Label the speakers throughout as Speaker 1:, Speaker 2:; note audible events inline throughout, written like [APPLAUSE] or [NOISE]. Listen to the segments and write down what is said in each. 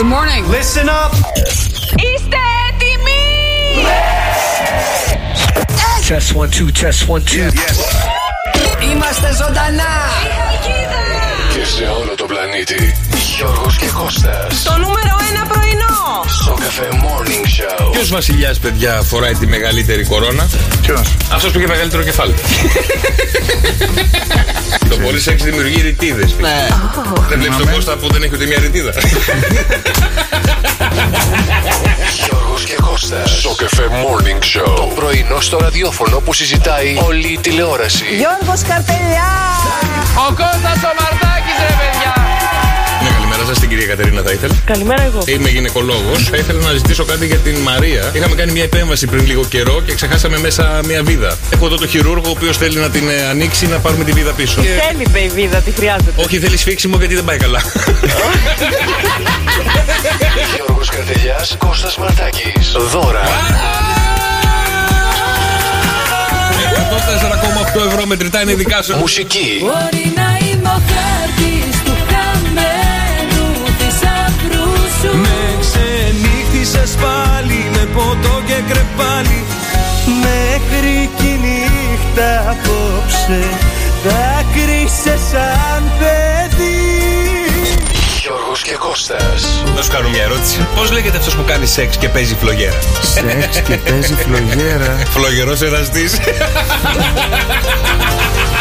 Speaker 1: the morning.
Speaker 2: Listen up.
Speaker 3: Είστε έτοιμοι!
Speaker 4: Test one, two, test one, two.
Speaker 1: Είμαστε ζωντανά.
Speaker 3: Η Χαλκίδα!
Speaker 5: Και σε όλο τον πλανήτη. Γιώργος και Κώστας.
Speaker 3: Το νούμερο ένα πρωινό!
Speaker 5: Στο Cafe Morning Show.
Speaker 6: Ποιος βασιλιάς, παιδιά, φοράει τη μεγαλύτερη κορώνα.
Speaker 7: Ποιος.
Speaker 6: Αυτός που είχε μεγαλύτερο [LAUGHS] κεφάλι. Το πολύ σεξ δημιουργεί ρητίδες.
Speaker 1: Ναι.
Speaker 6: Δεν βλέπεις τον
Speaker 7: Θυμάμαι.
Speaker 6: Κώστα που δεν έχει ούτε μια ρητίδα.
Speaker 5: Γιώργος και Κώστας. Στο Cafe Morning Show. Το πρωινό στο ραδιόφωνο που συζητάει όλη η τηλεόραση.
Speaker 8: Γιώργος Καρτελιά!
Speaker 9: Ο Κώστας ο Μαρτάκης ρε παιδιά
Speaker 6: Μια καλημέρα σας, την κυρία Κατερίνα, θα ήθελα.
Speaker 10: Καλημέρα εγώ.
Speaker 6: Είμαι γυναικολόγος. Θα ήθελα να ζητήσω κάτι για την Μαρία. Είχαμε κάνει μια επέμβαση πριν λίγο καιρό και ξεχάσαμε μέσα μια βίδα. Έχω εδώ το χειρούργο ο οποίος θέλει να την ε, ανοίξει να πάρουμε τη βίδα πίσω. Και-
Speaker 10: Θέλει μπεϊβίδα, τη χρειάζεται.
Speaker 6: Όχι, θέλει σφίξιμο γιατί δεν πάει [LAUGHS] καλά.
Speaker 5: Γιώργος Καρτελιάς, Κώστας Μαρτάκης. Δώρα.
Speaker 6: 104,8 ευρώ μετρητά είναι δικά σου.
Speaker 5: Μουσική.
Speaker 3: Μπορεί να είμαι ο χάρτης του χαμένου θησαυρού σου
Speaker 2: Με ξενύχτησες πάλι με ποτό και κρεπάλι Μέχρι και η νύχτα απόψε Δάκρυσε σαν παιδί
Speaker 5: Γιώργος και Κώστας.
Speaker 6: Να σου κάνω μια ερώτηση. Πώς λέγεται αυτός που κάνει σεξ και παίζει φλογέρα.
Speaker 7: Σεξ και παίζει φλογέρα.
Speaker 6: Φλογερός εραστής.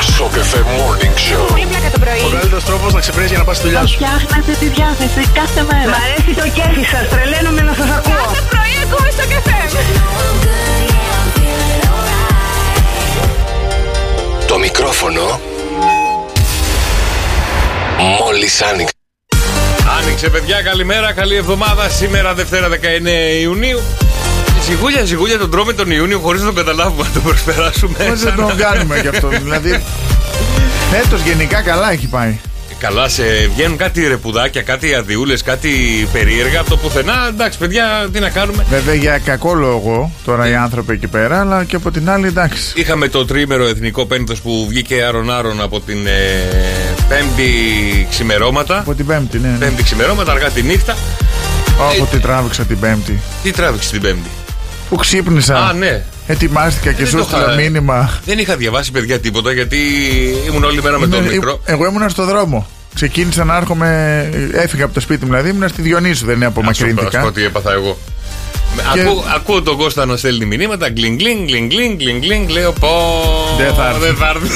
Speaker 5: Στο Cafe Morning Show.
Speaker 3: Πλάκα το πρωί
Speaker 7: Ο καλύτερος τρόπος να ξεπρέσει για να πας στη δουλειά σου.
Speaker 10: Φτιάχνετε τη διάθεση κάθε
Speaker 3: Ε,
Speaker 10: μέρα.
Speaker 8: Μ' αρέσει το κέφι σας, τρελαίνομαι να σας ακούω.
Speaker 3: Κάθε πρωί ακούω στο καφέ
Speaker 5: Το μικρόφωνο. Μόλις άνοιξε.
Speaker 6: Άνοιξε, παιδιά, καλημέρα, καλή εβδομάδα. Σήμερα Δευτέρα 19 Ιουνίου. Η Ζιγούλια, ζιγούλια τον τρώμε τον Ιούνιο χωρίς να τον καταλάβουμε, να τον προσπεράσουμε.
Speaker 7: Πώς δεν
Speaker 6: Ε, Σαν να-
Speaker 7: τον κάνουμε γι'
Speaker 6: [LAUGHS]
Speaker 7: αυτό. Δηλαδή. Έτος γενικά καλά έχει πάει.
Speaker 6: Καλά, σε βγαίνουν κάτι ρεπουδάκια, κάτι αδιούλε, κάτι περίεργα από το πουθενά. Εντάξει, παιδιά, τι να κάνουμε.
Speaker 7: Βέβαια για κακό λόγο τώρα οι
Speaker 6: Ε.
Speaker 7: άνθρωποι εκεί πέρα, αλλά και από την άλλη εντάξει.
Speaker 6: Είχαμε το τρίμερο εθνικό πέμπτος που βγήκε άρον-άρον από την ε, Πέμπτη ξημερώματα.
Speaker 7: Από την Πέμπτη, ναι. ναι.
Speaker 6: Πέμπτη Ε. ξημερώματα, αργά τη νύχτα.
Speaker 7: Όπου τη τράβηξα την Πέμπτη.
Speaker 6: Τι τράβηξε την Πέμπτη.
Speaker 7: Που ξύπνησα.
Speaker 6: Α, ναι.
Speaker 7: Ετοιμάστηκα και
Speaker 6: Δεν
Speaker 7: σου
Speaker 6: το
Speaker 7: έστειλα
Speaker 6: είχα-
Speaker 7: μήνυμα.
Speaker 6: Δεν είχα διαβάσει, παιδιά, τίποτα γιατί ήμουν όλη μέρα με τον
Speaker 7: Ήμουν-
Speaker 6: μικρό.
Speaker 7: ε, Εγώ ήμουνα στο δρόμο. Ξεκίνησα να έρχομαι, ε, έφυγα από το σπίτι μου, δηλαδή ήμουνα στη Διονύσου, δεν
Speaker 6: Ας σου πω- ας
Speaker 7: απομακρύνθηκα.
Speaker 6: πω τι έπαθα εγώ.
Speaker 7: Και-
Speaker 6: Ακούω, ακούω τον Κώστα να στέλνει μηνύματα. Γκλινγκ, γκλινγκ, γκλινγκ, γκλινγκ, γκλινγκ, γκλινγκ. Λέω πω.
Speaker 7: Δεν θα έρθει.
Speaker 6: Δεν θα
Speaker 7: [LAUGHS]
Speaker 6: έρθει.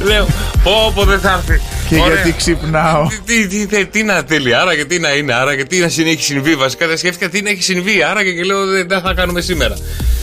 Speaker 6: Λέω πω, πω, δεν θα έρθει.
Speaker 7: Και
Speaker 6: Ωραία. Ε,
Speaker 7: γιατί ξυπνάω.
Speaker 6: Τι, τι, τι, τι, τι να θέλει, άρα και τι να είναι, άρα και τι να συν- έχει συμβεί. Βασικά δεν σκέφτηκα τι να έχει συμβεί, άρα και, και λέω δεν τα θα κάνουμε σήμερα.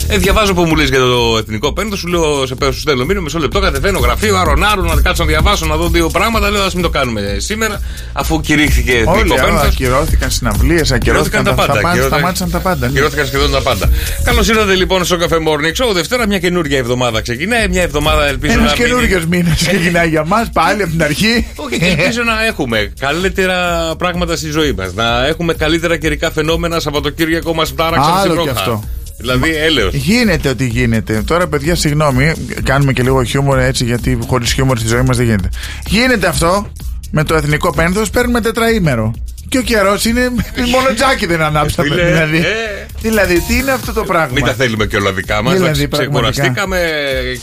Speaker 6: Ε, διαβάζω που μου λες για το εθνικό πέντο, σου λέω σε πέρα σου στέλνω μήνυμα, μισό λεπτό, κατεβαίνω γραφείο, άρον-άρον να κάτσω να διαβάσω, να δω δύο πράγματα. Λέω ας μην το κάνουμε σήμερα, αφού κηρύχθηκε εθνικό
Speaker 7: Όλοι
Speaker 6: πέντο.
Speaker 7: ακυρώθηκαν συναυλίες, ακυρώθηκαν τα πάντα.
Speaker 6: ακυρώθηκαν-
Speaker 7: Σταμάτησαν τα πάντα. ναι.
Speaker 6: ακυρώθηκαν σχεδόν τα πάντα. Καλώς ήρθατε λοιπόν στο Cafe Morning Show. Δευτέρα μια καινούργια εβδομάδα ξεκινάει. Μια εβδομάδα ελπίζω
Speaker 7: Ένας
Speaker 6: να μείνει-
Speaker 7: καινούριο μήνας ξεκινάει για μας, πάλι από την αρχή.
Speaker 6: Όχι, και ελπίζω να έχουμε καλύτερα πράγματα στη ζωή μας. Να έχουμε καλύτερα καιρικά φαινόμενα Σαββατοκύριακο μας τάραξαν στην
Speaker 7: Άλλο
Speaker 6: πρόχα.
Speaker 7: κι αυτό.
Speaker 6: Δηλαδή, έλεος.
Speaker 7: Γίνεται ό,τι γίνεται. Τώρα, παιδιά, συγγνώμη, κάνουμε και λίγο χιούμορ έτσι, γιατί χωρίς χιούμορ στη ζωή μας δεν γίνεται. Γίνεται αυτό με το εθνικό πένθος, παίρνουμε τετραήμερο. Και ο καιρός είναι. μόνο τζάκι δεν ανάψαμε.
Speaker 6: Φίλε,
Speaker 7: δηλαδή.
Speaker 6: ε.
Speaker 7: δηλαδή, τι είναι αυτό το πράγμα.
Speaker 6: Μην τα θέλουμε και όλα δικά μα.
Speaker 7: Δηλαδή, πραγματικά.
Speaker 6: ξεκουραστήκαμε,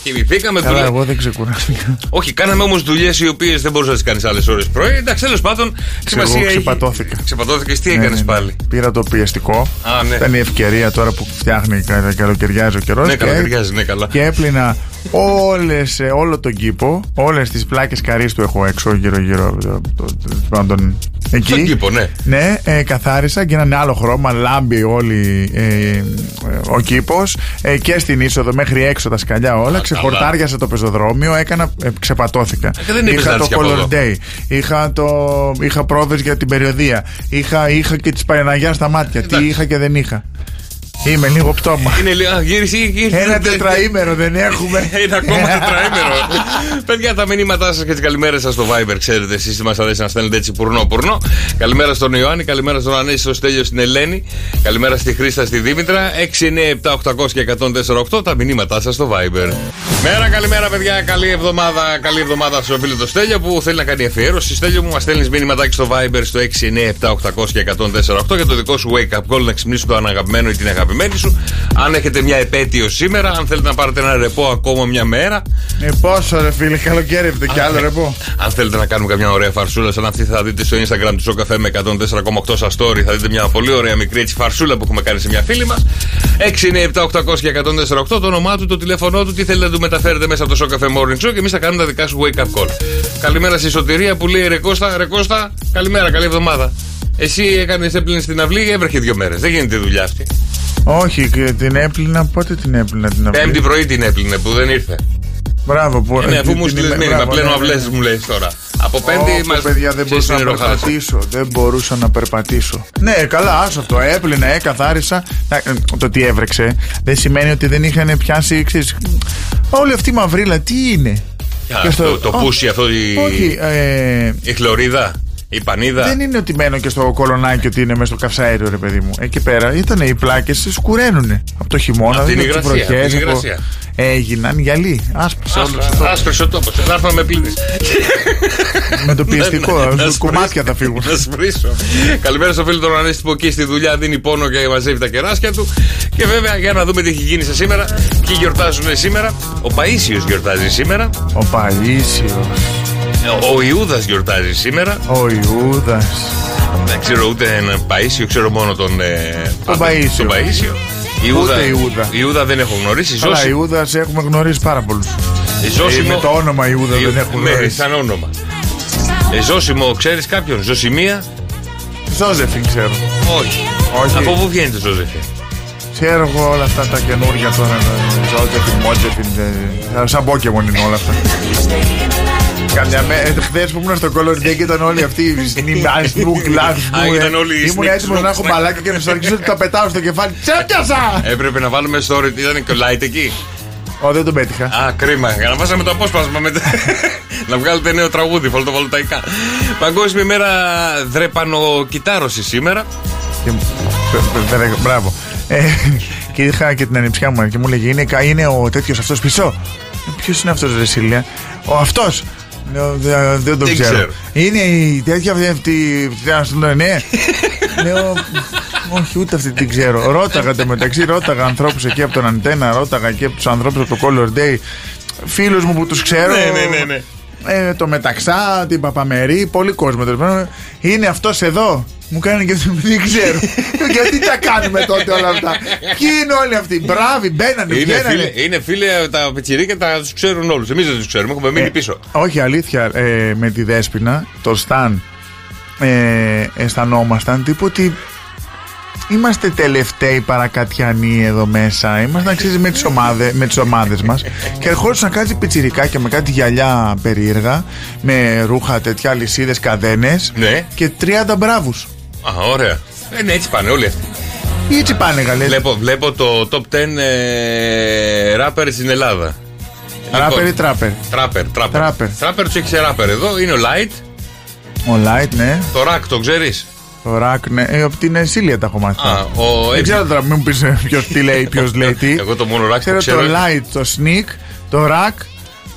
Speaker 6: κοιμηθήκαμε.
Speaker 7: Καλά,
Speaker 6: δουλε-
Speaker 7: εγώ δεν ξεκουράστηκα.
Speaker 6: Όχι, κάναμε όμως δουλειές οι οποίες δεν μπορούσες να τις κάνεις άλλες ώρες πρωί. Εντάξει, τέλος πάντων. σημασία έχει-
Speaker 7: ξεπατώθηκα.
Speaker 6: Ξεπατώθηκες, τι
Speaker 7: Ναι,
Speaker 6: έκανες
Speaker 7: ναι, ναι.
Speaker 6: πάλι.
Speaker 7: Πήρα το πιεστικό.
Speaker 6: Α, ναι.
Speaker 7: Ήταν η ευκαιρία τώρα που φτιάχνει κα- καλοκαιριάζει ο καιρός.
Speaker 6: Ναι, καλοκαιριάζει, ναι, καλά.
Speaker 7: Και έπλυνα όλες, ε, όλο τον κήπο, όλες τις πλάκες καρύς του έχω έξω, γύρω-γύρω. από το- το- τέλος πάντων, Εκεί.
Speaker 6: Στον κήπο, ναι.
Speaker 7: Ναι, ε, καθάρισα, γίνανε άλλο χρώμα, λάμπει όλη ε, ε, ο κήπος ε, και στην είσοδο μέχρι έξω τα σκαλιά όλα. Ξεχορτάριασα το πεζοδρόμιο, έκανα, ε, ξεπατώθηκα.
Speaker 6: Ε, δεν είναι
Speaker 7: είχα το
Speaker 6: πεζάρις και από εδώ.
Speaker 7: Color Day, είχα, το, είχα πρόβες για την περιοδία, είχα, είχα και τη Παναγιά στα μάτια, τι είχα και δεν είχα. Είμαι λίγο πτώμα.
Speaker 6: Είναι λίγο. α, Γύρισε, γύρισε.
Speaker 7: Ένα τετραήμερο δεν έχουμε.
Speaker 6: [LAUGHS] Είναι
Speaker 7: [LAUGHS]
Speaker 6: ακόμα τετραήμερο. [LAUGHS] Παιδιά, τα μηνύματά σας και τις καλημέρες σας στο Viber, ξέρετε, εσείς μας αρέσει να στέλνετε έτσι πουρνό-πουρνό. Καλημέρα στον Ιωάννη, καλημέρα στον Ανέση, στο Στέλιο, στην Ελένη. Καλημέρα στη Χρήστα, στη Δήμητρα. 6, 9, 7, 800 και 148 τα μηνύματά σας στο Viber. Μέρα, καλημέρα, παιδιά. Καλή εβδομάδα, καλή εβδομάδα στο φίλο το Στέλιο που θέλει να κάνει αφιέρωση. Στέλιο μου, μας στέλνεις μήνυματάκι στο Viber στο 6, 9, 7, 800 και 148 για το δικό σου wake up call να ξυπνήσει το αναγαπημένο ή την αγαπημένη σου. Αν έχετε μια επέτειο σήμερα, αν θέλετε να πάρετε ένα ρεπό ακόμα μια μέρα,
Speaker 7: Ε, πόσο ρε φίλε, καλοκαίρευτε κι άλλο ρε πω.
Speaker 6: ναι. αν θέλετε να κάνουμε καμιά ωραία φαρσούλα, σαν αυτή θα δείτε στο Instagram του Σοκαφέ με 104,8 σας story, θα δείτε μια πολύ ωραία μικρή έτσι φαρσούλα που έχουμε κάνει σε μια φίλη μας. 6, 9, 7, 800 και 148, το όνομά του, το τηλέφωνό του, τι θέλετε να του μεταφέρετε μέσα από το Σοκαφέ Morning Show και εμείς θα κάνουμε τα δικά σου wake up call. Καλημέρα στη Σωτηρία που λέει Ρε Κώστα, Ρε Κώστα, καλημέρα, καλή εβδομάδα. Εσύ έκανες έπλυνε στην αυλή, έβρεχε δύο μέρες. Δεν γίνεται η δουλειά αυτή.
Speaker 7: Όχι, και την έπλυνα, πότε την έπλυνα την αυλή.
Speaker 6: Πέμπτη πρωί την έπλυνε που δεν ήρθε.
Speaker 7: Μπράβο, που.
Speaker 6: Ε, ναι, αφού
Speaker 7: την
Speaker 6: μου στείλε
Speaker 7: είμαι-
Speaker 6: μήνυμα,
Speaker 7: μπράβο,
Speaker 6: πλένω
Speaker 7: ναι,
Speaker 6: αυλέ,
Speaker 7: ναι.
Speaker 6: μου λέει τώρα. Από πέμπτη
Speaker 7: Πέντε
Speaker 6: μας.
Speaker 7: παιδιά, δεν μπορούσα να περπατήσω. Δεν μπορούσα να περπατήσω. Ναι, καλά, άσο αυτό. Έπλυνα, εκαθάρισα. Να- ε, Το ότι έβρεξε δεν σημαίνει ότι δεν είχαν πιάσει. Ξέρεις, όλη αυτή η μαυρίλα, τι είναι. Και
Speaker 6: Το, το
Speaker 7: Α,
Speaker 6: πούσι αυτό η,
Speaker 7: Όχι, ε,
Speaker 6: η χλωρίδα, η πανίδα.
Speaker 7: δεν είναι ότι μένω και στο κολονάκι ότι είναι μέσα στο καυσαέριο, ρε παιδί μου. Εκεί πέρα ήταν οι πλάκες, σκουréνουνε. Από το χειμώνα,
Speaker 6: Απ' την
Speaker 7: δεν είναι από τις
Speaker 6: υγρασία,
Speaker 7: βροχές,
Speaker 6: απ' την
Speaker 7: από-
Speaker 6: υγρασία.
Speaker 7: Έγιναν γυαλί. Άσπασε όλο αυτό.
Speaker 6: Άσπρε ο τόπος. Θα έρθω να με πλύνει.
Speaker 7: Με το πιεστικό.
Speaker 6: Ναι, ναι, να
Speaker 7: Κομμάτια
Speaker 6: σπρίσω.
Speaker 7: θα φύγουν.
Speaker 6: Να σπρίσω. Καλημέρα στο φίλο τον Ανέστη που εκεί στη δουλειά δίνει πόνο και μαζεύει τα κεράσια του. Και βέβαια για να δούμε τι έχει γίνει σε σήμερα. Ποιοι γιορτάζουν σήμερα. Ο Παίσιος γιορτάζει σήμερα.
Speaker 7: Ο Παλίσιο,
Speaker 6: Ο Ιούδας γιορτάζει σήμερα.
Speaker 7: ο Ιούδας.
Speaker 6: Δεν ξέρω ούτε έναν Παίσιο, ξέρω μόνο τον. Ε,
Speaker 7: Τον
Speaker 6: Πα-
Speaker 7: Παΐσιο.
Speaker 6: τον Παΐσιο. Ιούδα,
Speaker 7: Ούτε Ιούδα.
Speaker 6: Ιούδα δεν έχω γνωρίσει.
Speaker 7: Καλά,
Speaker 6: Ζώση,
Speaker 7: Ιούδας έχουμε γνωρίσει πάρα πολλούς.
Speaker 6: ζώσιμο.
Speaker 7: με το όνομα Ιούδα δεν έχουμε
Speaker 6: Ναι,
Speaker 7: γνωρίσει.
Speaker 6: σαν όνομα. Ε, ζώσιμο, ξέρεις κάποιον. Ζωσιμία.
Speaker 7: Ζώζεφιν ξέρω.
Speaker 6: Όχι.
Speaker 7: Όχι.
Speaker 6: Από πού βγαίνει το Ζώσιμο.
Speaker 7: Ξέρω εγώ όλα αυτά τα καινούργια τώρα. ε, Ζώζεφιν, Μότζεφιν. ε, Σαν Pokémon είναι όλα αυτά. Καμιά μέρα, χθες που ήμουν στο Color Day και ήταν όλοι αυτοί οι
Speaker 6: [LAUGHS]
Speaker 7: Σνιμπάσμπου,
Speaker 6: Α,
Speaker 7: Γκλάσμπου.
Speaker 6: ήταν όλοι οι
Speaker 7: ε, Ήμουν
Speaker 6: Snick
Speaker 7: έτοιμος να
Speaker 6: Snooks,
Speaker 7: έχω
Speaker 6: ναι.
Speaker 7: μπαλάκια και να σας αρχίσω ότι τα πετάω στο κεφάλι. Τσέπιασα!
Speaker 6: Έπρεπε να βάλουμε story. Ήταν και ο Light εκεί. Ε,
Speaker 7: Ω, δεν τον πέτυχα.
Speaker 6: Α, κρίμα. Για να βάζαμε το απόσπασμα [LAUGHS] μετά. να βγάλετε νέο τραγούδι, φωτοβολταϊκά. Παγκόσμια μέρα δρεπανοκυτάρωσης σήμερα.
Speaker 7: Και- πε- πε- πε- Μπράβο. Ε, Και είχα και την ανιψιά μου και μου λέγε Είναι, κα- είναι ο τέτοιος αυτός πίσω. Ποιος είναι αυτός, Ρε Σίλια. Ο αυτός. Δεν το
Speaker 6: Δεν
Speaker 7: ξέρω.
Speaker 6: ξέρω.
Speaker 7: Είναι η τέτοια αυτή- αυτή. τι να σου λέω, Ναι.
Speaker 6: [LAUGHS]
Speaker 7: Λέω. Όχι, ούτε αυτή την ξέρω. Ρώταγα το μεταξύ, ρώταγα ανθρώπους εκεί από τον Αντένα, ρώταγα και από τους ανθρώπους από το Color Day. Φίλους μου που τους ξέρω.
Speaker 6: Ναι, ναι, ναι, ναι.
Speaker 7: Ε, το μεταξά, την Παπαμερή, πολύ κόσμο. τέλος πάντων. Είναι αυτός εδώ. Μου κάνει και δεν
Speaker 6: [LAUGHS]
Speaker 7: ξέρω. Γιατί τα κάνουμε τότε όλα αυτά. Ποιοι είναι όλοι αυτοί. Μπράβοι, μπαίνανε,
Speaker 6: Είναι
Speaker 7: βγαίνανε.
Speaker 6: φίλε, είναι φίλε τα πιτσιρίκια, τα τους ξέρουν όλους. Εμείς δεν τους ξέρουμε, έχουμε μείνει
Speaker 7: Ε,
Speaker 6: πίσω.
Speaker 7: Όχι, αλήθεια, ε, με τη Δέσποινα, το Σταν, ε, αισθανόμασταν τύπου ότι είμαστε τελευταίοι παρακατιανοί εδώ μέσα. Ήμασταν αξίζει με τις, ομάδε, με τις ομάδες
Speaker 6: [LAUGHS]
Speaker 7: μας και ερχόντουσαν κάτι πιτσιρικάκια με κάτι γυαλιά περίεργα, με ρούχα τέτοια, λυσίδες, καδένες
Speaker 6: Ναι.
Speaker 7: και 30 μπράβους.
Speaker 6: Α, ωραία. Ε, ναι, έτσι πάνε όλοι αυτοί.
Speaker 7: Έτσι πάνε καλέ.
Speaker 6: Βλέπω, βλέπω το top 10 ε, ράπερ στην Ελλάδα.
Speaker 7: Ράπερ ή
Speaker 6: Λοιπόν,
Speaker 7: τράπερ.
Speaker 6: Τράπερ, τράπερ.
Speaker 7: Τράπερ.
Speaker 6: Τράπερ τους έχεις σε ράπερ εδώ. Είναι ο Light,
Speaker 7: Ο Light, ναι.
Speaker 6: το Rack, το ξέρεις.
Speaker 7: Ο Ρακ, ναι. Ε, από την Εσίλια τα έχω μάθει.
Speaker 6: Α, ο
Speaker 7: Δεν
Speaker 6: Epic.
Speaker 7: ξέρω τώρα, μην μου πει ποιος τι λέει, ποιος λέει τι.
Speaker 6: Εγώ το μόνο Rack το
Speaker 7: ξέρω.
Speaker 6: ξέρω.
Speaker 7: το light, το sneak, το rack,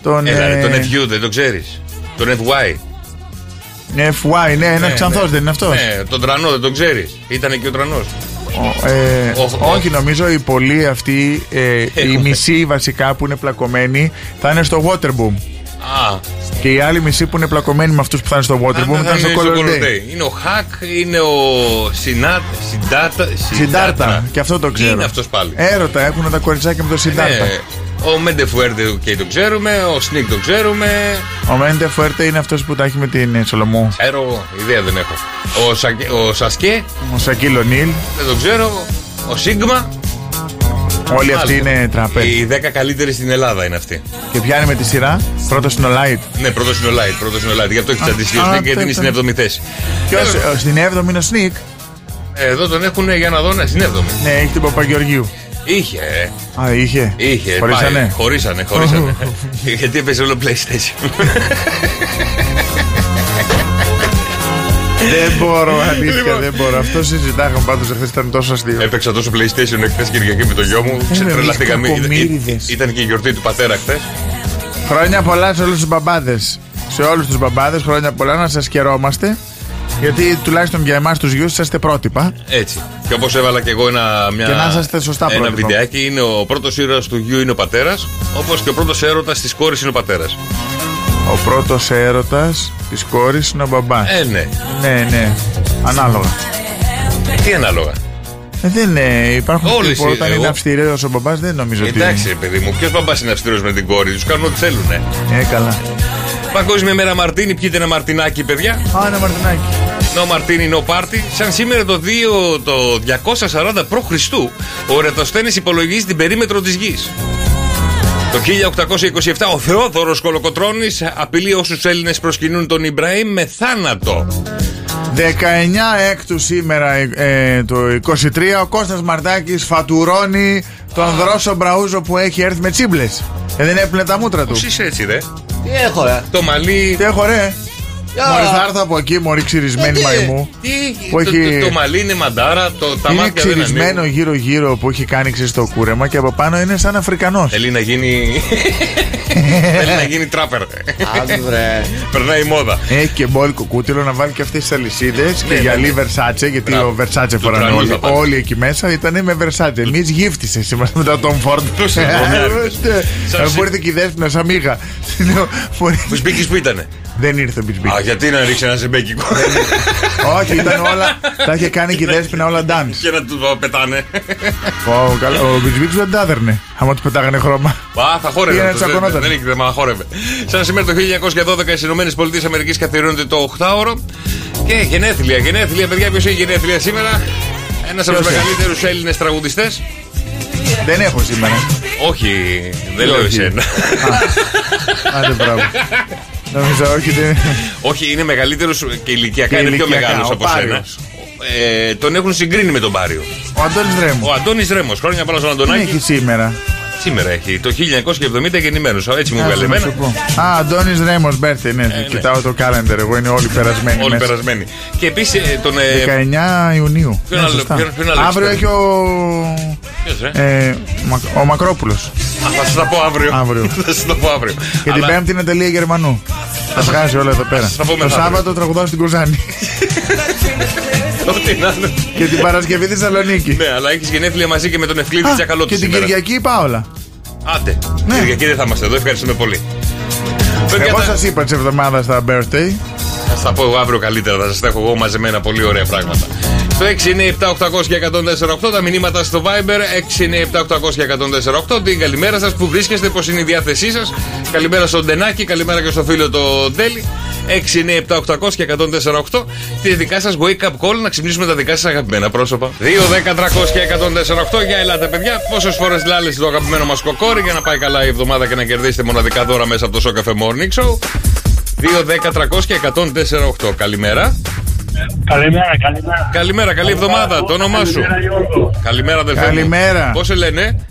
Speaker 7: τον.
Speaker 6: Έλα, ρε,
Speaker 7: ε,
Speaker 6: τον FU δεν το ξέρεις. Τον FY.
Speaker 7: FY, ναι, ένας
Speaker 6: Ναι,
Speaker 7: ξανθός
Speaker 6: ναι.
Speaker 7: δεν είναι αυτός.
Speaker 6: Ναι, τον τρανό δεν τον ξέρεις. Ήταν και ο τρανός. Ο-
Speaker 7: ε, όχι, νομίζω οι πολλοί αυτοί, ε, οι
Speaker 6: Έχουμε.
Speaker 7: μισοί βασικά που είναι πλακωμένοι, θα είναι στο Waterboom.
Speaker 6: Α,
Speaker 7: Και οι άλλοι μισοί που είναι πλακωμένοι με αυτούς που θα είναι στο
Speaker 6: θα-
Speaker 7: Waterboom
Speaker 6: ναι, θα
Speaker 7: ήταν στο
Speaker 6: είναι
Speaker 7: Color
Speaker 6: στο Color
Speaker 7: Day.
Speaker 6: Day. Είναι ο Χακ, είναι ο Σινάτ, Συντάτα.
Speaker 7: Συντάρτα, και αυτό το
Speaker 6: Τι
Speaker 7: ξέρω.
Speaker 6: Ναι,
Speaker 7: Ε,
Speaker 6: Είναι αυτός πάλι.
Speaker 7: Έρωτα, έχουν τα κοριτσάκια με το Συντάρτα.
Speaker 6: Ναι, ο Μεντεφουέρντε και τον ξέρουμε, ο Σνικ τον ξέρουμε.
Speaker 7: Ο Μέντε Φουέρτε είναι αυτός που τα έχει με την ε, Σολομού.
Speaker 6: Ξέρω, εγώ, ιδέα δεν έχω. Ο, Σακε- ο Σασκέ
Speaker 7: Ο Σακύλο Νίλ.
Speaker 6: δεν τον ξέρω. Ο Σίγμα.
Speaker 7: Όλοι αυτοί
Speaker 6: Μάλλον.
Speaker 7: είναι τραπέζι.
Speaker 6: Οι 10 καλύτεροι στην Ελλάδα είναι αυτοί.
Speaker 7: Και πιάνει με τη σειρά. Πρώτος είναι ο Light.
Speaker 6: Ναι, πρώτος είναι ο Light, πρώτο Ναι, είναι ο Light. Γι' αυτό έχεις τσαντιστεί ο
Speaker 7: α,
Speaker 6: Σνικ γιατί
Speaker 7: τέτα.
Speaker 6: είναι στην 7η θέση.
Speaker 7: Ποιος,
Speaker 6: Τέλος.
Speaker 7: ε, στην 7η είναι ο Sneak.
Speaker 6: Εδώ τον έχουν για να δω να συνέβδομαι.
Speaker 7: Ναι, έχει την Παπαγεωργίου.
Speaker 6: Είχε, ε.
Speaker 7: Α, είχε.
Speaker 6: Είχε,
Speaker 7: Χωρίσανε.
Speaker 6: πάει. Χωρίσανε, [LAUGHS] χωρίσανε. Γιατί έπαιζε όλο PlayStation.
Speaker 7: Δεν μπορώ, αλήθεια,
Speaker 6: Λοιπόν. Ε.
Speaker 7: δεν μπορώ. Αυτό συζητάγαμε πάντως εχθές ήταν τόσο αστείο.
Speaker 6: Έπαιξα τόσο PlayStation εχθές Κυριακή με το γιο μου. Ξετρελαθήκα. Μη-
Speaker 7: κακομοίριδες.
Speaker 6: Ήταν και η γιορτή του πατέρα χθες.
Speaker 7: Χρόνια πολλά σε όλους τους μπαμπάδες. Σε όλους τους μπαμπάδες, χρόνια πολλά να σας χαιρόμαστε. Γιατί τουλάχιστον για εμάς τους γιους είσαστε πρότυπα.
Speaker 6: Έτσι. Και όπως έβαλα και εγώ ένα, μια,
Speaker 7: Και να είσαστε σωστά
Speaker 6: ένα
Speaker 7: πρότυπα.
Speaker 6: βιντεάκι, είναι ο πρώτος ήρωας του γιου είναι ο πατέρας. Όπως και ο πρώτος έρωτας της κόρης είναι ο πατέρας.
Speaker 7: Ο πρώτος έρωτας της κόρης είναι ο μπαμπάς.
Speaker 6: Ε, ναι.
Speaker 7: Ναι, ναι. Ανάλογα.
Speaker 6: Τι ανάλογα.
Speaker 7: Ε, δεν είναι. Υπάρχουν
Speaker 6: Όλες
Speaker 7: τύπο, όταν
Speaker 6: οι-
Speaker 7: είναι
Speaker 6: εγώ-
Speaker 7: αυστηρός ο μπαμπάς, δεν νομίζω ότι.
Speaker 6: Εντάξει, ρε παιδί μου, ποιος μπαμπάς είναι αυστηρός με την κόρη, τους κάνουν ό,τι θέλουν. Ε.
Speaker 7: είναι. Ε, καλά.
Speaker 6: Παγκόσμια μέρα Μαρτίνι, πιείτε ένα μαρτινάκι, παιδιά.
Speaker 7: Α, ναι, ένα μαρτινάκι.
Speaker 6: No Μαρτίνι, no party. Σαν σήμερα το, 2, το 240 π.Χ. ο Ρετοσθένης υπολογίζει την περίμετρο της γης. Το 1827 ο Θεόδωρος Κολοκοτρώνης απειλεί όσους Έλληνες προσκυνούν τον Ιμπραήμ με θάνατο.
Speaker 7: 19 έκτου σήμερα ε, το 23 ο Κώστας Μαρτάκης φατουρώνει τον δρόσο Μπραούζο που έχει έρθει με τσίμπλες ε, δεν έπλυνε τα μούτρα του
Speaker 6: Πώς είσαι έτσι ρε.
Speaker 11: Τι έχω, ρε.
Speaker 6: Το μαλλί...
Speaker 7: Τι έχω ρε Μόλις θα έρθω από εκεί μωρή ξυρισμένη
Speaker 11: Ε, τι,
Speaker 7: μαϊμού
Speaker 6: Τι,
Speaker 7: Που
Speaker 6: το,
Speaker 7: έχει-
Speaker 6: το, το μαλλί είναι μαντάρα, το, τα
Speaker 7: Είναι
Speaker 6: μάτια δεν
Speaker 7: ξυρισμένο
Speaker 6: ανοίγουν.
Speaker 7: γύρω γύρω που έχει κάνει ξέρεις το κούρεμα και από πάνω είναι σαν Αφρικανός
Speaker 6: Θέλει να
Speaker 7: [LAUGHS]
Speaker 6: γίνει... Θέλει να γίνει τράπερ.
Speaker 11: Άντου, ρε.
Speaker 6: Περνάει η μόδα.
Speaker 7: έχει και μπόλικο κούτυλο να βάλει και αυτές τις αλυσίδες και
Speaker 6: ναι,
Speaker 7: γυαλί
Speaker 6: ναι.
Speaker 7: Versace. Γιατί
Speaker 6: Μπράβο.
Speaker 7: ο Versace
Speaker 6: Του
Speaker 7: φοράνε
Speaker 6: τρανού
Speaker 7: όλοι.
Speaker 6: θα πάνε.
Speaker 7: Όλοι εκεί μέσα ήταν με Versace. Εμείς γύφτησε είμαστε μετά τον Φόρντ.
Speaker 6: [LAUGHS] Τους συγγνώμη. Σαν συ-
Speaker 7: Μου ήρθε Ε, και η δεύτερη, σαν [LAUGHS] μίγα. Λέω, μου ήρθε-
Speaker 6: Μπουσμπίκης που ήτανε.
Speaker 7: Δεν ήρθε ο Μπιτζμπίκ.
Speaker 6: Α, γιατί να ρίξει ένα ζεμπέκικο
Speaker 7: Όχι, ήταν όλα. Τα είχε κάνει και η Δέσποινα όλα dance.
Speaker 6: [LAUGHS] και να του πετάνε.
Speaker 7: Ω, καλά, Ο Μπιτζμπίκ δεν τα έδερνε. Άμα του πετάγανε χρώμα.
Speaker 6: Α, θα χόρευε.
Speaker 7: Πήγαινε
Speaker 6: αυτός, δεν-
Speaker 7: τσακωνόταν.
Speaker 6: Δεν είχε θέμα, χόρευε. Σαν σήμερα το 1912 οι ΗΠΑ καθιερώνεται το 8ωρο. Και γενέθλια, γενέθλια, παιδιά, ποιος έχει γενέθλια σήμερα. Ένας από τους
Speaker 7: Ποιος έχει?
Speaker 6: μεγαλύτερους Έλληνες τραγουδιστές.
Speaker 7: Δεν έχω σήμερα.
Speaker 6: Όχι, δεν λέω
Speaker 7: όχι.
Speaker 6: εσένα.
Speaker 7: [LAUGHS] Άντε μπράβο. Νομίζω όχι. δεν-
Speaker 6: Όχι, είναι μεγαλύτερος και ηλικιακά
Speaker 7: Και
Speaker 6: είναι πιο
Speaker 7: ηλικιακά,
Speaker 6: μεγάλος
Speaker 7: ο
Speaker 6: από σένα.
Speaker 7: Πάριος.
Speaker 6: Ε, τον έχουν συγκρίνει με τον Πάριο.
Speaker 7: Ο Αντώνης Ρέμου.
Speaker 6: Ο Αντώνης Ρέμος, χρόνια πάνω στον
Speaker 7: Τι
Speaker 6: Αντωνάκη.
Speaker 7: έχει σήμερα.
Speaker 6: Σήμερα έχει. Το 1970 γεννημένος. Έτσι μου βγάλε
Speaker 7: Κάτσε να σου
Speaker 6: εμένα. Ε,
Speaker 7: πω. Α, Αντώνης Ρέμος Μπέρθε, ναι. Κοιτάω το calendar. Εγώ είναι όλοι περασμένοι.
Speaker 6: Όλοι
Speaker 7: μέσα.
Speaker 6: περασμένοι. Και επίσης τον. ε,
Speaker 7: 19 Ιουνίου.
Speaker 6: Ποιον
Speaker 7: Ναι,
Speaker 6: άλλο-
Speaker 7: σωστά.
Speaker 6: ποιον- ποιον άλλο
Speaker 7: Αύριο
Speaker 6: έχεις
Speaker 7: έχει ο.
Speaker 6: ποιος, ε?
Speaker 7: ε, Μα- ο Μακρόπουλος.
Speaker 6: Α, θα σα τα πω αύριο.
Speaker 7: Αύριο.
Speaker 6: [LAUGHS] θα σα τα πω αύριο.
Speaker 7: Και την Πέμπτη είναι τελεία Γερμανού. Τα βγάζει όλα εδώ πέρα.
Speaker 6: σας τα πω
Speaker 7: Το
Speaker 6: μετά,
Speaker 7: Σάββατο τραγουδάω στην
Speaker 6: [LAUGHS]
Speaker 7: Κοζάνη.
Speaker 6: Ό,τι να είναι.
Speaker 7: και την Παρασκευή στη Θεσσαλονίκη.
Speaker 6: Ναι, αλλά έχεις γενέθλια μαζί και με τον Ευκλήδη
Speaker 7: Α,
Speaker 6: Τσακαλώτο.
Speaker 7: και την
Speaker 6: σήμερα.
Speaker 7: Κυριακή η Πάολα.
Speaker 6: Άντε.
Speaker 7: Ναι.
Speaker 6: Κυριακή δεν θα είμαστε εδώ. Ευχαριστούμε πολύ. Παιδιά,
Speaker 7: Εγώ
Speaker 6: θα-
Speaker 7: σας είπα τη εβδομάδα στα birthday.
Speaker 6: Θα στα πω εγώ αύριο καλύτερα. Θα σας τα έχω εγώ μαζεμένα πολύ ωραία πράγματα. Το 6 είναι 7-800 και 148. Τα μηνύματα στο Viber 6 είναι 7-800 και 148. Την καλημέρα σας που βρίσκεστε, πώ είναι η διάθεσή σας. Καλημέρα στον Τενάκη, καλημέρα και στο φίλο το Ντέλη. 6 είναι 7-800 και 148. Τι δικά σας wake up call να ξυπνήσουμε τα δικά σας αγαπημένα πρόσωπα. 2-10-300 και 148. Για ελάτε, παιδιά. Πόσες φορές λάλεσε το αγαπημένο μας κοκόρι για να πάει καλά η εβδομάδα και να κερδίσετε μοναδικά δώρα μέσα από το Σοκαφέ Morning Show. 2-10-300 και 148. Καλημέρα.
Speaker 12: Καλημέρα, καλημέρα.
Speaker 6: Καλημέρα, καλή εβδομάδα. Το όνομά σου.
Speaker 12: Καλημέρα, Γιώργο.
Speaker 6: Καλημέρα, αδελφέ.
Speaker 7: Καλημέρα.
Speaker 6: Πώς σε λένε,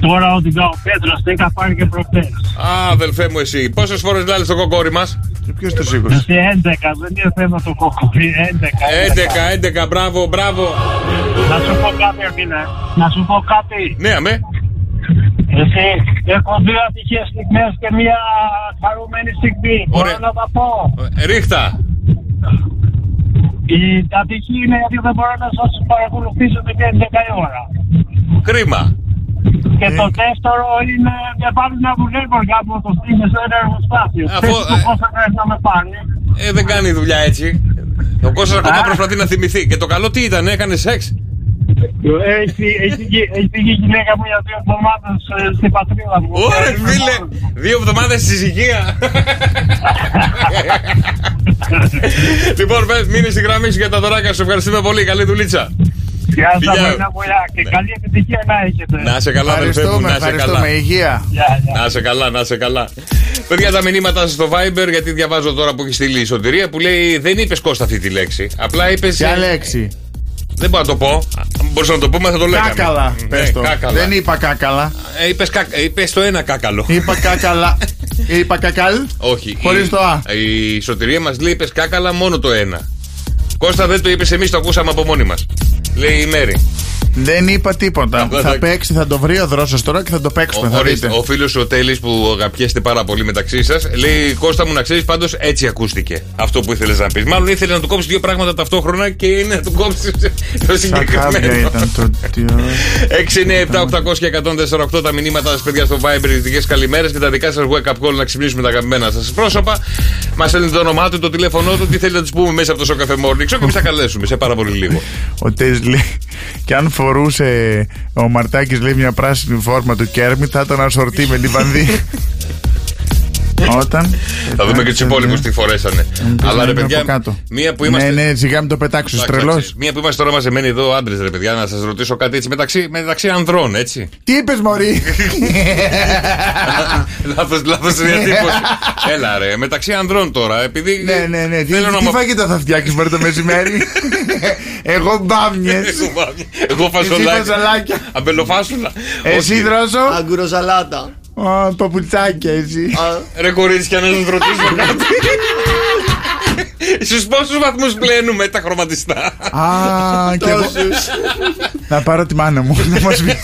Speaker 12: Τώρα ότι ο Πέτρος δεν είχα πάρει και προχτές.
Speaker 6: Α, αδελφέ μου, εσύ. Πόσες φορές λάλε το κοκόρι μας.
Speaker 7: Και ποιος το σήκωσε.
Speaker 12: Σε 11, δεν είναι θέμα το κοκκουρί, 11.
Speaker 6: 11, 11, μπράβο, μπράβο.
Speaker 12: Να σου πω κάτι, Αρτίνα. Να σου πω κάτι.
Speaker 6: Ναι, αμέ.
Speaker 12: Εσύ, έχω δύο ατυχές στιγμές και μία χαρούμενη στιγμή.
Speaker 6: Ωραία.
Speaker 12: Μπορώ να τα πω.
Speaker 6: Ε, Ρίχτα.
Speaker 12: Η ατυχή είναι γιατί δεν μπορώ να σας παρακολουθήσω μέχρι 11 η ώρα.
Speaker 6: Κρίμα.
Speaker 12: Και
Speaker 6: Ε.
Speaker 12: το δεύτερο είναι δεν πάνε να δουλεύω κάπου το στήμα σε ένα εργοστάσιο.
Speaker 6: Αφού-
Speaker 12: Πες μου πώς θα πρέπει να με πάνε.
Speaker 6: Ε, δεν κάνει δουλειά έτσι. Ο Κώστας ακόμα προσπαθεί να θυμηθεί. Και το καλό τι ήταν, έκανε σεξ.
Speaker 12: Ε, Έχει έχει γι- έχει φύγει η γυναίκα μου για δύο εβδομάδες στην πατρίδα μου.
Speaker 6: Ωρε,
Speaker 12: Ε,
Speaker 6: φίλε, δύο εβδομάδες στη υγεία. λοιπόν, πες, μείνει στη γραμμή σου για τα δωράκια σου. Ευχαριστούμε πολύ. Καλή δουλίτσα.
Speaker 12: Γεια σας,
Speaker 6: Γεια.
Speaker 12: Μαρινά Βουλιά, και
Speaker 13: Ναι.
Speaker 12: καλή επιτυχία να έχετε.
Speaker 6: Να σε καλά, αδελφέ μου,
Speaker 7: Ευχαριστούμε,
Speaker 6: να σε καλά.
Speaker 7: ευχαριστούμε. Υγεία.
Speaker 12: Γεια, γεια.
Speaker 6: Να σε καλά, να σε καλά. Παιδιά, τα μηνύματά σα στο Viber, γιατί διαβάζω τώρα που έχει στείλει η σωτηρία που λέει Δεν είπες Κώστα αυτή τη λέξη. Απλά είπες.
Speaker 7: Ποια λέξη.
Speaker 6: ε, Δεν μπορώ να το πω. Αν μπορούσα να το πούμε, θα το λέγαμε.
Speaker 7: Κάκαλα,
Speaker 6: Ναι,
Speaker 7: πες το.
Speaker 6: κάκαλα.
Speaker 7: Δεν είπα κάκαλα.
Speaker 6: Ε, είπες, κάκα, είπες το ένα κάκαλο.
Speaker 7: Είπα κάκαλα. είπα κακάλ.
Speaker 6: Όχι.
Speaker 7: Χωρίς
Speaker 6: η,
Speaker 7: το Α.
Speaker 6: Η σωτηρία μας λέει: Είπες κάκαλα μόνο το ένα. Κώστα δεν το είπες, εμείς το ακούσαμε από μόνοι μας. Λέει η Μέρη.
Speaker 7: Δεν είπα τίποτα.
Speaker 6: Απλά
Speaker 7: θα
Speaker 6: τα-
Speaker 7: παίξει, θα το βρει ο δρόσος τώρα και θα το παίξουμε.
Speaker 6: Ο,
Speaker 7: θα
Speaker 6: ορίστε,
Speaker 7: δείτε.
Speaker 6: ο φίλος ο Τέλης που αγαπιέστε πάρα πολύ μεταξύ σας λέει: Κώστα μου να ξέρεις, πάντως έτσι ακούστηκε αυτό που ήθελες να πεις. Μάλλον ήθελε να του κόψεις δύο πράγματα ταυτόχρονα και είναι να του κόψεις το
Speaker 7: Τα χάβια
Speaker 6: συγκεκριμένο.
Speaker 7: ήταν το. τι ωραία.
Speaker 6: 697-800-1048 τα μηνύματα σας, παιδιά, στο Viber, οι δικέ καλημέρες και τα δικά σας wake up call να ξυπνήσουμε τα αγαπημένα σας πρόσωπα. Μας στέλνει το όνομά του, το τηλέφωνό του, τι θέλει να τους πούμε μέσα από το Σοκαφέ Morning Show και εμεί θα καλέσουμε σε πάρα πολύ λίγο.
Speaker 7: Ο Τέζ λέει, και αν φορούσε ο Μαρτάκης λέει μια πράσινη φόρμα του Κέρμι, θα ήταν ασορτή με
Speaker 6: [LAUGHS]
Speaker 7: την πανδί. Όταν.
Speaker 6: θα δούμε και τους υπόλοιπους τι φορέσανε. Αλλά ρε
Speaker 7: είναι
Speaker 6: παιδιά,
Speaker 7: από κάτω.
Speaker 6: μία που είμαστε.
Speaker 7: Ναι, ναι, σιγά μην το πετάξω,
Speaker 6: Εντάξει,
Speaker 7: τρελός.
Speaker 6: εντάξει. Μία που είμαστε τώρα μαζεμένοι εδώ, άντρες, ρε παιδιά, να σας ρωτήσω κάτι έτσι μεταξύ, μεταξύ ανδρών, έτσι.
Speaker 7: [LAUGHS] Τι είπες, Μωρή.
Speaker 6: [LAUGHS] Λάθος λάθος διατύπωση. Έλα, ρε, μεταξύ ανδρών τώρα, επειδή.
Speaker 7: ναι, ναι, ναι. Τι,
Speaker 6: Θέλω να
Speaker 7: τι
Speaker 6: μου-
Speaker 7: φαγητό θα φτιάξεις Μωρή το μεσημέρι. Εγώ μπάμιες.
Speaker 6: [LAUGHS] Εγώ βάμια. Εγώ φασολάκι.
Speaker 7: φασολάκια.
Speaker 6: Αμπελοφάσουλα.
Speaker 7: Εσύ
Speaker 6: Όχι.
Speaker 7: δρόσο.
Speaker 11: Αγκουροζαλάτα.
Speaker 7: Α, Παπουτσάκια εσύ.
Speaker 6: Ρε κορίτσια, να σας ρωτήσω κάτι. Στους πόσους βαθμούς πλένουμε τα χρωματιστά.
Speaker 7: Α, και εγώ.
Speaker 11: Τόσους.
Speaker 7: Να πάρω τη μάνα μου να μας πει.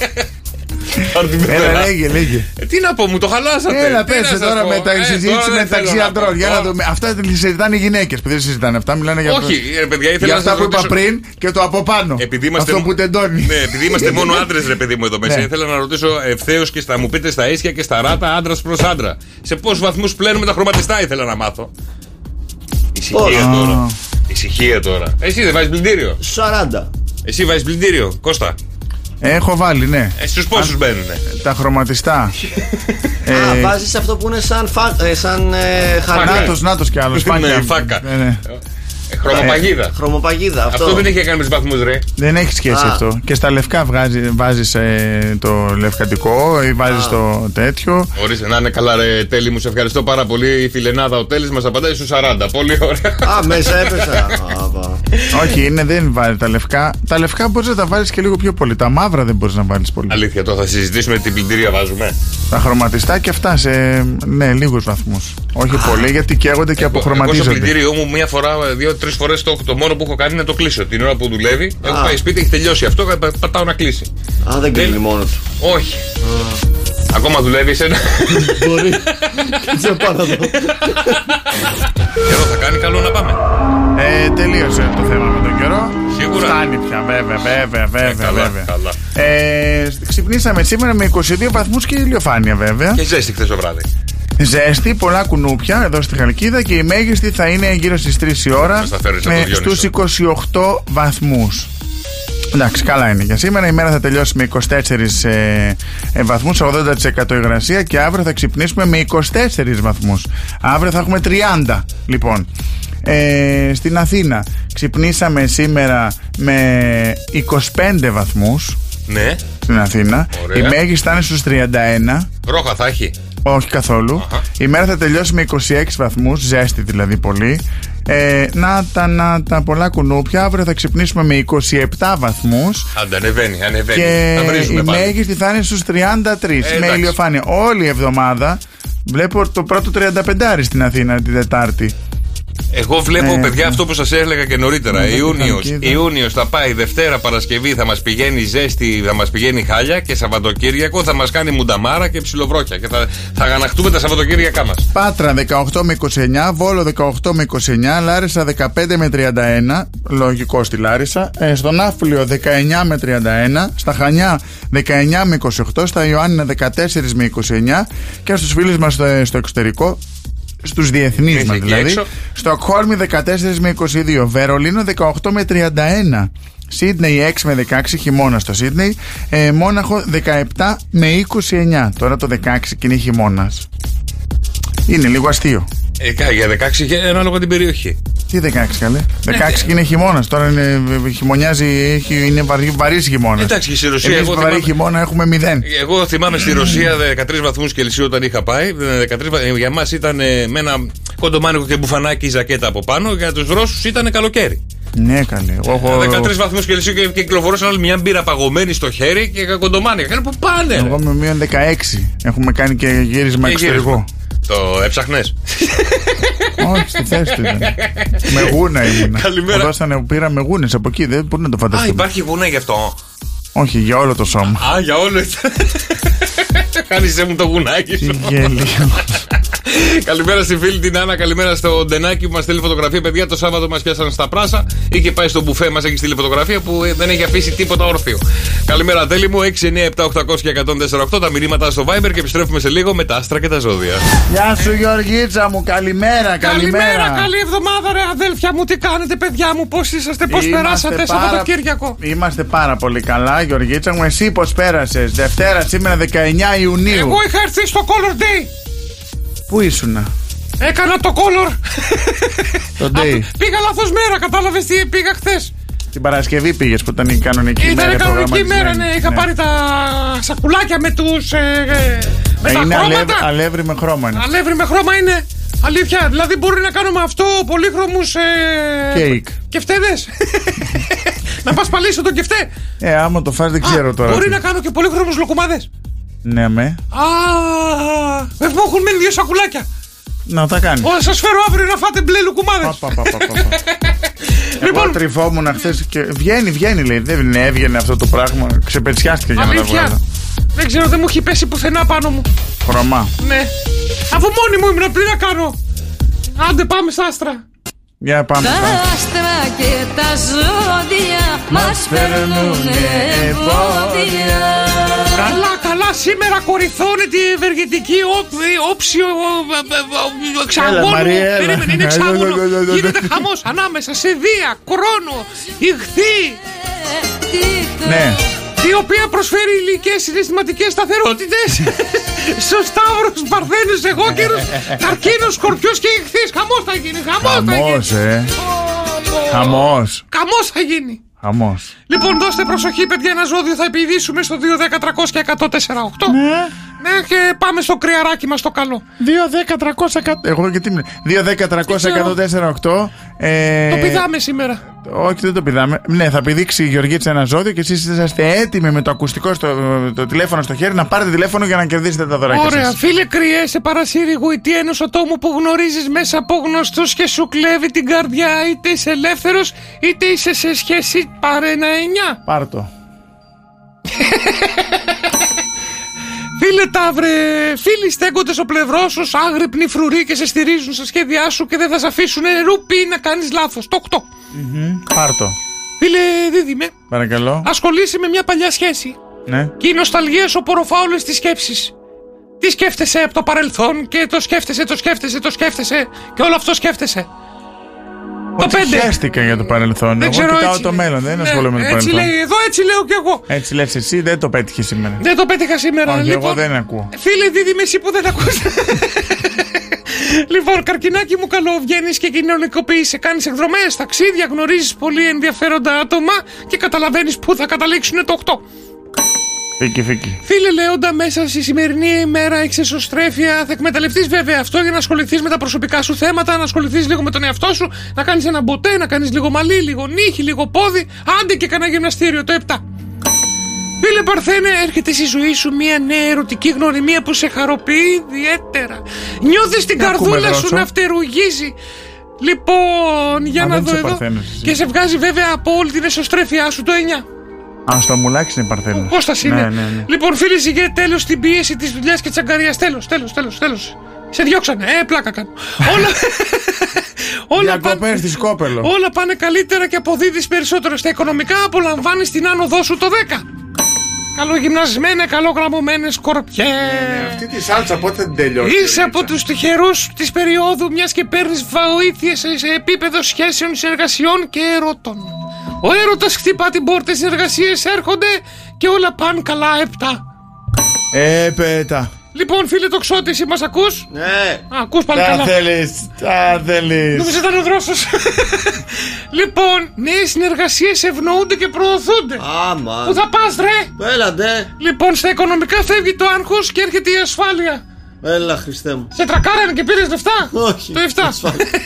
Speaker 6: Πάρ' την πέρα.
Speaker 7: Έλα, λέγε, λέγε.
Speaker 6: Ε, Τι να πω, μου το χαλάσατε.
Speaker 7: Έλα,
Speaker 6: Τι να
Speaker 7: πέστε
Speaker 6: σας
Speaker 7: τώρα
Speaker 6: πω.
Speaker 7: με τα
Speaker 6: Ε, τώρα
Speaker 7: συζήτηση
Speaker 6: δεν
Speaker 7: μεταξύ
Speaker 6: θέλω να πω.
Speaker 7: αντρών. Για να δούμε. Αυτά τα συζητάνε οι γυναίκες. Παιδιά δεν συζητάνε αυτά, μιλάνε για
Speaker 6: Όχι, ρε παιδιά, ήθελα
Speaker 7: για
Speaker 6: να σας
Speaker 7: αυτά που είπα
Speaker 6: ρωτήσω-
Speaker 7: πριν και το από πάνω.
Speaker 6: Επειδή είμαστε-
Speaker 7: Αυτό που τεντώνει.
Speaker 6: Ναι, επειδή είμαστε μόνο άντρες, ρε παιδί μου, εδώ μέσα.
Speaker 7: Ναι.
Speaker 6: Ήθελα να ρωτήσω ευθέως και στα μου πείτε στα ίσια και στα ράτα, άντρας προς άντρα. Σε πόσους βαθμούς πλένουμε τα χρωματιστά, ήθελα να μάθω. Ησυχία
Speaker 11: Όλα.
Speaker 6: τώρα. Ησυχία τώρα. Εσύ δεν βάζεις πλυντήριο.
Speaker 11: 40.
Speaker 6: Εσύ βάζεις πλυντήριο, Κώστα.
Speaker 7: Έχω βάλει, ναι.
Speaker 6: Ε, Στους πόσους μπαίνουν.
Speaker 7: Τα χρωματιστά.
Speaker 11: Α, βάζεις αυτό που είναι σαν, φα... ε, σαν ε, χαρτί.
Speaker 7: Νάτος, νάτος κι άλλος.
Speaker 6: Ναι, φάκα. Ε, Χρωμοπαγίδα.
Speaker 11: Χρωμοπαγίδα αυτό.
Speaker 6: Αυτό δεν έχει να κάνει με τους βαθμούς, ρε.
Speaker 7: Δεν έχει σχέση
Speaker 11: Α.
Speaker 7: αυτό. Και στα λευκά βγάζει- βάζεις ε, το λευκατικό ή βάζεις το τέτοιο.
Speaker 6: Ορίστε, να είναι καλά, ρε Τέλη μου, σε ευχαριστώ πάρα πολύ. Η φιλενάδα ο Τέλης μας απαντάει στους 40. Πολύ ωραία.
Speaker 11: Α, μέσα έπεσα. Α, πα.
Speaker 7: Όχι, είναι, δεν βάζει τα λευκά. Τα λευκά μπορείς να τα βάλεις και λίγο πιο πολύ. Τα μαύρα δεν μπορείς να βάλεις πολύ.
Speaker 6: Αλήθεια, το θα συζητήσουμε τι πλυντήρια βάζουμε.
Speaker 7: Τα χρωματιστά και αυτά σε ναι, λίγους βαθμούς. Όχι πολύ, γιατί καίγονται και
Speaker 6: Ε, Εγώ στο
Speaker 7: αποχρωματίζονται.
Speaker 6: πλυντήριό μου μία φορά, δύο-τρει φορέ το, το μόνο που έχω κάνει είναι να το κλείσω. Την ώρα που δουλεύει, έχω πάει σπίτι, έχει τελειώσει αυτό, πα- πατάω να κλείσει.
Speaker 11: Α, δεν κλείνει μόνος του.
Speaker 6: Όχι. Ακόμα δουλεύει
Speaker 7: [LAUGHS]
Speaker 6: ένα.
Speaker 11: Μπορεί. Κάτσε πάνω εδώ.
Speaker 6: Εδώ θα κάνει καλό να πάμε.
Speaker 7: Ε, τελείωσε το θέμα με τον καιρό.
Speaker 6: Σίγουρα. Ε,
Speaker 7: Φτάνει πια, βέβαια, βέβαια, βέβαια.
Speaker 6: καλά,
Speaker 7: βέβαια.
Speaker 6: καλά.
Speaker 7: Ε, ξυπνήσαμε σήμερα με 22 βαθμούς και ηλιοφάνεια, βέβαια.
Speaker 6: Και ζέστη χθες το βράδυ.
Speaker 7: Ζέστη, πολλά κουνούπια εδώ στη Χαλκίδα και η μέγιστη θα είναι γύρω στις 3 η ώρα
Speaker 6: Μας τα φέρνεις από το
Speaker 7: στους
Speaker 6: Διόνυσο.
Speaker 7: 28 βαθμούς. Εντάξει, καλά είναι για σήμερα. Η μέρα θα τελειώσει με 24 ε, ε, βαθμούς, 80% υγρασία και αύριο θα ξυπνήσουμε με 24 βαθμούς. Αύριο θα έχουμε 30, λοιπόν. Ε, στην Αθήνα ξυπνήσαμε σήμερα με 25 βαθμούς
Speaker 6: Ναι.
Speaker 7: στην Αθήνα.
Speaker 6: Ωραία.
Speaker 7: Η μέγιστη θα είναι στους 31.
Speaker 6: Ρόχα θα έχει.
Speaker 7: Όχι καθόλου.
Speaker 6: Αχα.
Speaker 7: Η μέρα θα τελειώσει με 26 βαθμούς, ζέστη δηλαδή πολύ. Ε, να τα, να τα πολλά κουνούπια. Αύριο θα ξυπνήσουμε με 27 βαθμούς
Speaker 6: Άντε, ανεβαίνει, ανεβαίνει.
Speaker 7: και
Speaker 6: θα Ε, βρίζουμε
Speaker 7: η
Speaker 6: πάλι. Ε,
Speaker 7: μέγιστη θα είναι στους 33 με
Speaker 6: εντάξει.
Speaker 7: ηλιοφάνεια. Όλη η εβδομάδα βλέπω το πρώτο 35 στην Αθήνα την Τετάρτη.
Speaker 6: Εγώ βλέπω,
Speaker 7: Ε,
Speaker 6: παιδιά,
Speaker 7: ε.
Speaker 6: αυτό που σας έλεγα και νωρίτερα.
Speaker 7: Ναι,
Speaker 6: Ιούνιο.
Speaker 7: Χαλκίδα.
Speaker 6: Ιούνιος θα πάει Δευτέρα Παρασκευή, θα μας πηγαίνει ζέστη, θα μας πηγαίνει χάλια και Σαββατοκύριακο θα μας κάνει μουνταμάρα και ψιλοβρόκια. Και θα, θα αγαναχτούμε τα Σαββατοκύριακά μας.
Speaker 7: Πάτρα 18 με 29, Βόλο 18 με 29, Λάρισα 15 με 31, λογικό στη Λάρισα, ε, στο Ναύπλιο 19 με 31, στα Χανιά 19 με 28, στα Ιωάννινα 14 με 29 και στους φίλους μας στο, στο εξωτερικό στους διεθνείς
Speaker 6: Εκεί
Speaker 7: μας δηλαδή.
Speaker 6: έξω.
Speaker 7: Στο Χόλμη 14 με 22, Βερολίνο 18 με 31. Σίδνεϊ 6 με 16, χειμώνα στο Σίδνεϊ. Ε, Μόναχο 17 με 29. Τώρα το 16 και είναι χειμώνας. Είναι λίγο αστείο.
Speaker 6: Ε, κα- για 16 και ανάλογα την περιοχή.
Speaker 7: Τι 16 καλέ. 16 και είναι χειμώνας. Τώρα είναι, ε, χειμωνιάζει, έχει, είναι βαρύ, βαρύς χειμώνας.
Speaker 6: Εντάξει, και στη Ρωσία
Speaker 7: Εμείς
Speaker 6: εγώ
Speaker 7: βαρύ
Speaker 6: θυμάμαι-
Speaker 7: χειμώνα έχουμε 0.
Speaker 6: Εγώ θυμάμαι στη [CLEARS THROAT] Ρωσία 13 βαθμούς Κελσίου όταν είχα πάει. 13, βα- για ε, μας ήταν ε, με ένα κοντομάνικο και μπουφανάκι η ζακέτα από πάνω. Για τους Ρώσους ήταν καλοκαίρι.
Speaker 7: Ναι, καλέ. Εγώ,
Speaker 6: 13 βαθμού και εσύ και κυκλοφορούσαν όλοι μια μπύρα παγωμένη στο χέρι και κακοντομάνια. Κάνε που πάνε.
Speaker 7: εγώ με μείον 16. Έχουμε κάνει και γύρισμα
Speaker 6: Και
Speaker 7: εξωτερικό.
Speaker 6: Το έψαχνες.
Speaker 7: Όχι, στη θέση του ήταν. με γούνα ήμουν.
Speaker 6: Καλημέρα.
Speaker 7: Δώσανε, πήραμε γούνες από εκεί. Δεν μπορεί να το
Speaker 6: Α,
Speaker 7: φανταστεί.
Speaker 6: υπάρχει γούνα γι' αυτό.
Speaker 7: Όχι, για όλο το
Speaker 6: [LAUGHS]
Speaker 7: σώμα.
Speaker 6: Α, για όλο ήταν. Χάρισε μου το γουνάκι σου.
Speaker 7: Γέλιος.
Speaker 6: [LAUGHS] καλημέρα στη φίλη την Άννα, καλημέρα στο Ντενάκι που μας στέλνει φωτογραφία. Παιδιά, το Σάββατο μας πιάσανε στα πράσα. Είχε πάει στο μπουφέ μας, έχει στείλει φωτογραφία που ε, δεν έχει αφήσει τίποτα όρθιο. Καλημέρα, τέλη μου, 697-800 και 148 τα μηνύματα στο Viber και επιστρέφουμε σε λίγο με τα άστρα και τα ζώδια.
Speaker 7: Γεια σου Γεωργίτσα μου, καλημέρα,
Speaker 13: Καλημέρα,
Speaker 7: καλημέρα.
Speaker 13: καλή εβδομάδα, ρε αδέλφια μου. Τι κάνετε, παιδιά μου, πώς είσαστε, πώς
Speaker 7: Είμαστε
Speaker 13: περάσατε
Speaker 7: πάρα-
Speaker 13: Σαββατοκύριακο.
Speaker 7: Είμαστε πάρα πολύ καλά, Γεωργίτσα μου. Εσύ πώς πέρασες, Δευτέρα σήμερα 19 Ιουνίου.
Speaker 13: Εγώ είχα έρθει στο Color Day.
Speaker 7: Πού ήσουνα,
Speaker 13: Έκανα το Color.
Speaker 7: το day.
Speaker 13: Πήγα λάθος μέρα, κατάλαβες τι πήγα χθες.
Speaker 7: Την Παρασκευή πήγες που ήταν η κανονική μέρα.
Speaker 13: Ήταν κανονική
Speaker 7: προγραμματισμένη.
Speaker 13: ημέρα, ναι. Είχα πάρει τα σακουλάκια με τους. με
Speaker 7: Ε,
Speaker 13: τα
Speaker 7: Είναι αλεύ,
Speaker 13: χρώματα.
Speaker 7: αλεύρι με χρώμα. είναι.
Speaker 13: Αλεύρι με χρώμα είναι. Αλήθεια, δηλαδή μπορεί να κάνουμε αυτό πολύχρωμους. Ε,
Speaker 7: Κέικ.
Speaker 13: κεφτέδε. [LAUGHS] να πας παλίσω τον κεφτέ.
Speaker 7: Ε, άμα το φας δεν ξέρω τώρα.
Speaker 13: Μπορεί
Speaker 7: τι.
Speaker 13: να κάνω και πολύχρωμους λοκουμάδε.
Speaker 7: Ναι, με.
Speaker 13: Α, ε, μου έχουν μείνει δύο σακουλάκια.
Speaker 7: Να τα κάνει.
Speaker 13: Ω, σας φέρω αύριο να φάτε μπλε λουκουμάδες. Λοιπόν-
Speaker 7: Εγώ τρυφόμουν χθες και βγαίνει, βγαίνει λέει. Δεν έβγαινε αυτό το πράγμα. Ξεπετσιάστηκε για να τα βγάλω.
Speaker 13: Αλήθεια. Δεν ξέρω, δεν μου έχει πέσει πουθενά πάνω μου.
Speaker 7: Χρωμά.
Speaker 13: Ναι. Αφού μόνη μου ήμουν, τι να κάνω. Άντε, πάμε στα άστρα.
Speaker 7: Για πάμε. πάμε.
Speaker 3: άστρα και τα ζώδια μας περνούνε εμπόδια.
Speaker 13: Καλά, καλά, σήμερα κορυφώνει τη ευεργετική όπδη, όψη, ο- ο- ε, ο- ο-
Speaker 7: Έλα,
Speaker 13: εξαγώνου.
Speaker 7: Μαρία, έλα.
Speaker 13: Περίμενε, είναι
Speaker 7: Έλα,
Speaker 13: εξαγώνου.
Speaker 7: έλα, έλα, έλα.
Speaker 13: Γίνεται χαμός ανάμεσα σε βία, χρόνο, ηχθή.
Speaker 7: Ναι.
Speaker 13: Η οποία προσφέρει υλικές συναισθηματικές σταθερότητες [LAUGHS] στου Σταύρου, Παρθένου, Εγώκερου, [LAUGHS] Καρκίνου, Σκορπιού και Ιχθεί. Χαμός θα γίνει, χαμός θα γίνει.
Speaker 7: Χαμός, ε. Χαμός.
Speaker 13: Χαμός θα γίνει.
Speaker 7: Χαμός.
Speaker 13: Λοιπόν, δώστε προσοχή, παιδιά. Ένα ζώδιο θα επιδίσουμε στο 2, 10, 300 και 104, 8.
Speaker 7: Ναι.
Speaker 13: Ναι, και πάμε στο κρυαράκι μας το καλό.
Speaker 7: 2, 10, 300, 100. Εγώ και τι μου 2, 10, 300, 104, 8. Ε,
Speaker 13: Το πηδάμε σήμερα.
Speaker 7: Όχι, δεν το πηδάμε. Ναι, θα πηδήξει η Γεωργίτσα ένα ζώδιο και εσείς είσαστε έτοιμοι με το ακουστικό στο, το τηλέφωνο στο χέρι να πάρετε τηλέφωνο για να κερδίσετε τα δωράκια
Speaker 13: Ωραία,
Speaker 7: σας.
Speaker 13: φίλε κρυέ, σε παρασύρει γοητή ενός ατόμου που γνωρίζεις μέσα από γνωστούς και σου κλέβει την καρδιά, είτε είσαι ελεύθερος, είτε είσαι σε σχέση παρένα εννιά.
Speaker 7: Πάρ' το.
Speaker 13: Φίλε Ταύρε, φίλοι στέκονται στο πλευρός σου, σ' άγρυπνοι φρουροί και σε στηρίζουν στα σχέδιά σου και δεν θα σε αφήσουν ε, ρούπι να κάνεις λάθος. Το 8.
Speaker 7: Πάρ' το.
Speaker 13: Φίλε Δίδυμε,
Speaker 7: Παρακαλώ.
Speaker 13: ασχολείσαι με μια παλιά σχέση
Speaker 7: Ναι.
Speaker 13: και η νοσταλγία σου απορροφά όλες τις σκέψεις. Τι σκέφτεσαι από το παρελθόν και το σκέφτεσαι, το σκέφτεσαι, το σκέφτεσαι και όλο αυτό σκέφτεσαι. Το
Speaker 7: Ότι
Speaker 13: 5.
Speaker 7: χαίστηκα για το παρελθόν.
Speaker 13: Δεν
Speaker 7: εγώ
Speaker 13: ξέρω,
Speaker 7: κοιτάω
Speaker 13: έτσι
Speaker 7: το
Speaker 13: λέει.
Speaker 7: μέλλον, δεν
Speaker 13: Ναι,
Speaker 7: ασχολούμαι με το
Speaker 13: έτσι
Speaker 7: παρελθόν.
Speaker 13: λέει, εδώ έτσι λέω κι εγώ.
Speaker 7: Έτσι λες εσύ, δεν το πέτυχε σήμερα.
Speaker 13: Δεν το πέτυχα σήμερα.
Speaker 7: Όχι,
Speaker 13: λοιπόν,
Speaker 7: εγώ δεν ακούω.
Speaker 13: Φίλε, δίδυμε εσύ που δεν ακούς. λοιπόν, καρκινάκι μου, καλό βγαίνεις και κοινωνικοποιείσαι. Κάνεις εκδρομές, ταξίδια, γνωρίζεις πολύ ενδιαφέροντα άτομα και καταλαβαίνεις πού θα καταλήξουν το 8.
Speaker 7: Φίκι, φίκι.
Speaker 13: Φίλε, λέοντα μέσα στη σημερινή ημέρα έχεις εσωστρέφεια. Θα εκμεταλλευτείς βέβαια αυτό για να ασχοληθείς με τα προσωπικά σου θέματα, να ασχοληθείς λίγο με τον εαυτό σου, να κάνεις ένα μποτέ, να κάνεις λίγο μαλλί, λίγο νύχι, λίγο πόδι, άντε και κανένα γυμναστήριο, το 7. Φίλε Παρθένε, έρχεται στη ζωή σου μια νέα ερωτική γνωριμία που σε χαροποιεί ιδιαίτερα. Νιώθεις την
Speaker 7: Ακούμε
Speaker 13: καρδούλα σου
Speaker 7: δρόσο.
Speaker 13: να φτερουγίζει. Λοιπόν, για
Speaker 7: Α,
Speaker 13: να
Speaker 7: δεν
Speaker 13: δω
Speaker 7: είσαι
Speaker 13: εδώ.
Speaker 7: Παρθένος εσύ.
Speaker 13: Και σε βγάζει βέβαια από όλη την εσωστρέφειά σου το 9.
Speaker 7: Α το αμουλάξει είναι παρθένο.
Speaker 13: Κώστα είναι.
Speaker 7: Ναι, ναι, ναι.
Speaker 13: Λοιπόν, φίλες, σιγέ τέλο την πίεση της δουλειάς και της αγκαρία. Τέλος, τέλος, τέλος, τέλος. Σε διώξανε. Ε, πλάκα
Speaker 7: [LAUGHS]
Speaker 13: κάνω. όλα. όλα, πάνε,
Speaker 7: Διακοπές της Σκόπελο.
Speaker 13: όλα πάνε καλύτερα και αποδίδεις περισσότερο. Στα οικονομικά απολαμβάνεις την άνοδό σου το 10. Καλογυμνασμένες, καλογραμμωμένες σκορπιές.
Speaker 7: Ναι, Αυτή τη σάλτσα πότε θα την τελειώσεις.
Speaker 13: Είσαι από τους τυχερούς της περίοδου, μιας και παίρνεις βοήθειες σε σε επίπεδο σχέσεων, συνεργασιών και ερωτών. Ο έρωτας χτυπά την πόρτα, οι συνεργασίες έρχονται και όλα πάνε καλά επτά.
Speaker 7: Ε, πέτα.
Speaker 13: Λοιπόν, φίλε τοξότη, εσύ μας ακούς.
Speaker 11: Ναι.
Speaker 13: Α, ακούς πάλι
Speaker 7: Τα
Speaker 13: καλά.
Speaker 7: θέλεις. Τα θέλεις.
Speaker 13: Νομίζω ήταν ο δρόσος.
Speaker 11: [LAUGHS]
Speaker 13: λοιπόν, νέες συνεργασίες ευνοούνται και προωθούνται.
Speaker 11: Άμα.
Speaker 13: Πού θα πας, ρε!
Speaker 11: Έλα ντε.
Speaker 13: Λοιπόν, στα οικονομικά φεύγει το άγχος και έρχεται η ασφάλεια.
Speaker 11: Έλα Χριστέ μου.
Speaker 13: Σε τρακάρανε και πήρες λεφτά.
Speaker 11: Όχι.
Speaker 13: Το 7.
Speaker 11: Ασφάλεια.
Speaker 13: Φίλε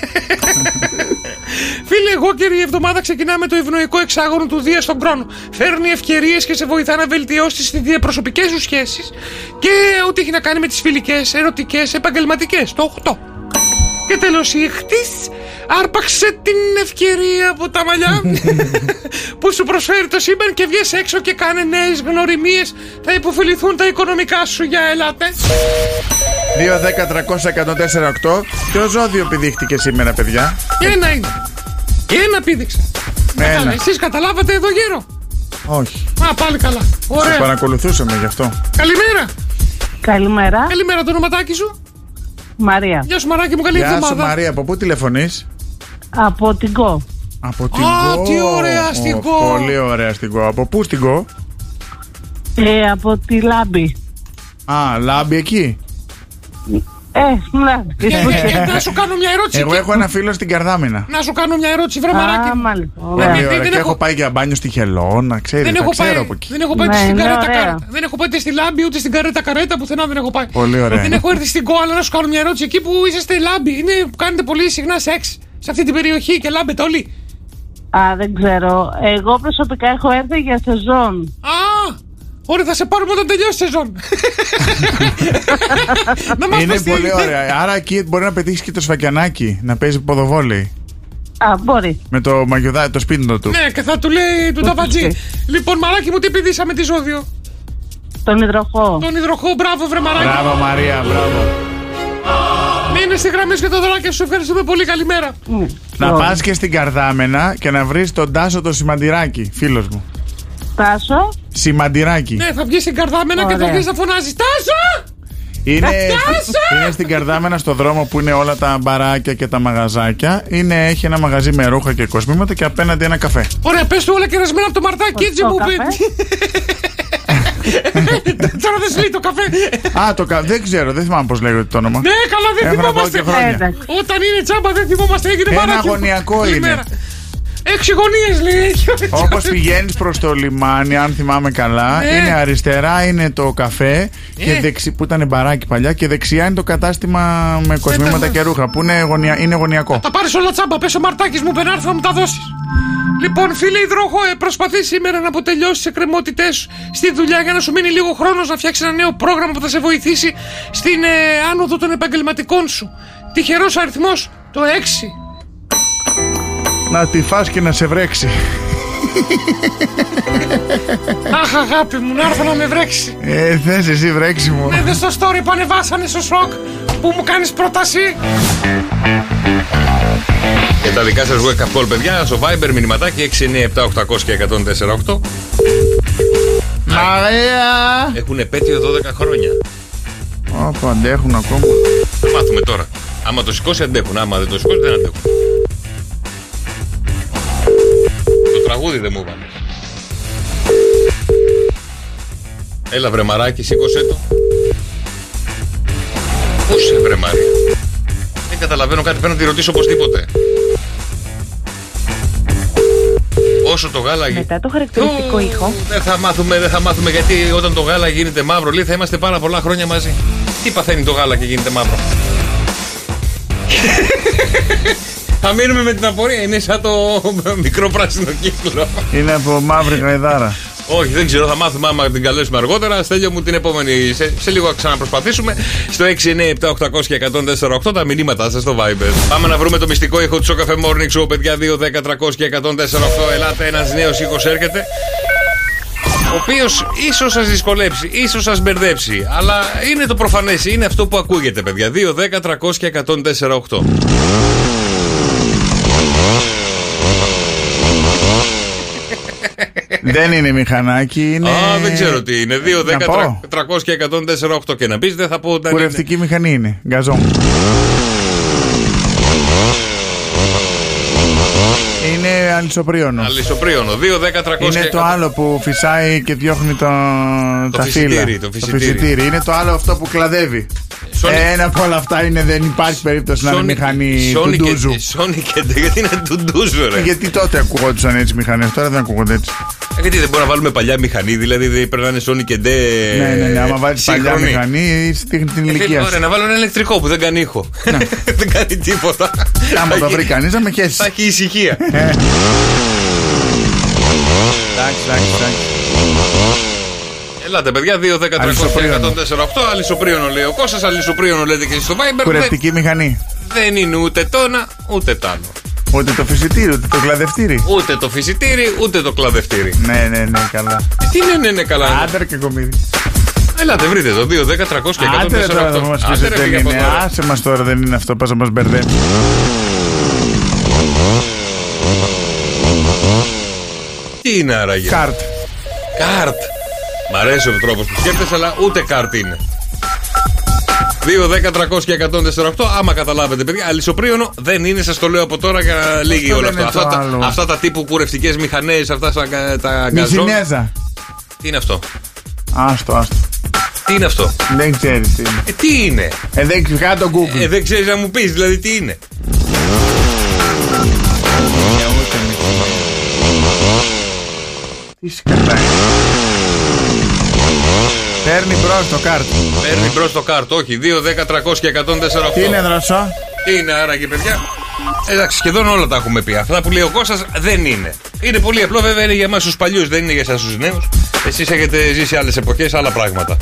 Speaker 13: Φίλε, εγώ και η εβδομάδα ξεκινά με το ευνοϊκό εξάγωνο του Δία στον χρόνο. Φέρνει ευκαιρίες και σε βοηθά να βελτιώσεις τις διαπροσωπικές σου σχέσεις και ό,τι έχει να κάνει με τις φιλικές, ερωτικές, επαγγελματικές. Το 8. Και τέλος, η χτή άρπαξε την ευκαιρία από τα μαλλιά
Speaker 7: [LAUGHS]
Speaker 13: που σου προσφέρει το σύμπαν και βγες έξω και κάνε νέες γνωριμίες. Θα υποφεληθούν τα οικονομικά σου για ελάτε.
Speaker 7: 2-10-300-104-8. Ποιο ζώδιο πηδήχτηκε σήμερα, παιδιά.
Speaker 13: Και ένα είναι. Και ένα πήδηξα.
Speaker 7: Ένα.
Speaker 13: Καλά, εσείς καταλάβατε εδώ γύρω.
Speaker 7: Όχι.
Speaker 13: Α, πάλι καλά.
Speaker 7: Σας
Speaker 13: Ωραία.
Speaker 7: παρακολουθούσαμε γι' αυτό.
Speaker 13: Καλημέρα.
Speaker 10: Καλημέρα.
Speaker 13: Καλημέρα το ονοματάκι σου.
Speaker 10: Μαρία.
Speaker 13: Γεια σου Μαράκι μου, καλή
Speaker 7: Γεια σου
Speaker 13: εβδομάδα.
Speaker 7: Μαρία, από πού τηλεφωνείς
Speaker 10: Από την Κο.
Speaker 7: Από την
Speaker 13: Α,
Speaker 7: Κο.
Speaker 13: τι ωραία στην Κο.
Speaker 7: Πολύ ωραία στην Κο. Από πού στην Κο.
Speaker 10: Ε, από τη Λάμπη.
Speaker 7: Α, λάμπη εκεί.
Speaker 10: Ε, ναι.
Speaker 13: Ε, ε, ε, να σου κάνω μια ερώτηση.
Speaker 7: Εγώ έχω ένα φίλο στην Καρδάμινα.
Speaker 13: Να σου κάνω μια ερώτηση, βρε
Speaker 10: Α,
Speaker 13: Μαράκι. μου.
Speaker 7: Πολύ
Speaker 13: Δεν-
Speaker 7: ωραία.
Speaker 13: δεν- δεν
Speaker 7: και
Speaker 13: έχω-
Speaker 7: έχω πάει για μπάνιο στη Χελώνα, ξέρεις.
Speaker 13: Δεν
Speaker 7: τα
Speaker 13: έχω
Speaker 7: ξέρω
Speaker 13: πάει,
Speaker 7: από εκεί.
Speaker 13: δεν έχω πάει
Speaker 10: Ναι,
Speaker 13: ούτε στην
Speaker 10: είναι
Speaker 13: καρέτα
Speaker 10: ωραία.
Speaker 13: καρέτα. Δεν έχω πάει ούτε στη λάμπη, ούτε στην καρέτα καρέτα, πουθενά δεν έχω πάει.
Speaker 7: Πολύ ωραία.
Speaker 13: Δεν έχω έρθει στην κόα, αλλά να σου κάνω μια ερώτηση. Εκεί που είσαστε λάμπη, είναι που κάνετε πολύ συχνά σεξ σε αυτή την περιοχή και λάμπετε όλοι.
Speaker 10: Α, δεν ξέρω. Εγώ προσωπικά έχω έρθει για σεζόν.
Speaker 13: Α! Ωραία, θα σε πάρουμε όταν
Speaker 10: [LAUGHS]
Speaker 13: τελειώσει η σεζόν. να μας
Speaker 7: Είναι
Speaker 13: πας τι
Speaker 7: πολύ
Speaker 13: έγινε.
Speaker 7: ωραία. Άρα εκεί μπορεί να πετύχεις και το σφακιανάκι να παίζεις ποδοβόλι.
Speaker 10: Α, μπορεί.
Speaker 7: Με το μαγιουδάκι, το σπίτι του.
Speaker 13: Ναι, και θα του λέει του ταβατζή. λοιπόν, μαράκι μου, τι πηδήσαμε τη ζώδιο.
Speaker 10: Τον υδροχό.
Speaker 13: Τον υδροχό, μπράβο, βρε μαράκι.
Speaker 7: Μπράβο Μαρία, μπράβο.
Speaker 13: Μείνε στη γραμμή σου και τα δωράκια σου. Ευχαριστούμε πολύ. Καλημέρα.
Speaker 7: Να πας και στην Καρδάμενα και να βρεις τον Τάσο το σημαντηράκι, φίλος μου.
Speaker 10: Τάσο.
Speaker 7: Σημαντηράκι.
Speaker 13: Ναι, θα βγεις στην καρδάμενα και θα
Speaker 10: Ωραία.
Speaker 13: βγεις να φωνάζεις. Τάσο!
Speaker 7: Είναι,
Speaker 13: Τάσο!
Speaker 7: είναι στην Καρδάμενα στο δρόμο που είναι όλα τα μπαράκια και τα μαγαζάκια. Είναι, έχει ένα μαγαζί με ρούχα και κοσμήματα και απέναντι ένα καφέ.
Speaker 13: Ωραία, πες του όλα κερασμένα από το μαρτάκι, έτσι
Speaker 10: Το
Speaker 13: μου
Speaker 10: καφέ.
Speaker 7: [LAUGHS]
Speaker 13: πει. Τώρα δεν σου λέει το καφέ.
Speaker 7: Α, το κα... δεν ξέρω, δεν θυμάμαι πώς λέγεται το όνομα.
Speaker 13: Ναι, καλά, δεν
Speaker 7: Έχω να πάω Ε, και
Speaker 13: θυμόμαστε.
Speaker 7: χρόνια.
Speaker 10: Εντάξει.
Speaker 13: Όταν είναι τσάμπα, δεν θυμόμαστε. Έγινε
Speaker 7: Ένα
Speaker 13: μαράκι. μου.
Speaker 7: αγωνιακό είναι.
Speaker 13: Καλημέρα. Έξι γωνίες λέει.
Speaker 7: Όπως
Speaker 13: [LAUGHS]
Speaker 7: πηγαίνεις προς το λιμάνι, αν θυμάμαι καλά,
Speaker 13: Ναι.
Speaker 7: είναι αριστερά είναι το καφέ
Speaker 6: Ναι.
Speaker 7: και δεξι... που ήταν μπαράκι παλιά και δεξιά είναι το κατάστημα
Speaker 6: Ναι,
Speaker 7: με κοσμήματα και ρούχα που είναι, γωνια... είναι γωνιακό.
Speaker 13: Τα πάρεις όλα τσάμπα. Πες ο Μαρτάκης μου, πενάρθω να μου τα δώσεις. Λοιπόν, φίλε Ιδροχό, ε, προσπαθείς σήμερα να αποτελειώσεις τι εκκρεμότητέ στη δουλειά για να σου μείνει λίγο χρόνος να φτιάξεις ένα νέο πρόγραμμα που θα σε βοηθήσει στην ε, άνοδο των επαγγελματικών σου. Τυχερός αριθμός, το 6.
Speaker 7: Να τη φας και να σε βρέξει.
Speaker 13: Αχ, αγάπη μου, να έρθω να με βρέξει.
Speaker 7: Ε, θες εσύ βρέξει μου.
Speaker 6: Ναι.
Speaker 13: Είδε στο story που ανεβάσανε στο σοκ που μου κάνεις πρόταση.
Speaker 6: Και τα δικά σας wake up call, παιδιά, στο Viber μηνυματάκι 697 800 και 148.
Speaker 7: Μαρία!
Speaker 6: Έχουν επέτειο 12 χρόνια.
Speaker 7: Όπου αντέχουν ακόμα.
Speaker 6: Θα μάθουμε τώρα. Άμα το σηκώσει αντέχουν, άμα δεν το σηκώσει δεν αντέχουν. Το τραγούδι δεν μου έβαλε. Έλα βρε μαράκι, σήκωσέ το. Πού σε βρε Μαρία. Δεν καταλαβαίνω κάτι, πρέπει να τη ρωτήσω οπωσδήποτε. Όσο το γάλα
Speaker 10: Μετά το χαρακτηριστικό ήχο.
Speaker 6: δεν θα μάθουμε, δεν θα μάθουμε γιατί όταν το γάλα γίνεται μαύρο, λέει θα είμαστε πάρα πολλά χρόνια μαζί. Τι παθαίνει το γάλα και γίνεται μαύρο. θα μείνουμε με την απορία, είναι σαν το [LAUGHS] μικρό πράσινο κύκλο.
Speaker 7: Είναι από μαύρη
Speaker 6: [LAUGHS]
Speaker 7: γαϊδάρα.
Speaker 6: Όχι, δεν ξέρω, θα μάθουμε άμα την καλέσουμε αργότερα. Στέλιο μου την επόμενη. Σε, σε λίγο θα ξαναπροσπαθήσουμε. Στο 697-800 και 148 τα μηνύματά σας στο Viber. Πάμε να βρούμε το μυστικό ήχο του Σοκαφέ Morning Show, παιδιά. 2-10-300 και 148. Ελάτε, ένας νέος ήχος έρχεται. Ο οποίος ίσως σας δυσκολέψει, ίσως σας μπερδέψει. Αλλά είναι το προφανές, είναι αυτό που ακούγεται, παιδιά. 2-10-300 και 148.
Speaker 7: δεν είναι μηχανάκι, είναι.
Speaker 6: Α, δεν ξέρω τι είναι. 2, 10,
Speaker 7: Ναι. Να πω.
Speaker 6: 300 και 148 και να μπει, δεν θα πω όταν είναι.
Speaker 7: Κουρευτική μηχανή είναι. Γκαζόν. Είναι αλυσοπρίωνος.
Speaker 6: Αλυσοπρίωνο. 2, 10, 300
Speaker 7: Είναι
Speaker 6: και
Speaker 7: το άλλο που φυσάει και διώχνει το,
Speaker 6: Το
Speaker 7: τα
Speaker 6: φυσιτήρι,
Speaker 7: φύλλα.
Speaker 6: το φυσιτήρι.
Speaker 7: Είναι το άλλο αυτό που κλαδεύει. Ένα από όλα αυτά είναι δεν υπάρχει περίπτωση να είναι μηχανή του
Speaker 6: Sony και-
Speaker 7: ντούζου.
Speaker 6: Sony και γιατί είναι του ντούζου, ρε.
Speaker 7: Γιατί τότε ακούγονταν έτσι μηχανές, τώρα δεν ακούγονται έτσι.
Speaker 6: Ε, Γιατί δεν μπορούμε να βάλουμε παλιά μηχανή, δηλαδή δεν πρέπει να είναι Sony και ντε.
Speaker 7: Ναι, ναι, ναι. Άμα βάλεις παλιά
Speaker 6: Ε, σύγχρονη.
Speaker 7: μηχανή, δείχνει την
Speaker 6: Ε, θέλει,
Speaker 7: ηλικία
Speaker 6: Ωραία,
Speaker 7: σου.
Speaker 6: να βάλω ένα ηλεκτρικό που δεν κάνει ήχο. [LAUGHS] δεν κάνει τίποτα.
Speaker 7: Άμα
Speaker 6: Θα
Speaker 7: το βρει
Speaker 6: έχει-
Speaker 7: κανείς, να με χέσει.
Speaker 6: Θα έχει ησυχία.
Speaker 7: [LAUGHS] Εντάξει, εντάξει, εντάξει.
Speaker 6: Ελάτε, παιδιά, 2, 10, 300 και 148. Αλυσοπρίωνο λέει ο Κώστας, αλυσοπρίωνο λέτε και στο Viber. Δεν,
Speaker 7: Ε, Κουρευτική μηχανή.
Speaker 6: δεν είναι ούτε τόνα, ούτε τάνο.
Speaker 7: Ούτε το φυσιτήρι, ούτε το κλαδευτήρι.
Speaker 6: Ούτε το φυσιτήρι, ούτε το κλαδευτήρι.
Speaker 7: Ναι, ναι, ναι, καλά.
Speaker 6: Τι ναι, ναι, ναι, καλά.
Speaker 7: Άντερ και κομίδι.
Speaker 6: Ελάτε, βρείτε το 2, 10, 300 και 148.
Speaker 7: Άντε ρε τώρα θα μας πεις
Speaker 6: Άντε,
Speaker 7: ότι
Speaker 6: ρε,
Speaker 7: δεν
Speaker 6: πήγα από
Speaker 7: είναι.
Speaker 6: εδώ, ρε.
Speaker 7: Άσε μας τώρα δεν είναι αυτό, πας να μας μπερδέψει.
Speaker 6: Τι είναι άραγε.
Speaker 7: Κάρτ.
Speaker 6: Κάρτ. Μ' αρέσει ο τρόπος που σκέφτεσαι, αλλά ούτε κάρτ είναι. 2, 10, 300 και 148. Άμα καταλάβετε, παιδιά, αλυσοπρίωνο δεν είναι, σας το λέω από τώρα για να λύγει
Speaker 7: Αυτό
Speaker 6: όλο
Speaker 7: δεν
Speaker 6: αυτό.
Speaker 7: είναι
Speaker 6: Αυτά
Speaker 7: το
Speaker 6: τα,
Speaker 7: άλλο.
Speaker 6: αυτά τα τύπου κουρευτικές μηχανές, αυτά στα, κα- τα γκαζόν.
Speaker 7: Μιζινέζα.
Speaker 6: Τι είναι αυτό.
Speaker 7: Άστο, άστο.
Speaker 6: Τι είναι αυτό.
Speaker 7: Δεν ξέρεις τι είναι.
Speaker 6: Ε, τι είναι.
Speaker 7: Ε, δεν ξέρεις, κάνε το Google.
Speaker 6: Ε, δεν ξέρεις να μου πεις, δηλαδή τι είναι.
Speaker 7: Τι σκατάει. Παίρνει μπρος το κάρτ.
Speaker 6: Παίρνει μπρος το κάρτ, όχι. 2, 10, 300 και 148.
Speaker 7: Τι είναι δροσό.
Speaker 6: Τι είναι άραγε, παιδιά. Εντάξει, σχεδόν όλα τα έχουμε πει. Αυτά που λέει ο Κώστας δεν είναι. Είναι πολύ απλό, βέβαια είναι για εμάς τους παλιούς, δεν είναι για εσάς τους νέους. Εσείς έχετε ζήσει άλλες εποχές, άλλα πράγματα.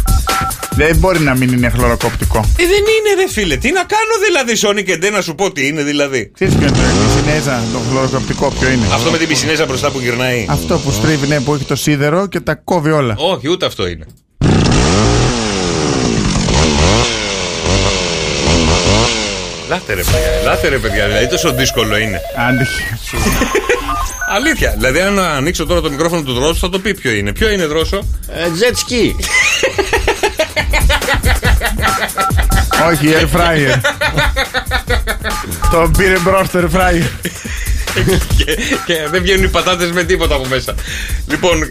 Speaker 7: Δεν μπορεί να μην είναι χλωροκοπτικό.
Speaker 6: Ε, δεν είναι, ρε φίλε. Τι να κάνω δηλαδή, Σόνι και ντε να σου πω τι είναι δηλαδή.
Speaker 7: Ξέρεις ποιο είναι το μιζινέζα, το χλωροκοπτικό ποιο είναι.
Speaker 6: Αυτό με την πισινέζα μπροστά που γυρνάει.
Speaker 7: Αυτό που στρίβει, ναι, που έχει το σίδερο και τα κόβει όλα.
Speaker 6: Όχι, ούτε αυτό είναι. Ελάτε ρε παιδιά, ελάτε ρε παιδιά, δηλαδή τόσο δύσκολο είναι.
Speaker 7: Άντυχε.
Speaker 6: Αλήθεια, δηλαδή αν ανοίξω τώρα το μικρόφωνο του Δρόσου θα το πει ποιο είναι. Ποιο είναι
Speaker 7: [LAUGHS]
Speaker 6: Δρόσο?
Speaker 11: Ε, Jet ski.
Speaker 7: Όχι, air fryer. Τον πήρε μπρος το air fryer.
Speaker 6: και, και δεν βγαίνουν οι πατάτες με τίποτα από μέσα. Λοιπόν,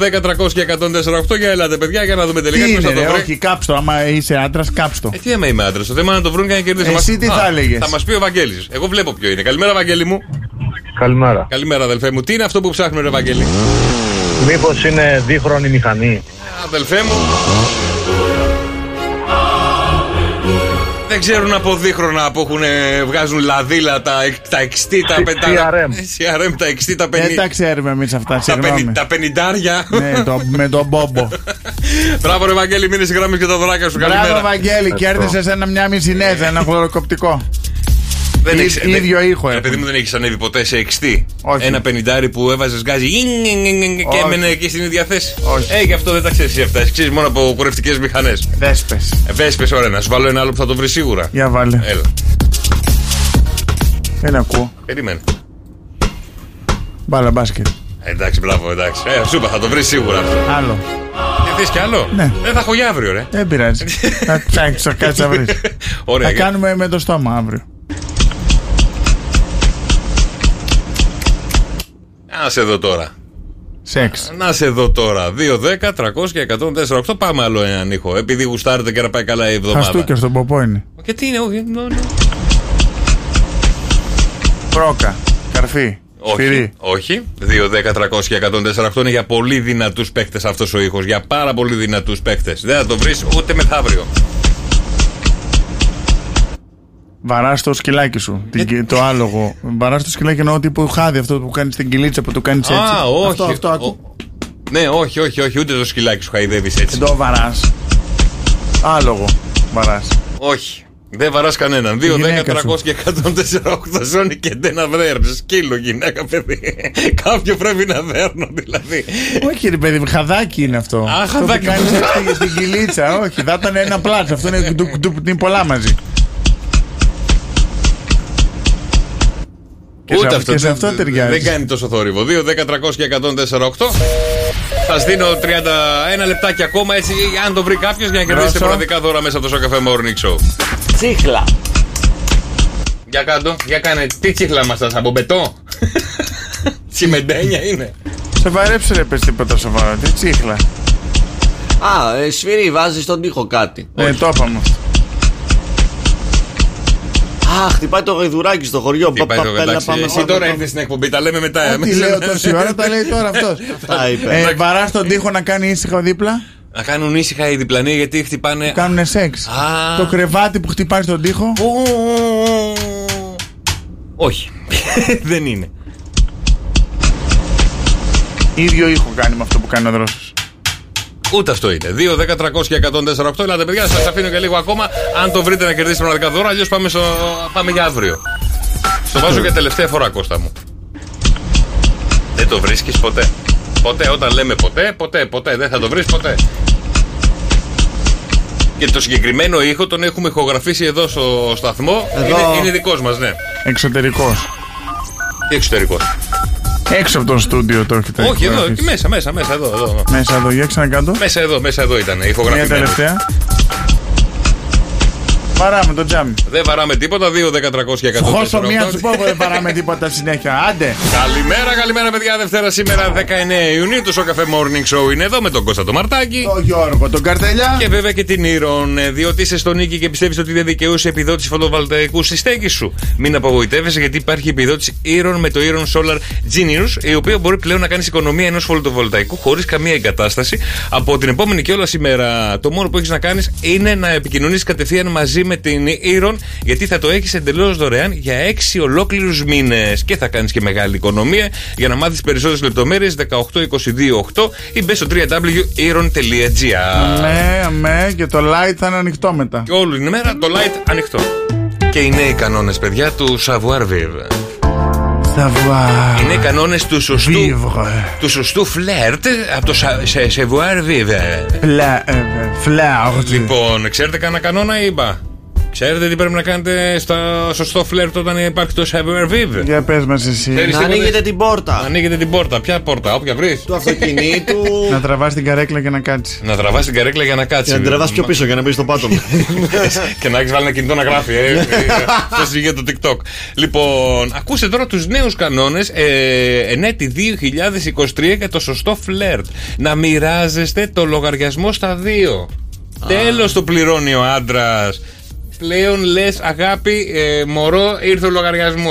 Speaker 6: 2, 10, 300 και 148 για ελάτε, παιδιά, για να δούμε τελικά
Speaker 7: Τι
Speaker 6: ποιος
Speaker 7: είναι,
Speaker 6: θα το
Speaker 7: ρε,
Speaker 6: βρει.
Speaker 7: όχι, κάψτο. Άμα είσαι άντρας, κάψτο.
Speaker 6: Ε, τι έμα είμαι άντρας, το θέμα είναι να το βρουν και να κερδίσουν.
Speaker 7: Εσύ
Speaker 6: Μας-
Speaker 7: τι
Speaker 6: Α,
Speaker 7: θα έλεγες?
Speaker 6: Θα μας πει ο Βαγγέλης Εγώ βλέπω ποιο είναι. Καλημέρα, Βαγγέλη μου.
Speaker 12: Καλημέρα.
Speaker 6: Καλημέρα, αδελφέ μου. Τι είναι αυτό που ψάχνουμε, ρε Βαγγέλη.
Speaker 12: Μήπως είναι δίχρονη μηχανή.
Speaker 6: Αδελφέ μου. Δεν ξέρουν από δίχρονα που έχουν, ε, βγάζουν λαδίλα τα, τα 60, τα 50.
Speaker 7: CRM.
Speaker 6: CRM, τα 60, τα 50.
Speaker 7: Δεν τα ξέρουμε εμείς αυτά,
Speaker 6: τα
Speaker 7: Ε, συγγνώμη.
Speaker 6: πενι- Τα πενιντάρια.
Speaker 7: Ναι, το- με τον Μπόμπο.
Speaker 6: [LAUGHS] Μπράβο, ρε Βαγγέλη, μείνε γράμμες και τα δωράκια σου. [LAUGHS] Καλημέρα.
Speaker 7: Μπράβο, Βαγγέλη, κέρδισες ένα μια μισινέζα, ένα χλωροκοπτικό.
Speaker 6: Δεν
Speaker 7: Ή-
Speaker 6: έχεις- δεν-
Speaker 7: ίδιο ήχο
Speaker 6: Ρε παιδί μου, δεν έχεις ανέβει ποτέ σε εξτή. Ένα πενιντάρι που έβαζες γκάζι γιν, γιν, γιν, γιν, και
Speaker 7: Όχι.
Speaker 6: έμενε εκεί στην ίδια θέση. Ε, γι' αυτό δεν τα ξέρεις εσύ αυτά. Εσύ ξέρεις μόνο από κουρευτικές μηχανές.
Speaker 7: Δέσπε.
Speaker 6: Βέσπες, ωραία, να σου βάλω ένα άλλο που θα το βρεις σίγουρα.
Speaker 7: Για βάλε.
Speaker 6: Έλα,
Speaker 7: Δεν ακούω.
Speaker 6: περίμενε.
Speaker 7: Μπάλα μπάσκετ.
Speaker 6: Ε, Εντάξει, μπράβο, εντάξει. Ε, σούπα, θα το βρεις σίγουρα αυτό.
Speaker 7: Άλλο.
Speaker 6: Και θες κι άλλο.
Speaker 7: Ναι.
Speaker 6: Δεν θα έχω για αύριο, ρε.
Speaker 7: Δεν
Speaker 6: [LAUGHS]
Speaker 7: πειράζει. Θα ψάξει, θα κάτσει να βρει.
Speaker 6: Ωραία.
Speaker 7: Θα
Speaker 6: και-
Speaker 7: κάνουμε με το στόμα αύριο.
Speaker 6: Να σε δω τώρα.
Speaker 7: Σεξ.
Speaker 6: Να σε δω τώρα. 2, 10, 300 και 148. Πάμε άλλο έναν ήχο. Επειδή γουστάρετε και να πάει καλά η εβδομάδα.
Speaker 7: Χαστούκια στον ποπό είναι.
Speaker 6: Και τι είναι, όχι. νο- νο-
Speaker 7: Πρόκα. Καρφί.
Speaker 6: Όχι.
Speaker 7: Σφυρί.
Speaker 6: όχι. 2, 10, 300 και 148 είναι για πολύ δυνατούς παίκτες αυτός ο ήχος. Για πάρα πολύ δυνατούς παίκτες. Δεν θα το βρεις ούτε μεθαύριο.
Speaker 7: Βαράς το σκυλάκι σου.
Speaker 6: Ε.
Speaker 7: Την- Το άλογο. Βαράς το σκυλάκι εννοώ τύπου χάδι αυτό που κάνεις την κυλίτσα που το κάνεις έτσι.
Speaker 6: Α, όχι.
Speaker 7: Αυτό, αυτό.
Speaker 6: Ο-
Speaker 7: ακού-
Speaker 6: Ναι, όχι, όχι, όχι. Ούτε το σκυλάκι σου χαϊδεύεις έτσι.
Speaker 7: Το βαράς. Άλογο. Βαράς.
Speaker 6: Όχι. Δεν βαράς κανέναν. 2, 10,
Speaker 7: γυναίκα
Speaker 6: 300 και 148 ζώνη και δεν αδέρνει. Σκύλο γυναίκα, παιδί. Κάποιο πρέπει να δέρνω, δηλαδή.
Speaker 7: Όχι, ρε παιδί, μου, χαδάκι είναι αυτό. Α,
Speaker 6: χαδάκι.
Speaker 7: Κάνεις στην κυλίτσα, όχι. Θα ήταν ένα πλάτσο. Αυτό είναι, ντου- ντου- είναι πολλά μαζί. Και σε- και σε
Speaker 6: δεν-
Speaker 7: αυτό
Speaker 6: δεν-
Speaker 7: ταιριάζει.
Speaker 6: Δεν κάνει τόσο θόρυβο. 2, 10, 300 και 148. Σας δίνω 31 λεπτάκι ακόμα, έτσι, αν το βρει κάποιος, για να κερδίσετε
Speaker 7: Ρώσο.
Speaker 6: μοναδικά δώρα μέσα από το Σοκαφέ Morning Show.
Speaker 11: Τσίχλα.
Speaker 6: Για κάτω, για κάνε. Τι τσίχλα μας από μπετό. Τσιμεντένια είναι.
Speaker 7: Σε βαρέψε, ρε, πες τίποτα σοβαρό. Τι τσίχλα.
Speaker 11: Α, ε, σφυρί, βάζεις στον τοίχο κάτι.
Speaker 7: Ε, το είπαμε. αυτό.
Speaker 11: Α, χτυπάει το γαϊδουράκι στο χωριό.
Speaker 6: Τι πάει το γατάξι. Εσύ τώρα ήρθε στην εκπομπή, τα λέμε μετά.
Speaker 7: Ε, Τι λέω τόση ώρα, τα λέει τώρα αυτός.
Speaker 11: Αυτά είπε.
Speaker 7: Ε, Βαρά τον τοίχο να κάνει ήσυχα δίπλα.
Speaker 6: Να κάνουν ήσυχα οι διπλανοί γιατί χτυπάνε.
Speaker 7: Κάνουν σεξ.
Speaker 6: Α.
Speaker 7: Το κρεβάτι που χτυπάει στον τοίχο.
Speaker 6: Όχι. [LAUGHS] Δεν είναι.
Speaker 7: ίδιο ήχο κάνει με αυτό που κάνει ο δρόσος.
Speaker 6: Ούτε αυτό είναι. 2, 10, 300 και 148. Ελάτε, παιδιά, σας αφήνω και λίγο ακόμα. Αν το βρείτε να κερδίσετε μοναδικά δώρα, αλλιώς πάμε, στο... πάμε για αύριο. Στο βάζω για τελευταία φορά, Κώστα μου. Δεν το βρίσκεις ποτέ. Ποτέ, όταν λέμε ποτέ, ποτέ, ποτέ. Δεν θα το βρεις ποτέ. Και το συγκεκριμένο ήχο τον έχουμε ηχογραφήσει εδώ στο σταθμό.
Speaker 7: Εδώ.
Speaker 6: Είναι, είναι δικός μας, ναι.
Speaker 7: Εξωτερικός.
Speaker 6: Τι εξωτερικός.
Speaker 7: Έξω από το στούντιο το έχετε.
Speaker 6: Όχι, εδώ,
Speaker 7: ηχογραφήσει.
Speaker 6: εκεί μέσα, μέσα, μέσα, εδώ, εδώ. εδώ.
Speaker 7: Μέσα εδώ, για ξανακάτω.
Speaker 6: Μέσα εδώ, μέσα εδώ ήταν ηχογραφημένο.
Speaker 7: Μια τελευταία. Παράμε το τζάμι.
Speaker 6: Δεν βαράμε τίποτα. 2, 10, 300 και 100.
Speaker 7: Χώσω μία σου πω που δεν παράμε τίποτα συνέχεια. Άντε.
Speaker 6: [LAUGHS] Καλημέρα, καλημέρα, παιδιά. Δευτέρα σήμερα 19 Ιουνίου. Το Σοκαφέ Morning Show είναι εδώ με τον Κώστα το Μαρτάκι.
Speaker 7: Ο Γιώργο, τον καρτελιά.
Speaker 6: Και βέβαια και την Ήρων. ε, Διότι είσαι στον νίκη και πιστεύεις ότι δεν δικαιούσε επιδότηση φωτοβολταϊκού στη στέκη σου. Μην απογοητεύεσαι γιατί υπάρχει επιδότηση Ήρων με το Ήρων Solar Genius, η οποία μπορεί πλέον να κάνει οικονομία ενός φωτοβολταϊκού χωρίς καμία εγκατάσταση. Από την επόμενη και όλα σήμερα, το μόνο που έχεις να κάνεις είναι να επικοινωνήσεις κατευθείαν μαζί με την Ήρων, γιατί θα το έχεις εντελώς δωρεάν για 6 ολόκληρους μήνες. Και θα κάνεις και μεγάλη οικονομία. Για να μάθεις περισσότερες λεπτομέρειες, 18228 ή μπες στο www.iron.gr.
Speaker 7: Ναι, αμέ και το light θα είναι ανοιχτό μετά.
Speaker 6: Και όλη η μέρα το light ανοιχτό. Και οι νέοι κανόνες, παιδιά, του savoir vivre.
Speaker 7: Savoir.
Speaker 6: Οι νέοι κανόνες του σωστού.
Speaker 7: Vivre.
Speaker 6: Του σωστού φλερτ από το sa- σε- savoir vivre.
Speaker 7: Φλα- ε, Φλερτ.
Speaker 6: Λοιπόν, ξέρετε κανένα κανόνα ή μπα. Ξέρετε τι πρέπει να κάνετε στο σωστό φλερτ όταν υπάρχει το savoir vivre.
Speaker 7: Για πες μας εσύ.
Speaker 6: Ξέρεις
Speaker 11: Να
Speaker 6: τίποτα?
Speaker 11: ανοίγετε την πόρτα
Speaker 6: Ανοίγετε την πόρτα. Ποια πόρτα, όποια βρεις.
Speaker 11: του αυτοκινήτου.
Speaker 7: Να τραβάς την καρέκλα και να κάτσεις.
Speaker 6: Να τραβάς την καρέκλα για να κάτσεις.
Speaker 11: Για να τραβάς πιο πίσω για να μπεις στο πάτωμα.
Speaker 6: [LAUGHS] και να έχεις βάλει ένα κινητό να γράφει. Ε, Αυτό για το TikTok. Λοιπόν, ακούστε τώρα τους νέους κανόνες ε, εν έτη 2023 για το σωστό φλερτ. Να μοιράζεστε το λογαριασμό στα δύο. Τέλος το πληρώνει ο άντρας. Πλέον λες αγάπη, ε, μωρό, ήρθε ο λογαριασμός.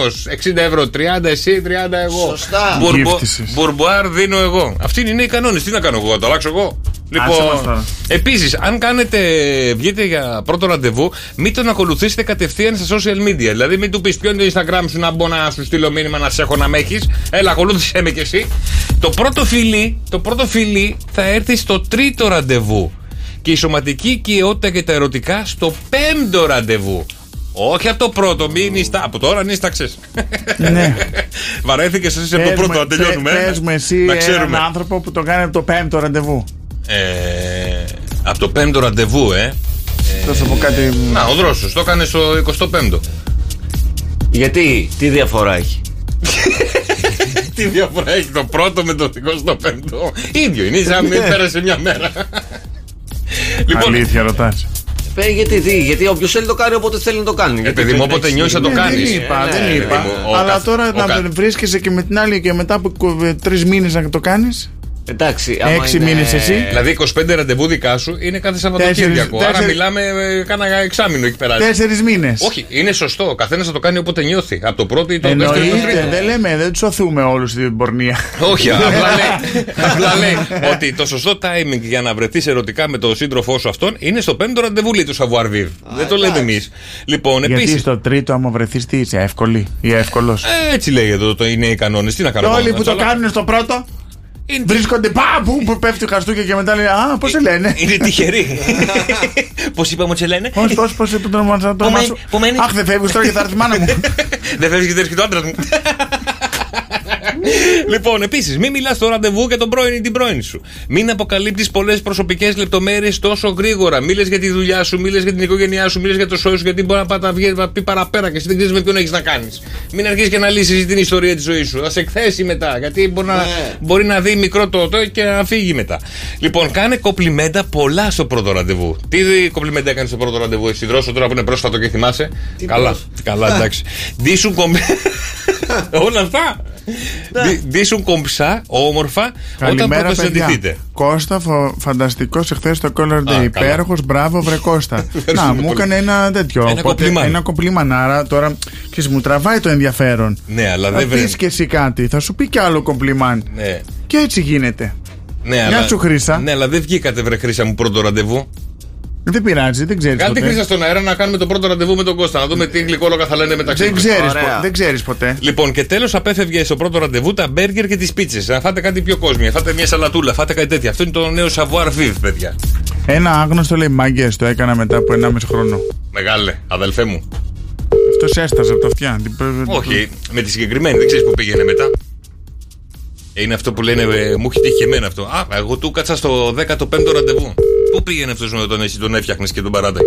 Speaker 6: 60 ευρώ, 30 εσύ, 30 εγώ.
Speaker 11: Σωστά.
Speaker 6: Μπουρμπο-
Speaker 7: Γύφτισες.
Speaker 6: Μπουρμπουάρ δίνω εγώ. Αυτοί είναι οι νέοι κανόνες. Τι να κάνω εγώ, να το αλλάξω εγώ.
Speaker 7: μας τώρα.
Speaker 6: Λοιπόν, επίσης, αν κάνετε, βγείτε για πρώτο ραντεβού, μην τον ακολουθήσετε κατευθείαν στα social media. Δηλαδή, μην του πεις ποιο είναι το Instagram σου να μπω να σου στείλω μήνυμα να σε έχω να με έχεις. Έλα, ακολούθησε με κι εσύ. Το πρώτο φιλί, το πρώτο φιλί θα έρθει στο τρίτο ραντεβού. Και η σωματική οικειότητα και τα ερωτικά στο πέμπτο ραντεβού. Όχι από το πρώτο, μην νιστά. Από τώρα νίσταξες. Ε, [LAUGHS]
Speaker 7: Ναι.
Speaker 6: Βαρέθηκες εσύ από ε, το πρώτο, να τελειώνουμε. ε.
Speaker 7: Πες μου εσύ ε,
Speaker 6: να
Speaker 7: έναν
Speaker 6: ξέρουμε.
Speaker 7: άνθρωπο που τον κάνει από το πέμπτο ραντεβού.
Speaker 6: Ε, από το πέμπτο ραντεβού, ε.
Speaker 7: Τόσο από κάτι.
Speaker 6: Να, ο Δρόσος το έκανε στο 25ο.
Speaker 11: Γιατί, τι διαφορά έχει.
Speaker 6: Τι διαφορά έχει το πρώτο με το 25ο. ίδιο είναι, σαν μην πέρασε μια μέρα. λοιπόν,
Speaker 7: Αλήθεια ρωτάς.
Speaker 11: Ε, γιατί, τι, γιατί όποιος θέλει το κάνει, όποτε θέλει να το κάνει. Γιατί
Speaker 6: παιδί
Speaker 11: πρέπει
Speaker 6: μου,
Speaker 11: να
Speaker 6: όποτε
Speaker 11: έχεις
Speaker 6: νιώσεις να το
Speaker 11: συγκεκριμένη-
Speaker 6: κάνεις.
Speaker 7: Ναι, Δεν είπα,
Speaker 6: Ε,
Speaker 7: δεν
Speaker 6: ναι,
Speaker 7: είπα.
Speaker 6: παιδί μου, ο
Speaker 7: Αλλά
Speaker 6: καθ-
Speaker 7: τώρα
Speaker 6: ο
Speaker 7: να
Speaker 6: καθ-
Speaker 7: τον βρίσκεσαι και με την άλλη και μετά από τρεις μήνες να το κάνεις.
Speaker 11: Εντάξει, άμα
Speaker 7: Έξι
Speaker 11: είναι-
Speaker 7: μήνες εσύ.
Speaker 6: δηλαδή 25 ραντεβού δικά σου είναι κάθε Σαββατοκύριακο.
Speaker 7: Τέσσερις-
Speaker 6: Άρα
Speaker 7: τέσσερις-
Speaker 6: μιλάμε ε, κάνα εξάμεινο εκεί πέρα.
Speaker 7: Τέσσερις μήνες.
Speaker 6: Όχι, είναι σωστό. Ο καθένας θα το κάνει όποτε νιώθει. Από το πρώτο ή το δεύτερο ή το
Speaker 7: Εννοείται,
Speaker 6: τρίτο.
Speaker 7: δεν λέμε, δεν του σωθούμε όλους στην πορνεία.
Speaker 6: Όχι,
Speaker 7: [LAUGHS]
Speaker 6: απλά λέει, απλά λέει ότι το σωστό timing για να βρεθείς ερωτικά με τον σύντροφό σου αυτόν είναι στο πέμπτο ραντεβού, λέει του Savoir Vivre. Δεν το λέμε εμείς. Λοιπόν,
Speaker 7: Γιατί
Speaker 6: επίσης.
Speaker 7: στο τρίτο, άμα βρεθείς, τι είσαι, εύκολη ή εύκολος.
Speaker 6: ε, Έτσι λέει εδώ το είναι οι κανόνες. Τι να
Speaker 7: Και
Speaker 6: κάνουμε.
Speaker 7: όλοι που το κάνουν στο πρώτο βρίσκονται πα, που, που πέφτει χαστούκια και μετά λένε Α, πώς σε λένε.
Speaker 6: Είναι τυχεροί. Πώς είπαμε ότι σε λένε.
Speaker 7: Πώς, πώς, πώς, το όνομα το όνομα
Speaker 6: μένει-
Speaker 7: σου.
Speaker 6: που μένει.
Speaker 7: Αχ, δεν φεύγεις τώρα και θα έρθει η
Speaker 6: [LAUGHS]
Speaker 7: μάνα μου.
Speaker 6: Δεν φεύγεις και δεν έρχεται ο άντρας μου. λοιπόν, επίσης, μην μιλάς στο ραντεβού για τον πρώην ή την πρώην σου. Μην αποκαλύπτεις πολλές προσωπικές λεπτομέρειες τόσο γρήγορα. Μίλε για τη δουλειά σου, μίλε για την οικογένειά σου, μίλε για το σώμα σου, γιατί μπορεί να πάει να βγει- να πει παραπέρα και εσύ δεν ξέρεις με ποιον έχεις να κάνεις. Μην αρχίσεις και να λύσεις την ιστορία της ζωής σου. Θα σε εκθέσει μετά, γιατί μπορεί να, μπορεί να δει μικρό τότε και να φύγει μετά. Λοιπόν, κάνε κοπλιμέντα πολλά στο πρώτο ραντεβού. Τι δι- κοπλιμέντα έκανες στο πρώτο ραντεβού, εσύ δρόσο τώρα που είναι πρόσφατο και θυμάσαι. καλά, καλά, εντάξει. Ντύσου κομπ- Όλα αυτά. Ντύ- Ντύσουν κομψά, όμορφα, όταν
Speaker 7: Καλημέρα,
Speaker 6: πρώτα
Speaker 7: παιδιά.
Speaker 6: συναντηθείτε.
Speaker 7: Κώστα, φο... φανταστικός εχθές στο Color
Speaker 6: καλά.
Speaker 7: Day. Υπέροχος, μπράβο, βρε
Speaker 6: [LAUGHS]
Speaker 7: Κώστα. Να, μου
Speaker 6: πολύ.
Speaker 7: έκανε ένα τέτοιο.
Speaker 6: Ένα κομπλιμάν.
Speaker 7: Ένα κομπλιμανάρα. Τώρα, ξέρεις, μου τραβάει το ενδιαφέρον.
Speaker 6: Ναι, αλλά
Speaker 7: Θα
Speaker 6: δεν
Speaker 7: πει
Speaker 6: βρε.
Speaker 7: και εσύ κάτι, θα σου πει κι άλλο κομπλιμάν.
Speaker 6: Ναι.
Speaker 7: Και έτσι γίνεται.
Speaker 6: Ναι,
Speaker 7: Γεια
Speaker 6: αλλά...
Speaker 7: σου, Χρύσα.
Speaker 6: Ναι, αλλά δεν βγήκατε, βρε Χρήσα μου, πρώτο ραντεβού.
Speaker 7: Δεν πειράζει, δεν ξέρεις.
Speaker 6: Κάντε Χρήσα στον αέρα να κάνουμε το πρώτο ραντεβού με τον Κώστα. Να δούμε τι γλυκόλογα θα λένε μεταξύ
Speaker 7: Δεν
Speaker 6: τους.
Speaker 7: ξέρεις, πο- δεν ξέρεις ποτέ.
Speaker 6: Λοιπόν, και τέλος απέφευγε στο πρώτο ραντεβού τα μπέργκερ και τις πίτσες. Να φάτε κάτι πιο κόσμια. Φάτε μια σαλατούλα, φάτε κάτι τέτοιο. Αυτό είναι το νέο savoir vivre, παιδιά.
Speaker 7: Ένα άγνωστο λέει μάγκες, το έκανα μετά από 1,5 χρόνο.
Speaker 6: Μεγάλε, αδελφέ μου.
Speaker 7: Αυτός σε έσταζε από τα αυτιά. Τι-
Speaker 6: Όχι, με τη συγκεκριμένη, δεν ξέρεις που πήγαινε μετά. Είναι αυτό που λένε, ε, μου έχει τύχει και εμένα αυτό. Α, εγώ του κάτσα στο 15ο ραντεβού. Πού πήγαινε αυτός με τον εσύ τον έφτιαχνες και τον παράταγες.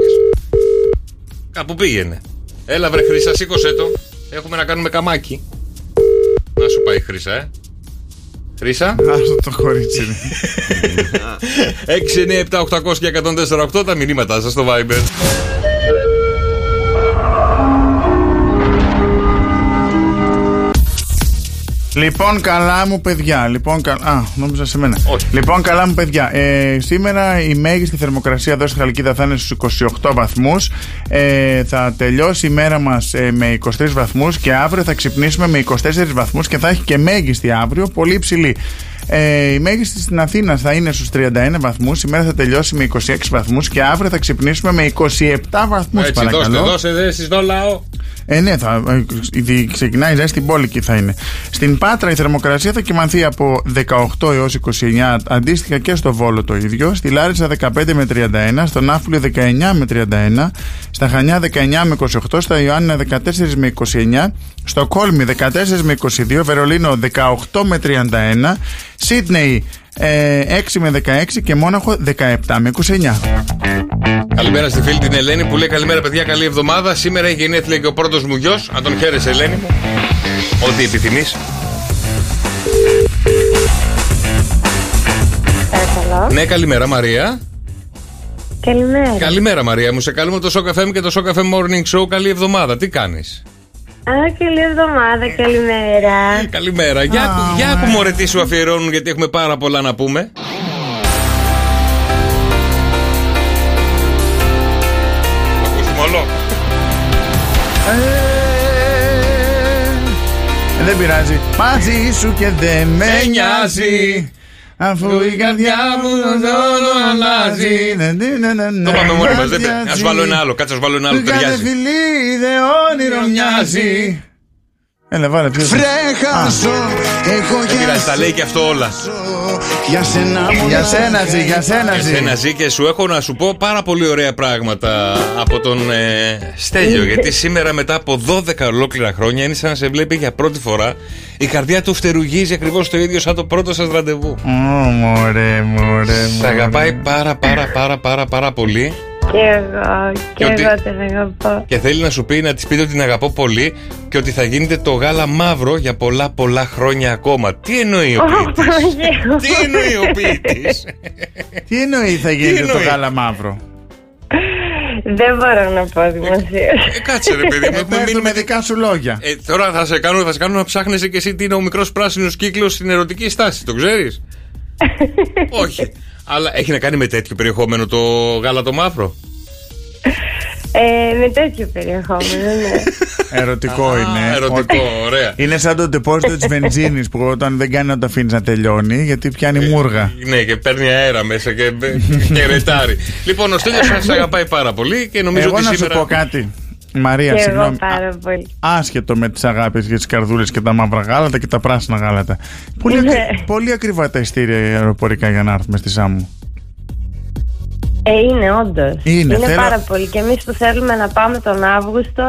Speaker 6: Κάπου πήγαινε. Έλα, βρε Χρυσά, σήκωσε το. Έχουμε να κάνουμε καμάκι. Να σου πάει Χρυσά, ε. Χρυσά.
Speaker 7: Άστο το κορίτσι.
Speaker 6: 6, 9, 7, 800 και 148 τα μηνύματά σας στο Viber.
Speaker 7: Λοιπόν, καλά μου παιδιά. Λοιπόν, κα... Α, νόμιζα σε μένα. Λοιπόν, καλά μου παιδιά. Ε, σήμερα η μέγιστη θερμοκρασία εδώ στη Χαλκίδα θα είναι στους 28 βαθμούς. Ε, θα τελειώσει η μέρα μας με 23 βαθμούς και αύριο θα ξυπνήσουμε με 24 βαθμούς και θα έχει και μέγιστη αύριο, πολύ υψηλή. Ε, η μέγιστη στην Αθήνα θα είναι στους 31 βαθμού. Σήμερα θα τελειώσει με 26 βαθμούς και αύριο θα ξυπνήσουμε με 27 βαθμούς,
Speaker 6: Έτσι,
Speaker 7: παρακαλώ.
Speaker 6: δώστε, δώστε, δε, εσείς το λαό.
Speaker 7: Ε, ναι, θα, ε, δι- ξεκινάει η ζέστη στην πόλη και θα είναι. Στην Πάτρα η θερμοκρασία θα κοιμανθεί από 18 έως 29, αντίστοιχα και στο Βόλο το ίδιο. Στη Λάρισα 15 με 31, στον Άφουλιο 19 με 31, στα Χανιά 19 με 28, στα Ιωάννα 14 με 29, στο Κόλμη 14 με 22, Βερολίνο 18 με 31, Σίδνεϊ ε, 6 με 16 και Μόναχο 17 με 29.
Speaker 6: Καλημέρα στη φίλη την Ελένη που λέει Καλημέρα παιδιά, καλή εβδομάδα. Σήμερα έχει γενέθλια και ο πρώτος μου γιος. Αν τον χαίρεσαι, Ελένη μου. Ό,τι επιθυμείς. Ναι, καλημέρα Μαρία.
Speaker 14: Καλημέρα.
Speaker 6: Καλημέρα Μαρία μου. Σε καλούμε το Shock FM και το Shock FM Morning Show. Καλή εβδομάδα. Τι κάνεις.
Speaker 14: Α, καλή εβδομάδα,
Speaker 13: Ε.
Speaker 14: καλημέρα.
Speaker 6: Καλημέρα. Για ακού, για ακού μωρέ τι σου αφιερώνουν γιατί έχουμε πάρα πολλά να πούμε. Θα ακούσουμε όλο.
Speaker 7: Ε, Δεν πειράζει. Μαζί σου και δεν με νοιάζει. Αφού η καρδιά μου τον τόνο αλλάζει. Ναι,
Speaker 6: Το πάμε μόνοι μα. Α βάλω ένα άλλο. Κάτσε, ας βάλω ένα άλλο.
Speaker 7: Κάθε
Speaker 6: Ταιριάζει.
Speaker 7: φιλί δε όνειρο μοιάζει. Έλα, βάλε πιο.
Speaker 15: έχω
Speaker 6: Δεν πειράζει, τα λέει και αυτό όλα.
Speaker 15: Για σένα
Speaker 7: Για σένα ζει, για σένα
Speaker 6: Και
Speaker 7: ζει.
Speaker 6: Εσένα ζει και σου έχω να σου πω πάρα πολύ ωραία πράγματα από τον ε, Στέλιο. γιατί σήμερα μετά από 12 ολόκληρα χρόνια είναι σαν να σε βλέπει για πρώτη φορά. Η καρδιά του φτερουγίζει ακριβώς το ίδιο σαν το πρώτο σας ραντεβού.
Speaker 7: Ω, Μωρέ, μωρέ.
Speaker 6: Σε αγαπάει πάρα πάρα πάρα πάρα πάρα πολύ
Speaker 14: Και εγώ, και
Speaker 6: Και ότι-
Speaker 14: εγώ την αγαπώ.
Speaker 6: και θέλει να σου πει να της πείτε ότι την αγαπώ πολύ και ότι θα γίνεται το γάλα μαύρο για πολλά πολλά χρόνια ακόμα. Τι εννοεί ο ποιητής? Τι εννοεί ο ποιητής?
Speaker 7: Τι εννοεί θα
Speaker 6: Τι
Speaker 7: γίνει το
Speaker 6: εννοεί?
Speaker 7: γάλα μαύρο.
Speaker 14: Δεν μπορώ να πω δημοσίως.
Speaker 7: Ε,
Speaker 6: Ε, Κάτσε ρε παιδί μου, έχουμε
Speaker 7: Πες το με δικά σου λόγια.
Speaker 6: Ε, τώρα θα σε κάνω, θα σε κάνω να ψάχνεσαι και εσύ τι είναι ο μικρός πράσινος κύκλος στην ερωτική στάση, το
Speaker 7: [LAUGHS]
Speaker 6: ξέρεις. Όχι. Αλλά έχει να κάνει με τέτοιο περιεχόμενο το γάλα το μαύρο.
Speaker 14: Ε, με τέτοιο περιεχόμενο, ναι.
Speaker 7: Ερωτικό είναι. ε.
Speaker 6: ερωτικό, ωραία.
Speaker 7: Είναι σαν το τεπόζιτο της βενζίνης που όταν δεν κάνει να το αφήνεις να τελειώνει γιατί πιάνει μούργα.
Speaker 6: Ναι, και παίρνει αέρα μέσα και, και ρετάρει. λοιπόν, ο Στέλιος σας αγαπάει πάρα πολύ και νομίζω
Speaker 7: Εγώ
Speaker 6: ότι
Speaker 7: να
Speaker 6: σήμερα.
Speaker 7: σου πω κάτι. Μαρία,
Speaker 14: και εγώ
Speaker 7: συγγνώμη.
Speaker 14: πάρα πολύ.
Speaker 7: Άσχετο με τις αγάπες για τις καρδούλες και τα μαύρα γάλατα και τα πράσινα γάλατα. Πολύ, ακρι-
Speaker 14: Ναι.
Speaker 7: πολύ ακριβά τα ειστήρια αεροπορικά για να έρθουμε στη Σάμμου.
Speaker 14: Ε, είναι όντως.
Speaker 7: Είναι, θέλω-
Speaker 14: πάρα πολύ. Και εμείς που θέλουμε να πάμε τον Αύγουστο.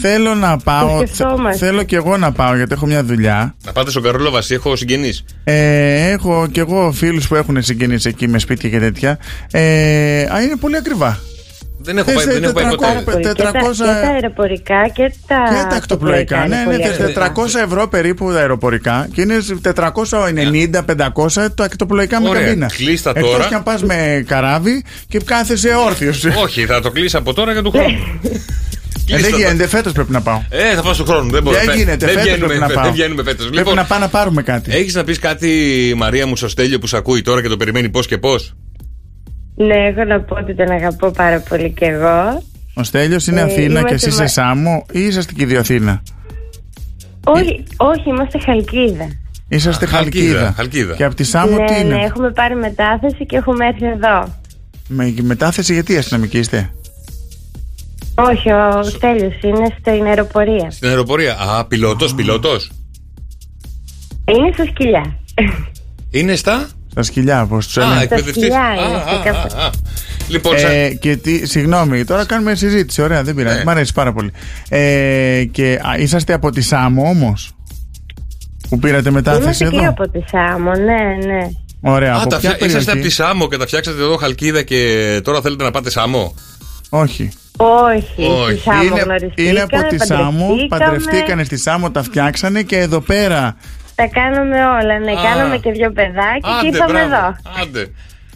Speaker 7: Θέλω να πάω.
Speaker 14: Το σκεφτόμαστε.
Speaker 7: Θέλω κι εγώ να πάω γιατί έχω μια δουλειά.
Speaker 6: Να πάτε στον Καρόλο Βασί, έχω συγγενείς.
Speaker 7: Ε, έχω κι εγώ φίλους που έχουν συγγενείς εκεί με σπίτια και τέτοια. Ε, α, είναι πολύ ακριβά.
Speaker 6: Δεν έχω
Speaker 7: Θες
Speaker 6: πάει, δεν έχω πάει ποτέ.
Speaker 7: Ε, τετρακόσια-
Speaker 14: Και τα, και
Speaker 7: 400
Speaker 14: τα αεροπορικά και τα.
Speaker 7: Και τα ακτοπλοϊκά. Ναι,
Speaker 14: είναι
Speaker 7: ναι,
Speaker 14: πολύ
Speaker 7: θες 400 ευρώ περίπου τα αεροπορικά και είναι 490-500 τα ακτοπλοϊκά με
Speaker 6: Ωραία,
Speaker 7: καμπίνα.
Speaker 6: κλείστα
Speaker 7: Εκτός
Speaker 6: τώρα.
Speaker 7: κι αν πας με καράβι και κάθεσαι Ε, όρθιος.
Speaker 6: Όχι, θα το κλείσει από τώρα και του χρόνου.
Speaker 7: Ε,
Speaker 6: κλείσει
Speaker 7: δεν
Speaker 6: το-
Speaker 7: Ε, γίνεται, φέτος πρέπει να πάω.
Speaker 6: Ε, θα πάω στον χρόνο. Δεν, μπορώ.
Speaker 7: Δεν γίνεται,
Speaker 6: δεν
Speaker 7: φέτος
Speaker 6: βγαίνουμε,
Speaker 7: πρέπει να
Speaker 6: φε-
Speaker 7: πάω.
Speaker 6: Δεν βγαίνουμε Λοιπόν. Ε. φέτος.
Speaker 7: Πρέπει να πάω να πάρουμε κάτι.
Speaker 6: Έχεις να πεις κάτι, Μαρία μου, στο στέλιο που σε ακούει τώρα και το περιμένει πώς και πώς.
Speaker 14: Ναι, έχω να πω ότι τον αγαπώ πάρα πολύ κι εγώ.
Speaker 7: Ο Στέλιος είναι
Speaker 14: Ε,
Speaker 7: Αθήνα
Speaker 14: είμαστε
Speaker 7: και εσύ
Speaker 14: μα-
Speaker 7: είσαι Σάμο ή είσαστε και οι δύο Αθήνα.
Speaker 14: Όχι,
Speaker 7: Ε-
Speaker 14: όχι, είμαστε Χαλκίδα.
Speaker 7: Είσαστε
Speaker 6: Α, Χαλκίδα,
Speaker 7: Χαλκίδα.
Speaker 6: Χαλκίδα.
Speaker 7: Και από τη Σάμο
Speaker 14: ναι,
Speaker 7: τι είναι.
Speaker 14: ναι, έχουμε πάρει μετάθεση και έχουμε έρθει εδώ.
Speaker 7: Με μετάθεση γιατί αστυνομική είστε.
Speaker 14: Όχι, ο Στέλιος είναι στην αεροπορία.
Speaker 6: Στην αεροπορία. Α, πιλότος, πιλότος.
Speaker 14: Είναι στα σκυλιά.
Speaker 6: Είναι στα.
Speaker 7: Στα σκυλιά, πώς τους
Speaker 6: Α,
Speaker 7: έλεγε.
Speaker 6: εκπαιδευτή.
Speaker 14: σκυλιά
Speaker 6: Α,
Speaker 14: είμαστε
Speaker 6: α,
Speaker 14: κάπου.
Speaker 6: α, α. Λοιπόν,
Speaker 7: Ε, και τι, συγγνώμη, τώρα κάνουμε συζήτηση. Ωραία, δεν πειράζει.
Speaker 6: Ναι.
Speaker 7: Μ' αρέσει πάρα πολύ. Ε, και α, είσαστε από τη Σάμο όμως. Που πήρατε μετάθεση
Speaker 14: είμαστε και
Speaker 7: εδώ.
Speaker 14: από τη Σάμο, ναι, ναι.
Speaker 7: Ωραία,
Speaker 6: Α,
Speaker 7: από
Speaker 6: τα
Speaker 7: ποια
Speaker 6: φτιά... είσαστε από
Speaker 7: περιοχή?
Speaker 6: τη Σάμο και τα φτιάξατε εδώ χαλκίδα και τώρα θέλετε να πάτε Σάμο.
Speaker 7: Όχι.
Speaker 14: Όχι,
Speaker 6: Όχι.
Speaker 14: στη Σάμο
Speaker 6: Είναι-
Speaker 14: γνωριστήκαμε,
Speaker 7: Είναι από τη Σάμο, παντρευτήκανε στη Σάμο, τα φτιάξανε και εδώ πέρα.
Speaker 14: Τα κάναμε όλα, ναι.
Speaker 6: Α.
Speaker 14: Κάναμε και δύο παιδάκια και
Speaker 6: Άντε,
Speaker 14: ήρθαμε
Speaker 6: μπράβο.
Speaker 14: εδώ.
Speaker 6: Άντε.
Speaker 7: Και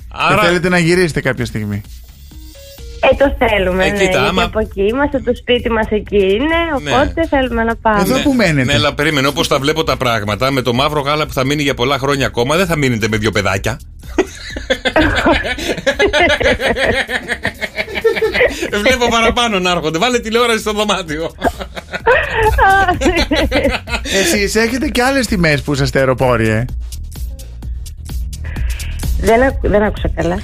Speaker 6: Άρα,
Speaker 7: Ε, θέλετε να γυρίσετε κάποια στιγμή.
Speaker 14: Ε, το θέλουμε,
Speaker 6: Ε,
Speaker 14: ναι.
Speaker 6: κοίτα,
Speaker 14: γιατί
Speaker 6: άμα-
Speaker 14: από εκεί είμαστε, το σπίτι μας εκεί είναι, οπότε θέλουμε να πάμε.
Speaker 7: Εδώ που μένετε.
Speaker 6: ναι, αλλά περίμενε, όπως τα βλέπω τα πράγματα, με το μαύρο γάλα που θα μείνει για πολλά χρόνια ακόμα, δεν θα μείνετε με δύο [LAUGHS] παιδάκια. Βλέπω παραπάνω να έρχονται. Βάλε τηλεόραση στο δωμάτιο.
Speaker 7: Εσεί έχετε και άλλες τιμές που είσαστε αεροπόροι, ε.
Speaker 14: [LAUGHS] δεν, ακου- δεν άκουσα καλά.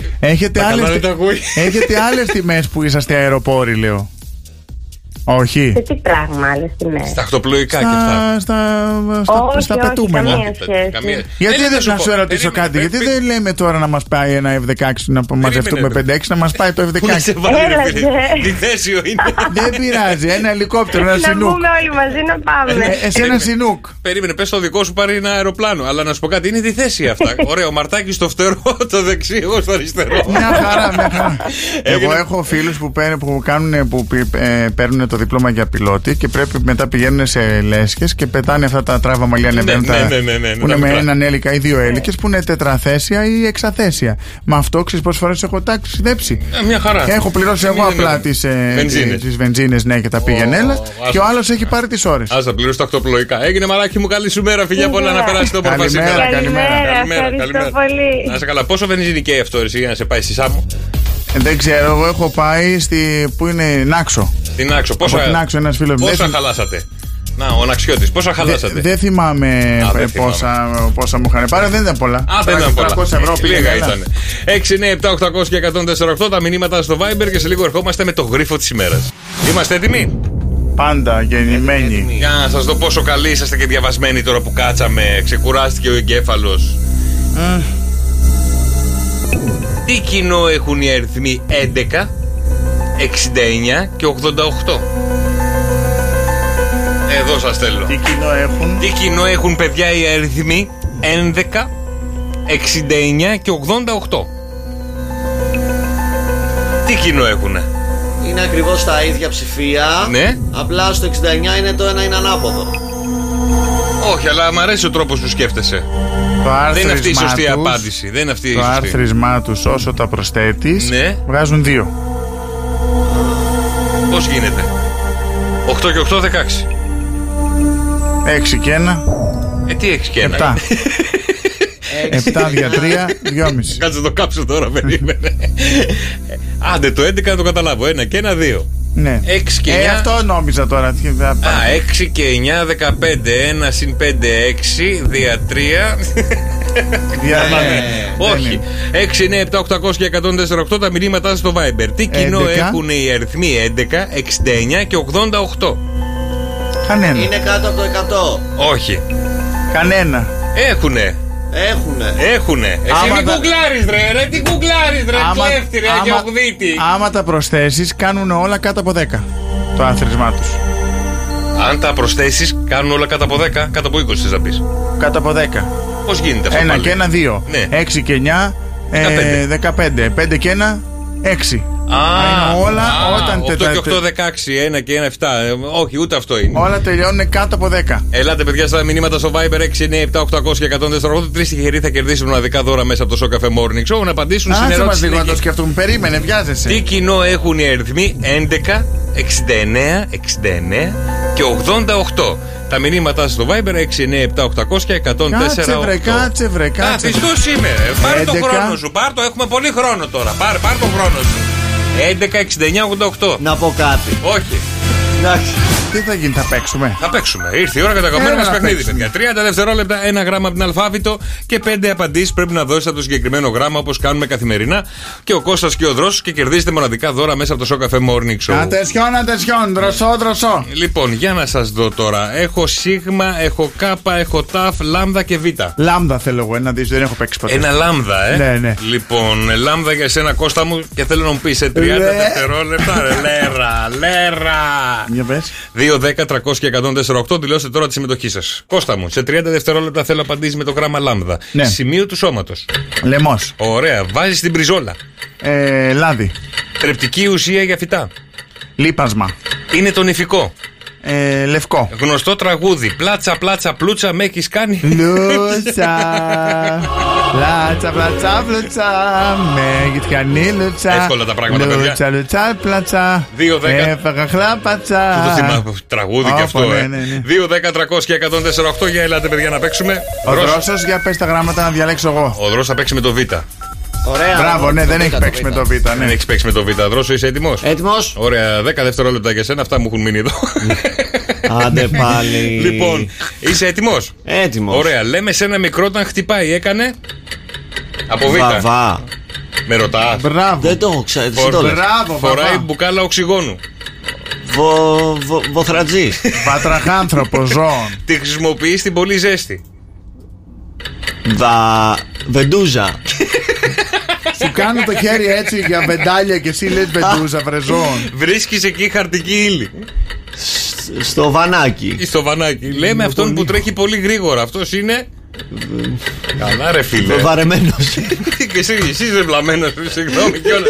Speaker 6: Τα
Speaker 7: Έχετε
Speaker 6: καλά
Speaker 7: άλλε
Speaker 6: δεν τα ακούει.
Speaker 7: έχετε
Speaker 6: [LAUGHS]
Speaker 7: άλλες τιμές που είσαστε αεροπόροι, λέω. Όχι.
Speaker 14: Σε τι πράγμα άλλες τιμές.
Speaker 6: Τα χτωπλοϊκά και αυτά.
Speaker 7: Στα, στα, στα,
Speaker 14: όχι,
Speaker 7: στα
Speaker 14: όχι,
Speaker 7: πετούμενα.
Speaker 14: καμία σχέση.
Speaker 6: Καμία-
Speaker 7: Γιατί
Speaker 6: Έλα,
Speaker 7: δεν
Speaker 6: θα
Speaker 7: να
Speaker 6: πω.
Speaker 7: σου ερωτήσω
Speaker 6: Περίμενε,
Speaker 7: κάτι, γιατί
Speaker 6: περί-
Speaker 7: δεν λέμε τώρα να μας πάει ένα F16 να μαζευτούμε
Speaker 6: Περίμενε,
Speaker 7: 5-6, να μας πάει το
Speaker 6: Πού να σε
Speaker 7: F16.
Speaker 6: βάλει, ρε
Speaker 14: Έλα,
Speaker 6: φίλε.
Speaker 14: σε.
Speaker 6: Διθέσιο είναι.
Speaker 7: Δεν πειράζει, ένα ελικόπτερο, ένα
Speaker 14: Να
Speaker 7: σινούκ.
Speaker 14: μπούμε όλοι μαζί να πάμε.
Speaker 7: Ε, Εσένα
Speaker 6: Περίμενε.
Speaker 7: σινούκ.
Speaker 6: Περίμενε, πες το δικό σου πάρει ένα αεροπλάνο. Αλλά να σου πω κάτι, είναι τη θέση
Speaker 7: [LAUGHS]
Speaker 6: αυτά. Ωραία, ο Μαρτάκης στο φτερό, το δεξί, εγώ στο αριστερό.
Speaker 7: Μια χαρά, μια χαρά. Εγώ
Speaker 6: Έγινε-
Speaker 7: έχω φίλους που, παίρνουν- που, κάνουν, που πι- ε, παίρνουν το δίπλωμα για πιλότη και πρέπει μετά πηγαίνουν σε λέσχες και πετάνε αυτά τα τράβα μαλλιά
Speaker 6: Ναι,
Speaker 7: ανεβαίνουν
Speaker 6: ναι,
Speaker 7: τα-
Speaker 6: ναι, ναι, ναι, τα
Speaker 7: που είναι με
Speaker 6: μικρά.
Speaker 7: έναν έλικα ή
Speaker 14: Ναι.
Speaker 7: δύο έλικες που είναι τετραθέσια ή εξαθέσια. Με αυτό ξέρει πόσες φορές έχω ταξιδέψει.
Speaker 6: Ε, μια χαρά.
Speaker 7: Έχω πληρώσει
Speaker 6: Μην
Speaker 7: εγώ
Speaker 6: είναι-
Speaker 7: απλά ε, τι
Speaker 6: Βενζίνες.
Speaker 7: βενζίνες ναι, και τα πήγαινε έλα
Speaker 6: άσε.
Speaker 7: και ο άλλος έχει πάρει τις ώρες.
Speaker 6: Α τα πληρώσει τα χτωπλοϊκά. Έγινε μαράκι μου, καλή σου μέρα, φιλιά πολλά να
Speaker 14: Καλημέρα.
Speaker 6: περάσει το πορφασί.
Speaker 7: Καλημέρα, καλημέρα.
Speaker 14: Ευχαριστώ πολύ.
Speaker 6: Να σε καλά. Πόσο βενζίνη καίει αυτό, εσύ, για να σε πάει στη Σάμο.
Speaker 7: Δεν ξέρω, εγώ έχω πάει στη. που είναι Νάξο.
Speaker 6: Στην Άξο,
Speaker 7: Από την
Speaker 6: πόσα,
Speaker 7: Άξο, ένας φίλος μου.
Speaker 6: πόσα
Speaker 7: Δεν-
Speaker 6: χαλάσατε. Να, ο Ναξιώτη, πόσα χαλάσατε.
Speaker 7: Δε- Δεν θυμάμαι
Speaker 6: Α, δεν
Speaker 7: ε,
Speaker 6: θυμάμαι.
Speaker 7: πόσα, πόσα μου είχαν πάρει. Δεν ήταν πολλά.
Speaker 6: Α, δεν ήταν πολλά.
Speaker 7: 300 ευρώ
Speaker 6: Λίγα
Speaker 7: πήγαινε, έλα.
Speaker 6: ήταν. 6, 9, 7, 800 και 148 τα μηνύματα στο Viber και σε λίγο ερχόμαστε με το γρίφο της ημέρας. Είμαστε έτοιμοι.
Speaker 7: Πάντα γεννημένοι.
Speaker 6: Για να σας δω πόσο καλοί είσαστε και διαβασμένοι τώρα που κάτσαμε. Ξεκουράστηκε ο εγκέφαλος. Τι κοινό έχουν οι αριθμοί 11, 69 και 88. Εδώ σας θέλω.
Speaker 7: Τι κοινό έχουν.
Speaker 6: Τι κοινό έχουν παιδιά οι αριθμοί 11, 69 και 88. Τι κοινό έχουνε.
Speaker 11: Είναι ακριβώς τα ίδια ψηφία.
Speaker 6: Ναι.
Speaker 11: Απλά στο 69 είναι το ένα είναι ανάποδο.
Speaker 6: Όχι, αλλά μου αρέσει ο τρόπος που σκέφτεσαι.
Speaker 7: Το
Speaker 6: Δεν είναι αυτή η
Speaker 7: άρθρισμά
Speaker 6: σωστή
Speaker 7: τους-
Speaker 6: απάντηση. Δεν είναι αυτή η
Speaker 7: Το
Speaker 6: σωστή.
Speaker 7: άρθρισμά τους όσο τα προσθέτεις
Speaker 6: Ναι.
Speaker 7: βγάζουν δύο.
Speaker 6: Πώς γίνεται. 8 και 8, 16.
Speaker 7: Έξι και ένα,
Speaker 6: Ε, τι έχει και ένα. [LAUGHS]
Speaker 7: επτά.
Speaker 6: είναι.
Speaker 7: Επτά δια τρία, δυόμιση.
Speaker 6: Κάτσε να το κάψω τώρα,
Speaker 7: [LAUGHS]
Speaker 6: περίμενε. Άντε το 11 να το καταλάβω. Ένα και ένα, δύο.
Speaker 7: Ναι.
Speaker 6: Έξι και
Speaker 7: Ε,
Speaker 6: εννιά.
Speaker 7: αυτό νόμιζα τώρα. Τι- θα
Speaker 6: Α,
Speaker 7: πάω.
Speaker 6: 6 και 9, 15. 1 συν 5, 6. Δια
Speaker 7: [LAUGHS]
Speaker 6: 3.
Speaker 7: Διαβάμε. Δεν
Speaker 6: ναι. Ε, Όχι.
Speaker 7: είναι.
Speaker 6: 6, 9, 7, 800 και 148 τα μηνύματά σας στο Viber. Τι κοινό
Speaker 7: 11.
Speaker 6: έχουν οι αριθμοί 11, 69 και 88.
Speaker 7: Κανένα.
Speaker 11: Είναι κάτω από το
Speaker 6: Όχι.
Speaker 7: Κανένα.
Speaker 6: Έχουνε.
Speaker 11: 100. Έχουνε.
Speaker 6: Έχουνε. Εσύ
Speaker 7: Άμα
Speaker 6: μην
Speaker 7: τα-
Speaker 6: κουκλάρεις ρε, ρε, τι κουκλάρεις ρε, κλέφτη ρε,
Speaker 7: άμα-
Speaker 6: αγιοχδίτη.
Speaker 7: άμα τα προσθέσεις, κάνουν όλα κάτω από 10. Το άθροισμά τους.
Speaker 6: Αν τα προσθέσεις κάνουν όλα κάτω από 10, κάτω από 20 θες να πεις.
Speaker 7: Κάτω από 10.
Speaker 6: Πώς γίνεται αυτό
Speaker 7: Ένα
Speaker 6: πάλι.
Speaker 7: και ένα, δύο.
Speaker 6: Ναι.
Speaker 7: Έξι και εννιά, ε, δεκαπέντε. Πέντε και ένα, έξι.
Speaker 6: Α,
Speaker 7: είναι όλα
Speaker 6: α,
Speaker 7: όταν
Speaker 6: 8
Speaker 7: τετρα-
Speaker 6: και 8, 16, 1 και 1, 7. Ε, όχι, ούτε αυτό είναι.
Speaker 7: Όλα τελειώνουν κάτω από δέκα.
Speaker 6: Ελάτε, παιδιά, στα μηνύματα στο Viber 697 800 και 148. Τρει τυχεροί θα κερδίσουν μοναδικά δώρα μέσα από το Show Cafe Morning Show να απαντήσουν στην
Speaker 7: Άσε μας
Speaker 6: ερώτηση.
Speaker 7: λίγο να
Speaker 6: στην
Speaker 7: το
Speaker 6: εκεί.
Speaker 7: σκεφτούμε. Περίμενε, βιάζεσαι.
Speaker 6: Τι κοινό έχουν οι αριθμοί 11, 69, 69 και 88. Τα μηνύματά στο Viber 697-800-1048.
Speaker 7: Κάτσε βρε, κάτσε βρε, κάτσε.
Speaker 6: Καθιστός είμαι. Ε, Πάρε τον
Speaker 7: 11.
Speaker 6: χρόνο σου. Πάρε το. Έχουμε πολύ χρόνο τώρα. Πάρε, πάρε τον χρόνο σου. 11-69-88.
Speaker 11: Να πω κάτι.
Speaker 6: Όχι.
Speaker 7: Τι θα γίνει, θα παίξουμε.
Speaker 6: Θα παίξουμε. Ήρθε η ώρα για το
Speaker 7: Έλα
Speaker 6: κομμένο μας
Speaker 7: να
Speaker 6: παιχνίδι,
Speaker 7: παίξουμε.
Speaker 6: παιδιά. 30 δευτερόλεπτα, ένα γράμμα από την αλφάβητο και πέντε απαντήσεις πρέπει να δώσετε από το συγκεκριμένο γράμμα όπως κάνουμε καθημερινά. Και ο Κώστας και ο Δρόσος και κερδίζετε μοναδικά δώρα μέσα από το Σοκαφέ Morning Show.
Speaker 7: Ατεσιόν, ατεσιόν, δροσό, δροσό.
Speaker 6: Λοιπόν, για να σας δω τώρα. Έχω σίγμα, έχω κάπα, έχω ταφ, λάμδα και β.
Speaker 7: Λάμδα θέλω εγώ, ένα δις, δεν έχω παίξει ποτέ.
Speaker 6: Ένα λάμδα, ε.
Speaker 7: Ναι, ναι.
Speaker 6: Λοιπόν, ε, λάμδα για σένα, Κώστα μου, και θέλω να μου πεις σε 30
Speaker 7: Λε.
Speaker 6: δευτερόλεπτα. ρε, Λέρα, λέρα.
Speaker 7: Για πες.
Speaker 6: 2, 10, 300 και 148, δηλώστε τώρα τη συμμετοχή σας. Κώστα μου, σε 30 δευτερόλεπτα θέλω απαντήσει με το γράμμα λάμδα.
Speaker 7: Ναι.
Speaker 6: Σημείο του σώματος.
Speaker 7: Λεμός,
Speaker 6: Ωραία, βάζεις την πριζόλα.
Speaker 7: ε, λάδι,
Speaker 6: Τρεπτική ουσία για φυτά.
Speaker 7: λίπασμα,
Speaker 6: Είναι το νηφικό.
Speaker 7: ε, λευκό.
Speaker 6: Γνωστό τραγούδι. Πλάτσα, πλάτσα, πλούτσα, με έχεις κάνει.
Speaker 7: Λούτσα, λάτσα, πλατσα, πλούτσα, με γητιανή λούτσα.
Speaker 6: Εύκολα τα πράγματα, παιδιά.
Speaker 7: Λούτσα, λούτσα, πλάτσα,
Speaker 6: Δύο, δέκα.
Speaker 7: έφαγα χλάπατσα.
Speaker 6: Που το θυμάμαι, τραγούδι και
Speaker 7: Όπο,
Speaker 6: αυτό,
Speaker 7: ναι,
Speaker 6: ε.
Speaker 7: ναι, ναι.
Speaker 6: 2, 10, 300 και 148, για ελάτε, παιδιά, να παίξουμε.
Speaker 7: Ο Δρόσος, Ναι. για πες τα γράμματα να διαλέξω εγώ.
Speaker 6: Ο Δρόσο θα παίξει με το Β.
Speaker 11: Ωραία.
Speaker 7: Μπράβο, ναι,
Speaker 11: Το
Speaker 7: δεν
Speaker 11: βήτα,
Speaker 7: έχει
Speaker 11: το
Speaker 7: παίξει με
Speaker 11: βήτα.
Speaker 7: το
Speaker 6: Δεν
Speaker 7: Β, ναι.
Speaker 6: έχει παίξει με το Β. Δρόσο, είσαι έτοιμος.
Speaker 7: Ε.
Speaker 11: Έτοιμος.
Speaker 6: Ωραία, 10 δευτερόλεπτα για σένα, αυτά μου έχουν
Speaker 7: [LAUGHS]
Speaker 6: μείνει εδώ.
Speaker 11: Άντε πάλι.
Speaker 6: Ναι. Λοιπόν, είσαι έτοιμος.
Speaker 11: Έτοιμος.
Speaker 6: Ωραία, λέμε σε ένα μικρό όταν χτυπάει, έκανε. Από Β.
Speaker 11: Βαβά.
Speaker 6: Με ρωτάς. Λοιπόν,
Speaker 7: Μπράβο,
Speaker 11: Δεν το έχω ξέρει. Δεν το λέω.
Speaker 7: μπράβο,
Speaker 6: Φοράει
Speaker 7: παπά.
Speaker 6: μπουκάλα οξυγόνου.
Speaker 11: Βο- βο- Βοθρατζή.
Speaker 7: Βατραχάνθρωπο, ζώων.
Speaker 6: Τη χρησιμοποιείς στην πολύ ζέστη.
Speaker 11: Βα. Βεντούζα.
Speaker 7: Σου κάνω το χέρι έτσι για βεντάλια και εσύ λες βεντούζα, βρεζόν.
Speaker 6: Βρίσκεις εκεί χαρτική ύλη.
Speaker 11: Σ- Στο βανάκι.
Speaker 6: Ή στο βανάκι. Λέμε αυτόν που τρέχει πολύ γρήγορα. Αυτός είναι. Καλά, ρε φίλε.
Speaker 11: Βαρεμένος.
Speaker 6: και εσύ, εσύ είσαι βλαμμένος. Συγγνώμη κιόλας.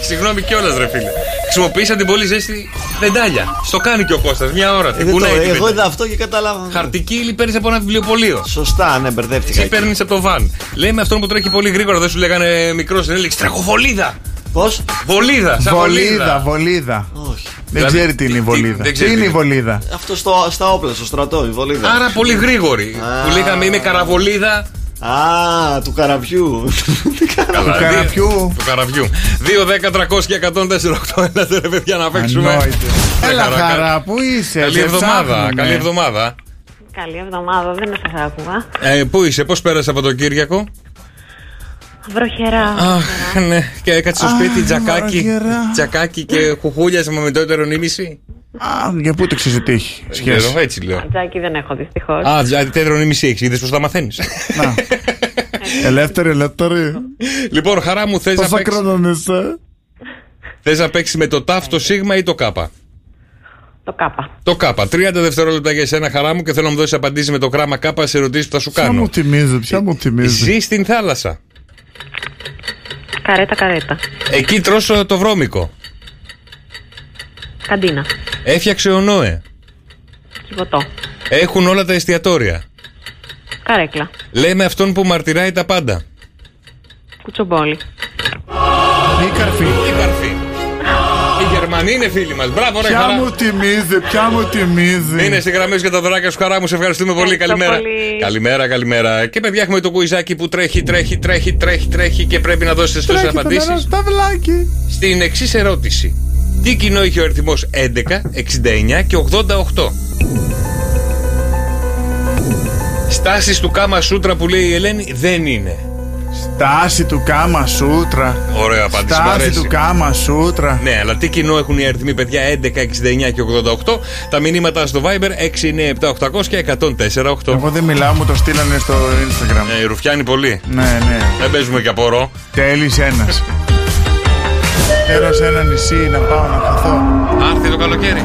Speaker 6: Συγγνώμη κιόλας, ρε φίλε. Χρησιμοποίησα την πολύ ζέστη βεντάλια. Στο κάνει και ο Κώστας μια ώρα. Την κουνάει την
Speaker 11: Εγώ
Speaker 6: βεντάλια.
Speaker 11: είδα αυτό και κατάλαβα.
Speaker 6: Χαρτική ύλη παίρνεις από ένα βιβλιοπωλείο.
Speaker 11: Σωστά, ναι,
Speaker 6: Εσύ
Speaker 11: μπερδεύτηκα.
Speaker 6: παίρνεις από το βαν. Λέει με αυτόν που τρέχει πολύ γρήγορα, δεν σου λέγανε μικρός, δεν έλεγε τραχοβολίδα.
Speaker 11: Πώς.
Speaker 6: Βολίδα, σαν
Speaker 7: Βολίδα,
Speaker 6: βολίδα.
Speaker 7: βολίδα.
Speaker 11: Όχι.
Speaker 7: Δεν
Speaker 6: Δηλαδή,
Speaker 7: ξέρει τι είναι η
Speaker 6: τι-
Speaker 7: βολίδα.
Speaker 6: δεν
Speaker 7: Τι
Speaker 6: ξέρει
Speaker 7: είναι
Speaker 6: τι
Speaker 7: η
Speaker 6: είναι.
Speaker 7: βολίδα.
Speaker 11: Αυτό στο, στα όπλα, στο στρατό, η βολίδα.
Speaker 6: Άρα πολύ γρήγορη. Που λέγαμε είμαι καραβολίδα.
Speaker 11: Α, του καραβιού.
Speaker 6: Καλά,
Speaker 7: Του
Speaker 6: δύο-
Speaker 7: καραβιού.
Speaker 6: Του καραβιού. 2, 10, 300 και 148. Έλατε ρε παιδιά να παίξουμε.
Speaker 7: Ανόητο.
Speaker 6: Ε,
Speaker 7: Έλα
Speaker 6: χαρά,
Speaker 7: χαρά, πού είσαι.
Speaker 6: Καλή
Speaker 7: σε
Speaker 6: εβδομάδα.
Speaker 7: ψάχνουμε.
Speaker 6: Καλή εβδομάδα.
Speaker 14: Καλή εβδομάδα, δεν σας άκουγα.
Speaker 6: Ε, πού είσαι, πώς πέρασε από το Κύριακο.
Speaker 14: Βροχερά.
Speaker 6: Αχ, ναι. Και έκατσε στο
Speaker 7: Α,
Speaker 6: σπίτι τζακάκι,
Speaker 7: βαριερά.
Speaker 6: τζακάκι και κουχούλιασμα με το έτερο νήμιση.
Speaker 7: Α, για πού το ξεζητήχει. Σχέση.
Speaker 6: Ξέρω, έτσι λέω.
Speaker 14: Τζάκι δεν έχω δυστυχώς.
Speaker 6: Α, δηλαδή τέτοιο νήμιση έχεις. Είδες πώς τα μαθαίνεις. [LAUGHS]
Speaker 7: Να. Ελεύθερη, ελεύθερη.
Speaker 6: λοιπόν, χαρά μου, θες να,
Speaker 7: Πόσα
Speaker 6: παίξεις-
Speaker 7: χρόνια είσαι.
Speaker 6: θες να παίξεις με το τάφ, το σίγμα ή το κάπα.
Speaker 14: Το κάπα.
Speaker 6: Το κάπα. 30 δευτερόλεπτα για σένα, χαρά μου, και θέλω να μου δώσεις απαντήσεις με το γράμμα κάπα σε ερωτήσεις που θα σου
Speaker 7: Ποια
Speaker 6: κάνω.
Speaker 7: μου θυμίζει, ποια μου θυμίζει.
Speaker 6: Ζει στην θάλασσα.
Speaker 14: Καρέτα, καρέτα.
Speaker 6: Εκεί τρώσω το βρώμικο.
Speaker 14: Καντίνα.
Speaker 6: Έφτιαξε ο Νόε.
Speaker 14: Κιβωτό.
Speaker 6: Έχουν όλα τα εστιατόρια.
Speaker 14: Καρέκλα.
Speaker 6: Λέμε αυτόν που μαρτυράει τα πάντα.
Speaker 14: Κουτσομπόλι.
Speaker 7: Ή καρφί.
Speaker 6: Τι καρφί. Οι Γερμανοί είναι φίλοι μας. Μπράβο, ρε
Speaker 7: Ποια
Speaker 6: χαρά.
Speaker 7: μου θυμίζει, ποια μου θυμίζει.
Speaker 6: Είναι στη γραμμή σου για τα δωράκια σου, χαρά μου. Σε ευχαριστούμε πολύ.
Speaker 14: Ευχαριστώ
Speaker 6: Καλημέρα.
Speaker 14: πολύ.
Speaker 6: Καλημέρα, καλημέρα. Και παιδιά, έχουμε το κουιζάκι που τρέχει, τρέχει, τρέχει, τρέχει, τρέχει και πρέπει να δώσετε σωστέ
Speaker 7: Τρέχει το
Speaker 6: απαντήσεις.
Speaker 7: νερό στα βλάκι.
Speaker 6: Στην εξή ερώτηση. Τι κοινό είχε ο αριθμός 11, 69 και 88. Στάσεις του Κάμα Σούτρα που λέει η Ελένη δεν είναι.
Speaker 7: Στάση του κάμα σούτρα.
Speaker 6: Ωραία απάντηση. μ'
Speaker 7: Στάση
Speaker 6: αρέσει.
Speaker 7: του κάμα σούτρα.
Speaker 6: Ναι, αλλά τι κοινό έχουν οι αριθμοί, παιδιά, 11, 69 και 88. Τα μηνύματα στο Viber 6, 9, 7, 800 και 104, 8.
Speaker 7: Εγώ δεν μιλάω, μου το στείλανε στο Instagram.
Speaker 6: Ε, ρουφιάνει πολύ.
Speaker 7: Ναι, ναι.
Speaker 6: Δεν παίζουμε και απορώ.
Speaker 7: Τέλει ένα. Θέλω σε ένα νησί να πάω να χαθώ.
Speaker 6: Άρθει το καλοκαίρι.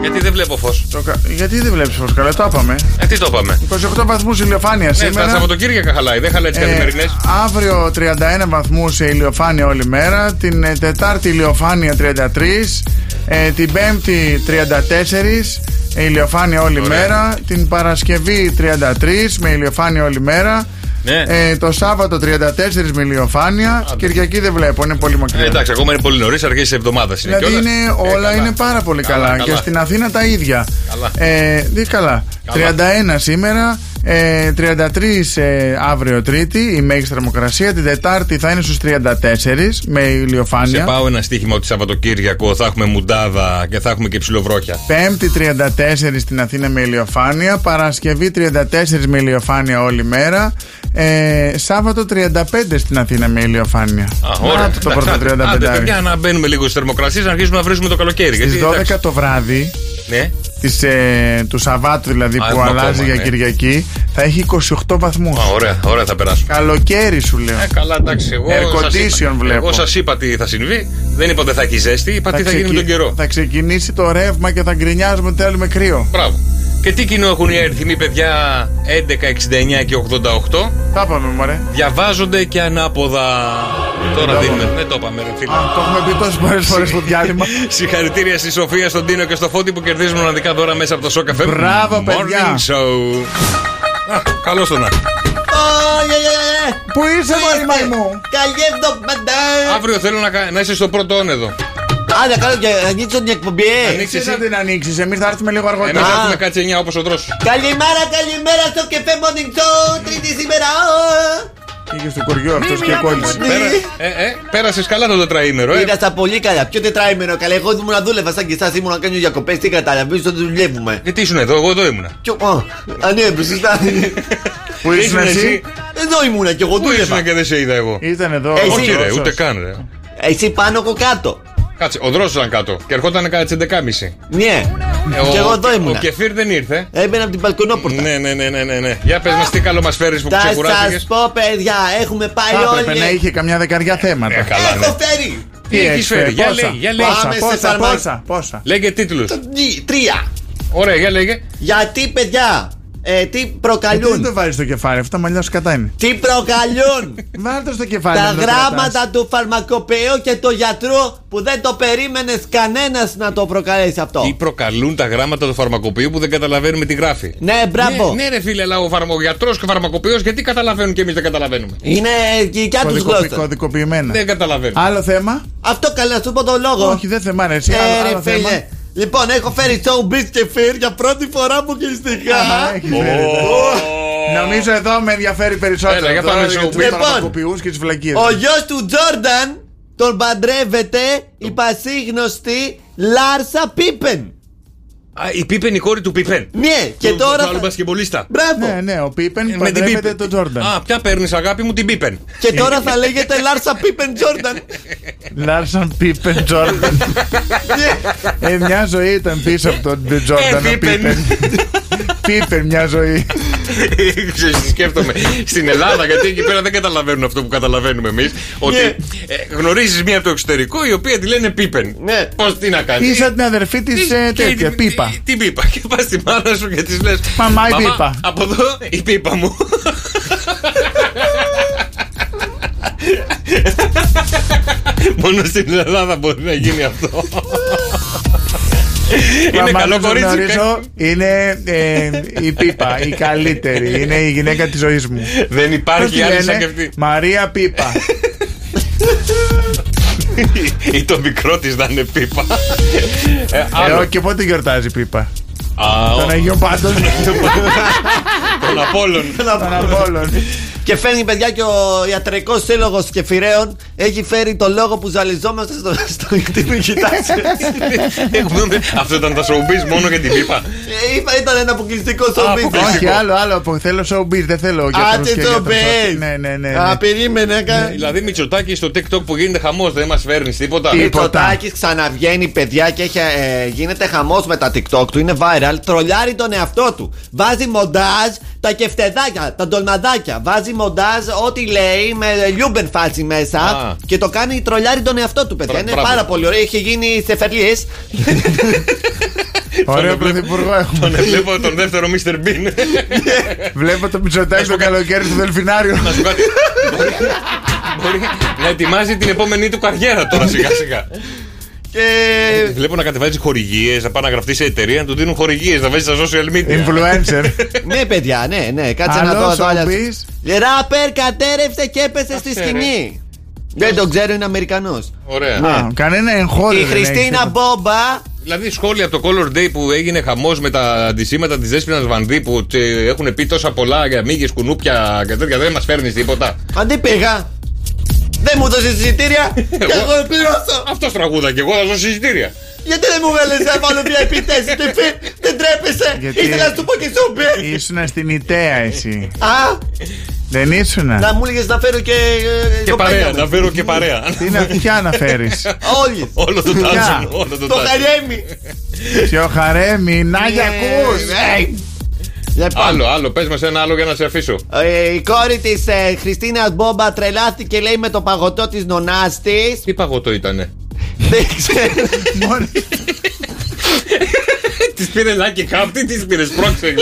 Speaker 6: Γιατί δεν βλέπω φως.
Speaker 7: Το κα- Γιατί δεν βλέπεις φως καλά, το είπαμε.
Speaker 6: Ε, τι το είπαμε.
Speaker 7: 28 βαθμούς ηλιοφάνεια
Speaker 6: Ναι,
Speaker 7: σήμερα.
Speaker 6: στα Σαββατοκύριακα χαλάει, δεν χαλάει τις
Speaker 7: Ε,
Speaker 6: καθημερινέ.
Speaker 7: αύριο 31 βαθμούς σε ηλιοφάνεια όλη μέρα. Την ε, Τετάρτη ηλιοφάνεια 33. Ε, την Πέμπτη 34. ε, ηλιοφάνεια όλη
Speaker 6: Ωραία.
Speaker 7: μέρα. Την Παρασκευή 33 με ηλιοφάνεια όλη μέρα.
Speaker 6: Ναι.
Speaker 7: Ε, το Σάββατο 34 μιλιοφάνεια. Κυριακή δεν βλέπω, είναι πολύ μακριά.
Speaker 6: Ε, εντάξει, ακόμα είναι πολύ νωρίς, αρχίζει η εβδομάδας. Είναι
Speaker 7: Δηλαδή
Speaker 6: κιόλας. Ε,
Speaker 7: είναι, όλα είναι πάρα πολύ καλά.
Speaker 6: Καλά,
Speaker 7: Και
Speaker 6: καλά.
Speaker 7: στην Αθήνα τα ίδια.
Speaker 6: Καλά.
Speaker 7: Ε, δι, καλά.
Speaker 6: Καλά.
Speaker 7: 31 σήμερα, ε, 33 ε, αύριο Τρίτη, η μέγιστη θερμοκρασία. Την Τετάρτη θα είναι στους 34 με
Speaker 6: Σε
Speaker 7: ηλιοφάνεια.
Speaker 6: πάω ένα στοίχημα ότι Σαββατοκύριακο θα έχουμε μουντάδα και θα έχουμε και ψιλοβρόχια.
Speaker 7: Πέμπτη 34 στην Αθήνα με ηλιοφάνεια. Παρασκευή 34 με ηλιοφάνεια όλη μέρα. Ε, Σάββατο 35 στην Αθήνα με ηλιοφάνεια.
Speaker 6: Α,
Speaker 7: Να
Speaker 6: ωραία.
Speaker 7: το το πρώτο
Speaker 6: Εντάξει, άντε,
Speaker 7: 35.
Speaker 6: άντε, παιδιά, να μπαίνουμε λίγο στις θερμοκρασίες, να αρχίσουμε να βρίζουμε το καλοκαίρι.
Speaker 7: Στις
Speaker 6: γιατί,
Speaker 7: 12
Speaker 6: εντάξει,
Speaker 7: το βράδυ
Speaker 6: Ναι.
Speaker 7: της, ε, του Σαββάτου δηλαδή
Speaker 6: Α,
Speaker 7: που
Speaker 6: έχουμε
Speaker 7: αλλάζει
Speaker 6: ακόμα,
Speaker 7: για
Speaker 6: ναι.
Speaker 7: Κυριακή θα έχει 28 βαθμούς.
Speaker 6: Α, ωραία, ωραία θα περάσουμε.
Speaker 7: Καλοκαίρι σου λέω.
Speaker 6: Ε, καλά, εντάξει. Εγώ
Speaker 7: Air
Speaker 6: σας
Speaker 7: condition
Speaker 6: είπα-
Speaker 7: βλέπω.
Speaker 6: Εγώ σας είπα τι θα συμβεί. Δεν είπα ότι θα έχει ζέστη, είπα τι θα
Speaker 7: ξεκι-
Speaker 6: γίνει με τον καιρό.
Speaker 7: θα ξεκινήσει το ρεύμα και θα γκρινιάζουμε ότι θέλουμε κρύο.
Speaker 6: Μπράβο. Και τι κοινό έχουν οι αριθμοί, παιδιά 11, 69 και 88.
Speaker 7: Τα είπαμε, μωρέ.
Speaker 6: Διαβάζονται και ανάποδα. Τώρα δίνουμε. Δεν το είπαμε, ρε φίλε.
Speaker 7: Το έχουμε πει τόσες πολλές φορές στο
Speaker 6: [LAUGHS]
Speaker 7: διάλειμμα.
Speaker 6: Συγχαρητήρια στη Σοφία, στον Τίνο και στο Φώτη που κερδίζουν μοναδικά δώρα μέσα από το Σόκα FM.
Speaker 7: Μπράβο, παιδιά.
Speaker 6: Morning show. Καλό το να.
Speaker 11: ε,
Speaker 7: Πού είσαι, Μαριμάη μου!
Speaker 11: Καλή εβδομάδα!
Speaker 6: Αύριο θέλω να, κα- να είσαι στο πρώτο όνεδο.
Speaker 11: Άντε, κάνω και ανοίξω την εκπομπή. ε.
Speaker 7: Εσύ να την ανοίξεις, εμείς θα έρθουμε λίγο
Speaker 6: Εμεί
Speaker 7: αργότερα.
Speaker 6: έχουμε κάτσει 9 όπως ο τρόπο.
Speaker 11: Καλημέρα, καλημέρα στο κεφέ Morning Show, τρίτη σήμερα. ω.
Speaker 7: Πήγες στο κουριό αυτό και κόλλησε.
Speaker 6: Πέρασε ε, καλά το τετραήμερο, ε.
Speaker 11: Πήγα στα πολύ καλά. Ποιο τετράήμερο καλά. Εγώ ήμουν να δούλευα σαν και εσάς, ήμουν να κάνω διακοπές. Τι καταλαβαίνει, το δουλεύουμε.
Speaker 6: Γιατί ήσουν εδώ, εγώ εδώ ήμουνα.
Speaker 11: Κι ο- α, Α, ναι, σωστά.
Speaker 7: Πού ήσουν εσύ?
Speaker 11: Εδώ ήμουνα κι εγώ
Speaker 6: Πού ήσουν
Speaker 11: δούλευα.
Speaker 6: και δεν σε είδα εγώ.
Speaker 7: Ήταν εδώ.
Speaker 11: Εσύ.
Speaker 6: Όχι, ρε,
Speaker 7: Δρόσος.
Speaker 6: ούτε καν, ρε.
Speaker 11: Εσύ πάνω από κάτω.
Speaker 6: Κάτσε, ο δρόσος ήταν κάτω και ερχόταν κατά τι 11.30.
Speaker 11: Ναι,
Speaker 6: Ε,
Speaker 11: κι
Speaker 6: ο-
Speaker 11: εγώ εδώ
Speaker 6: Ο
Speaker 11: ήμουνα.
Speaker 6: Κεφίρ δεν ήρθε.
Speaker 11: Έμπαινα από την μπαλκονόπορτα.
Speaker 6: Ναι, ναι, ναι, ναι, ναι, ναι. Για πες μας, τι καλό μας φέρεις που
Speaker 11: Θα
Speaker 6: ξεκουράστηκες.
Speaker 11: σας πω, παιδιά, έχουμε πάει
Speaker 7: Θα έπρεπε
Speaker 11: όλοι.
Speaker 7: να είχε καμιά δεκαριά θέματα.
Speaker 6: Καλά, ναι.
Speaker 11: Έχω φέρει.
Speaker 6: Τι έχεις
Speaker 7: έχεις
Speaker 6: φέρει,
Speaker 7: φέρει,
Speaker 6: για
Speaker 7: πόσα,
Speaker 6: λέει, για λέει.
Speaker 11: Πάμε
Speaker 7: Πόσα,
Speaker 11: σε
Speaker 7: πόσα,
Speaker 11: φαρμάκι.
Speaker 7: πόσα, πόσα.
Speaker 6: Λέγε τίτλους.
Speaker 11: Το- νι- Τρία.
Speaker 6: Ωραία, για λέγε.
Speaker 11: Γιατί, παιδιά, ε, τι
Speaker 7: Γιατί δεν το
Speaker 11: προκαλούν.
Speaker 7: βάζεις στο κεφάλι, αυτά μαλλιά σου κατά είναι.
Speaker 11: Τι προκαλούν.
Speaker 7: Βάλτε στο κεφάλι.
Speaker 11: Τα
Speaker 7: να το κρατάς.
Speaker 11: γράμματα του φαρμακοποιού και του γιατρού που δεν το περίμενες κανένας να το προκαλέσει
Speaker 6: Τι
Speaker 11: αυτό.
Speaker 6: προκαλούν τα γράμματα του φαρμακοποιού που δεν καταλαβαίνουμε τι γράφει.
Speaker 11: Ναι, μπράβο.
Speaker 6: Ναι, ναι, ρε φίλε, αλλά ο φαρμακοποιό και ο φαρμακοποιός γιατί καταλαβαίνουν και εμείς δεν καταλαβαίνουμε.
Speaker 7: Ναι.
Speaker 11: Είναι δικιά τους
Speaker 7: Κωδικο-
Speaker 11: γλώσσα.
Speaker 7: Κωδικοποιημένα.
Speaker 6: Δεν καταλαβαίνουμε.
Speaker 7: Άλλο θέμα.
Speaker 11: Αυτό καλά, να σου πω τον λόγο.
Speaker 7: Όχι, δεν θεμάνε εσύ.
Speaker 11: Ε,
Speaker 7: Άλλο-
Speaker 11: ρε,
Speaker 7: άλλο θέμα.
Speaker 11: φίλε. Λοιπόν, έχω φέρει showbiz και φύρ για πρώτη φορά μου και
Speaker 7: Α,
Speaker 11: στοιχά.
Speaker 7: έχεις φέρει, ναι. Νομίζω εδώ με ενδιαφέρει περισσότερο.
Speaker 6: Έλα, για
Speaker 7: Τώρα
Speaker 6: πάμε
Speaker 7: για
Speaker 6: στο
Speaker 7: τους
Speaker 11: Λοιπόν.
Speaker 7: φαρμακοποιούς και τις βλακίες.
Speaker 11: Ο γιος του Τζόρνταν τον παντρεύεται η πασίγνωστη Λάρσα Πίπεν.
Speaker 6: Α, η Πίπεν, η κόρη του Πίπεν.
Speaker 11: Ναι, και
Speaker 6: Του-
Speaker 11: τώρα.
Speaker 6: Του άλλου
Speaker 11: θα-
Speaker 6: μπασκεμπολίστα.
Speaker 11: Μπράβο.
Speaker 7: Ναι, ναι, ο Πίπεν
Speaker 6: Ε, Με την
Speaker 7: παντρεύεται
Speaker 6: Πίπεν.
Speaker 7: τον Τζόρνταν.
Speaker 6: Α, πια παίρνεις αγάπη μου την Πίπεν.
Speaker 11: Και τώρα θα λέγεται Λάρσα Πίπεν
Speaker 7: [LAUGHS]
Speaker 11: Τζόρνταν.
Speaker 7: Λάρσον Πίπεν Τζόρνταν.
Speaker 11: Ναι.
Speaker 7: Ε, μια ζωή ήταν πίσω από τον Τζόρνταν
Speaker 6: Ε,
Speaker 7: ο
Speaker 6: Πίπεν.
Speaker 7: Πίπεν. Πίπεν, μια ζωή.
Speaker 6: Ξέρεις τι σκέφτομαι. Στην Ελλάδα, γιατί εκεί πέρα δεν καταλαβαίνουν αυτό που καταλαβαίνουμε εμείς. Ότι
Speaker 7: Ναι.
Speaker 6: γνωρίζεις μία από το εξωτερικό η οποία τη λένε Πίπεν.
Speaker 11: Ναι.
Speaker 6: Πώς τι να κάνεις.
Speaker 7: Είσαι σαν την αδερφή της τέτοια, Πίπα.
Speaker 6: Την πίπα. Και πας στη μάνα σου και της λες.
Speaker 7: Μαμά, η πίπα».
Speaker 6: Από εδώ η πίπα μου. Μόνο στην Ελλάδα μπορεί να γίνει αυτό. Είναι
Speaker 7: Μαμά
Speaker 6: καλό
Speaker 7: που
Speaker 6: κορίτσι.
Speaker 7: γνωρίζω, Είναι ε, η Πίπα, η καλύτερη. Είναι η γυναίκα της ζωής μου.
Speaker 6: Δεν
Speaker 7: Πώς τη
Speaker 6: υπάρχει άλλη σαν
Speaker 7: λένε?
Speaker 6: και αυτή.
Speaker 7: Μαρία Πίπα.
Speaker 6: Ή το μικρό της να είναι πίπα. Ε,
Speaker 7: Ε,
Speaker 6: άλλο.
Speaker 7: ω, και πότε γιορτάζει η Πίπα.
Speaker 6: Α, ο-
Speaker 7: Τον Αγίων Πάντων.
Speaker 6: Των Απόλλων.
Speaker 7: Τον Απόλλων.
Speaker 11: Και φέρνει παιδιά και ο ιατρικός σύλλογος Κεφυραίων έχει φέρει το λόγο που ζαλιζόμαστε στο, στο κτίριο.
Speaker 7: [LAUGHS]
Speaker 11: Κοιτάξτε.
Speaker 6: Έχουμε- Αυτό ήταν τα showbiz μόνο για την πίπα.
Speaker 11: Ε, Ήταν ένα αποκλειστικό showbiz.
Speaker 6: αποκλειστικό.
Speaker 7: Όχι, άλλο, άλλο. που Θέλω showbiz, δεν θέλω γιατρούς και
Speaker 11: Άντε το
Speaker 7: γιατρούς.
Speaker 11: μπε.
Speaker 7: Ναι, ναι, ναι. ναι.
Speaker 11: Α, περίμενε. κα-
Speaker 6: Δηλαδή, Μητσοτάκη στο TikTok που γίνεται χαμός, δεν μας φέρνεις τίποτα.
Speaker 7: Τι-
Speaker 11: Ο Τάκης ξαναβγαίνει παιδιά και έχει, ε, γίνεται χαμός με τα TikTok του. Είναι viral. Τρολιάρει τον εαυτό του. Βάζει μοντάζ τα κεφτεδάκια, τα ντολμαδάκια. Βάζει μοντάζ ό,τι λέει με λιούμπεν φάση μέσα.
Speaker 6: Α.
Speaker 11: Και το κάνει τρολιάρει τον εαυτό του, παιδιά.
Speaker 6: Μπρα-
Speaker 11: είναι
Speaker 6: μπράβο.
Speaker 11: πάρα πολύ ωραίο. Έχει γίνει σε φερλίες.
Speaker 7: Ωραίο
Speaker 6: Τον βλέπω-
Speaker 7: πρωθυπουργό έχουμε.
Speaker 6: Τον βλέπω τον δεύτερο Mr.
Speaker 7: Ναι.
Speaker 6: Bean.
Speaker 7: Βλέπω το Μητσοτάκη το καλοκαίρι στο Δελφινάριο.
Speaker 6: Να σου κάτι. Μπορεί- Μπορεί να ετοιμάζει την επόμενή του καριέρα τώρα σιγά σιγά.
Speaker 11: Και...
Speaker 7: Ε,
Speaker 6: Βλέπω να κατεβάζει χορηγίες, να πάει να γραφτεί σε εταιρεία, να του δίνουν χορηγίες, να βάζει στα social media.
Speaker 7: Influencer.
Speaker 11: ναι, παιδιά, ναι, ναι. Κάτσε να
Speaker 6: Αλλός
Speaker 11: δω.
Speaker 6: ο
Speaker 11: άλλα-
Speaker 6: Μπις.
Speaker 11: Ράπερ κατέρευσε και έπεσε στη
Speaker 6: Άσε,
Speaker 11: σκηνή. Δεν τον ξέρω, είναι Αμερικανός.
Speaker 6: Ωραία.
Speaker 7: Α, κανένα εγχώριο.
Speaker 11: Η
Speaker 7: δεν έχει
Speaker 11: Χριστίνα
Speaker 7: τίποτα.
Speaker 11: Μπόμπα.
Speaker 6: Δηλαδή, σχόλια από το Color Day που έγινε χαμός με τα αντισήματα τη Δέσπινα Βανδί που ε, έχουν πει τόσα πολλά για μύγες, κουνούπια και τέτοια. Δεν μας φέρνεις τίποτα.
Speaker 11: Αντί πήγα. Δεν μου δώσεις εισιτήρια και εγώ πληρώσω.
Speaker 6: Αυτός τραγούδα και εγώ θα ζω συζητήρια.
Speaker 11: Γιατί δεν μου βέλε να βάλω μια επιτέση, τι φι- δεν τρέπεσαι.
Speaker 7: Γιατί-
Speaker 11: Ήθελα να σου πω και σου μπε.
Speaker 7: Ήσουνα στην Ιταία εσύ.
Speaker 11: Α,
Speaker 7: Δεν ήσουνα.
Speaker 11: να μου έλεγε να φέρω και. ε,
Speaker 6: Και
Speaker 11: το
Speaker 6: παρέα,
Speaker 11: πένιαμι.
Speaker 6: να φέρω και παρέα.
Speaker 7: Τι να, ποια να φέρεις.
Speaker 11: Όλοι.
Speaker 6: [LAUGHS] Όλο το
Speaker 7: Ποια?
Speaker 6: τάτσο. Όλο
Speaker 11: Το
Speaker 6: το τάτσο.
Speaker 11: χαρέμι.
Speaker 7: Ποιο χαρέμι, να για
Speaker 6: Ναι,
Speaker 7: ακούς.
Speaker 6: Άλλο, άλλο, πες μας ένα άλλο για να σε αφήσω.
Speaker 11: Ε, Η κόρη της ε, Χριστίνα Μπόμπα τρελάθηκε λέει με το παγωτό της νονάς της.
Speaker 6: Τι παγωτό ήτανε.
Speaker 11: [LAUGHS] Δεν ξέρω.
Speaker 7: Ε,
Speaker 6: Τη πήρε λάκι κάπτη, της πήρε [LAUGHS] πρόξε.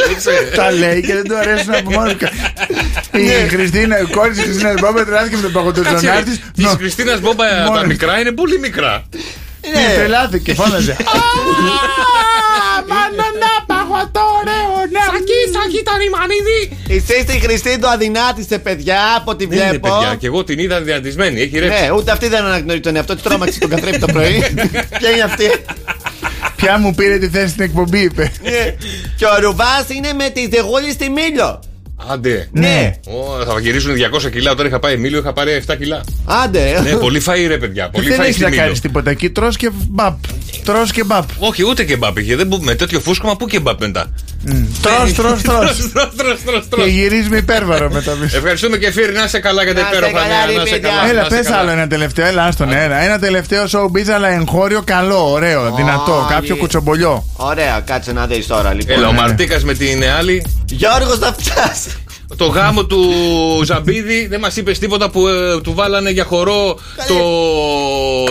Speaker 7: Τα λέει και δεν του αρέσουν από μόνο του. Η
Speaker 6: Ναι.
Speaker 7: Χριστίνα, η κόρη της Χριστίνας Μπόμπα τρελάθηκε με τον παγωτοζονάρ τη.
Speaker 6: Τη Κριστίνα Μπόμπα τα
Speaker 7: Μόνος.
Speaker 6: μικρά είναι πολύ μικρά.
Speaker 11: Ναι.
Speaker 6: Ναι.
Speaker 7: Τρελάθηκε, φώναζε.
Speaker 13: Μάνα να παγωτό, ωραίο, ναι. Σακί, σακί, τα ρημανίδι.
Speaker 11: Εσεί τη Χριστίνα αδυνάτησε, παιδιά, από ό,τι
Speaker 6: Δεν είναι
Speaker 11: βλέπω.
Speaker 6: παιδιά, και εγώ την είδα δυνατισμένη. Έχει ρέψει.
Speaker 11: Ναι, ούτε αυτή δεν αναγνωρίζει τον εαυτό της. Τρώμαξε τον καθρέφτη το πρωί.
Speaker 6: [LAUGHS]
Speaker 11: Ποια είναι αυτή.
Speaker 7: Ποια μου πήρε τη θέση στην εκπομπή, είπε.
Speaker 11: Ναι. Και ο Ρουβάς είναι με τη δεγούλη στη Μήλιο.
Speaker 6: Άντε.
Speaker 11: Ναι.
Speaker 6: Ω, θα γυρίσουν 200 κιλά. Όταν είχα πάει Μίλιο, είχα πάρει 7 κιλά.
Speaker 11: Άντε.
Speaker 7: [LAUGHS]
Speaker 6: ναι, πολύ φαΐ ρε παιδιά. Πολύ
Speaker 7: Δεν
Speaker 6: φαΐ
Speaker 7: έχεις
Speaker 6: στη
Speaker 7: να
Speaker 6: Μήλιο.
Speaker 7: κάνεις τίποτα εκεί. Τρώ και μπαπ. Τρώ και μπαπ.
Speaker 6: Όχι, ούτε κεμπάπ είχε. Δεν μπο- με τέτοιο φούσκωμα, πού κεμπάπ μετά.
Speaker 7: Τρώ, τρώ, τρώ.
Speaker 6: Ναι. Τρως, τρως, τρως, τρως,
Speaker 7: Και
Speaker 6: τρως.
Speaker 7: γυρίζει με υπέρβαρο μετά πίσω.
Speaker 6: Ευχαριστούμε και Φίρι, να είσαι καλά για την
Speaker 11: Να είστε καλά,
Speaker 6: υπέροχα. νέα,
Speaker 11: ρε
Speaker 6: Να είσαι
Speaker 11: παιδιά.
Speaker 6: καλά. να
Speaker 7: Έλα,
Speaker 6: είστε
Speaker 7: πες
Speaker 6: καλά.
Speaker 7: άλλο ένα τελευταίο. Έλα, άστον, έλα. Ένα τελευταίο showbiz, αλλά εγχώριο καλό, ωραίο, δυνατό.
Speaker 11: Ω,
Speaker 7: Κάποιο
Speaker 11: ε.
Speaker 6: ναι.
Speaker 7: κουτσομπολιό.
Speaker 11: Ωραία, κάτσε να δεις τώρα λοιπόν.
Speaker 7: Ναι.
Speaker 6: Έλα, ο Μαρτίκας με την άλλη.
Speaker 11: Γιώργος να φτάσει.
Speaker 6: Το γάμο του Ζαμπίδη δεν μας είπες τίποτα που ε, του βάλανε για χορό το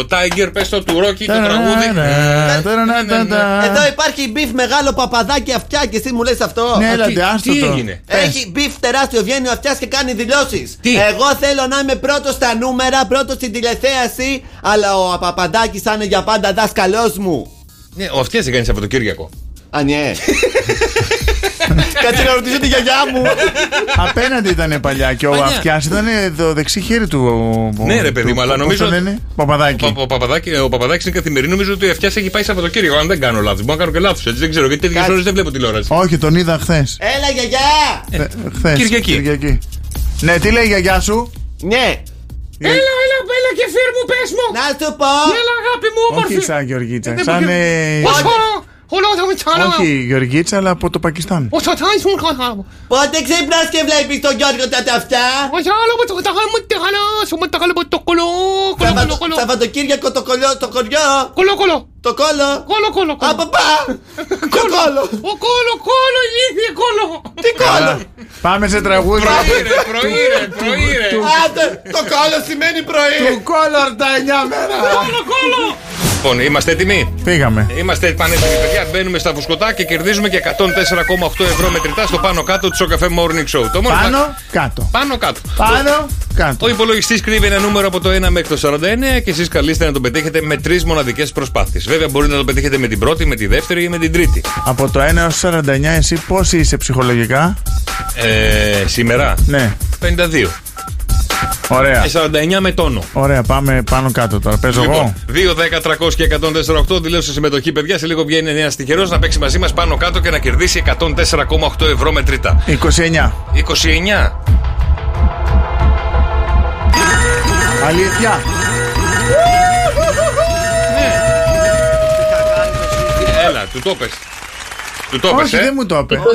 Speaker 6: Tiger, πες το του Ρόκι, το τραγούδι. Ε, ναι,
Speaker 7: Ταραραρα, ταραραρα.
Speaker 11: Εδώ υπάρχει μπιφ μεγάλο παπαδάκι αυτιά και εσύ μου λες αυτό.
Speaker 7: Ναι,
Speaker 6: τι-
Speaker 7: έλατε, άστο
Speaker 6: τι
Speaker 7: το.
Speaker 6: έγινε?
Speaker 7: Πες.
Speaker 11: Έχει μπιφ τεράστιο, βγαίνει ο αυτιάς και κάνει δηλώσεις.
Speaker 6: Τι?
Speaker 11: Εγώ θέλω να είμαι πρώτος στα νούμερα, πρώτος στην τηλεθέαση, αλλά ο Παπαδάκης θα είναι για πάντα δάσκαλός μου.
Speaker 6: Ναι, ο αυτιάς δεν κάνει από το Κύριακο.
Speaker 11: Α, ναι. Κάτσε να ρωτήσω τη γιαγιά μου.
Speaker 7: Απέναντι ήταν παλιά και ο
Speaker 6: Παλιά.
Speaker 7: Αυτιάς ήταν το δεξί χέρι του. ο-
Speaker 6: Ναι, ρε,
Speaker 7: του-
Speaker 6: παιδί μου,
Speaker 7: του-
Speaker 6: αλλά
Speaker 7: πώς
Speaker 6: νομίζω
Speaker 7: τον
Speaker 6: ότι-
Speaker 7: λένε, Παπαδάκη.
Speaker 6: Ο, ο, Παπαδάκη- ο Παπαδάκης είναι καθημερινή, νομίζω ότι ο αυτιάς έχει πάει Σαββατοκύριακο. Αν δεν κάνω λάθος, μπορώ να κάνω και λάθος. Έτσι δεν ξέρω γιατί τέτοιες
Speaker 11: Κάτσε.
Speaker 6: ώρες δεν βλέπω τηλεόραση.
Speaker 7: Όχι, τον είδα χθες.
Speaker 11: Έλα, γιαγιά!
Speaker 7: Χθε.
Speaker 6: Ε, Κυριακή.
Speaker 7: Ναι, τι λέει η γιαγιά σου.
Speaker 11: Ναι,
Speaker 13: Έλα, έλα, έλα και φύρ μου, πες μου.
Speaker 11: να σου πω.
Speaker 13: Έλα, αγάπη μου, όμορφη.
Speaker 7: Όχι σαν Γεωργίτσα,
Speaker 13: Δεν
Speaker 7: σαν.
Speaker 13: μπορεί-
Speaker 7: ε,
Speaker 13: Ως χώρο, χώρο, θα με τσάρα.
Speaker 7: Όχι η Γεωργίτσα, αλλά από το Πακιστάν.
Speaker 13: Ο τσατάις μου, καλά μου.
Speaker 11: Πότε ξύπνας και βλέπεις τον Γιώργο τα ταυτά.
Speaker 13: Ο τσάρα μου, το τσάρα μου, τη χαρά σου, μου, τα καλά μου, το κολό, κολό, κολό, κολό.
Speaker 11: Σαββατοκύριακο το κολλιό, το κοριό,
Speaker 13: Κολό, κολό.
Speaker 11: το κόλλο.
Speaker 13: Κόλο, κόλο, κόλο.
Speaker 11: Από πα! Το κόλλο!
Speaker 13: Ο κόλο, κόλο, ηλίθιε κόλο.
Speaker 11: Τι κόλλο!
Speaker 7: Πάμε σε τραγούδι.
Speaker 6: Πρωί, ρε, πρωί, ρε, πρωί, ρε.
Speaker 11: Άντε! Το κόλλο σημαίνει πρωί!
Speaker 7: Του κόλλορ τα 9 μέρα.
Speaker 13: Κόλο, κόλο.
Speaker 6: Λοιπόν, είμαστε έτοιμοι.
Speaker 7: Πήγαμε.
Speaker 6: Είμαστε πανέτοιμοι, παιδιά. Μπαίνουμε στα φουσκωτά και κερδίζουμε και 104,8 ευρώ μετρητά στο πάνω κάτω του Σοκαφέ Morning Show. Το μόνο
Speaker 7: Πάνω, κάτω.
Speaker 6: πάνω κάτω.
Speaker 7: Πάνω, κάτω.
Speaker 6: Ο υπολογιστής κρύβει ένα νούμερο από το 1 μέχρι το 49 και εσείς καλείστε να το πετύχετε με τρεις μοναδικές προσπάθειες. Βέβαια, μπορείτε να το πετύχετε με την πρώτη, με τη δεύτερη ή με την τρίτη.
Speaker 7: Από το 1 έως 49 εσύ πώς είσαι ψυχολογικά.
Speaker 6: Ε, σήμερα
Speaker 7: Ναι,
Speaker 6: 52.
Speaker 7: ωραία.
Speaker 6: Και 49 με τόνο.
Speaker 7: Ωραία, πάμε πάνω κάτω τώρα. Παίζω εγώ.
Speaker 6: Λοιπόν, 2, 10, 300 και 104,8 δηλώσε συμμετοχή, παιδιά. Σε λίγο βγαίνει ένα τυχερό να παίξει μαζί μας πάνω κάτω και να κερδίσει 104,8 ευρώ μετρητά.
Speaker 7: 29.
Speaker 6: 29.
Speaker 7: Αλήθεια.
Speaker 6: Έλα, του το πες. Του το πες,
Speaker 7: Όχι,
Speaker 6: ε.
Speaker 7: δεν μου το είπε.
Speaker 3: Ναι.
Speaker 14: 29.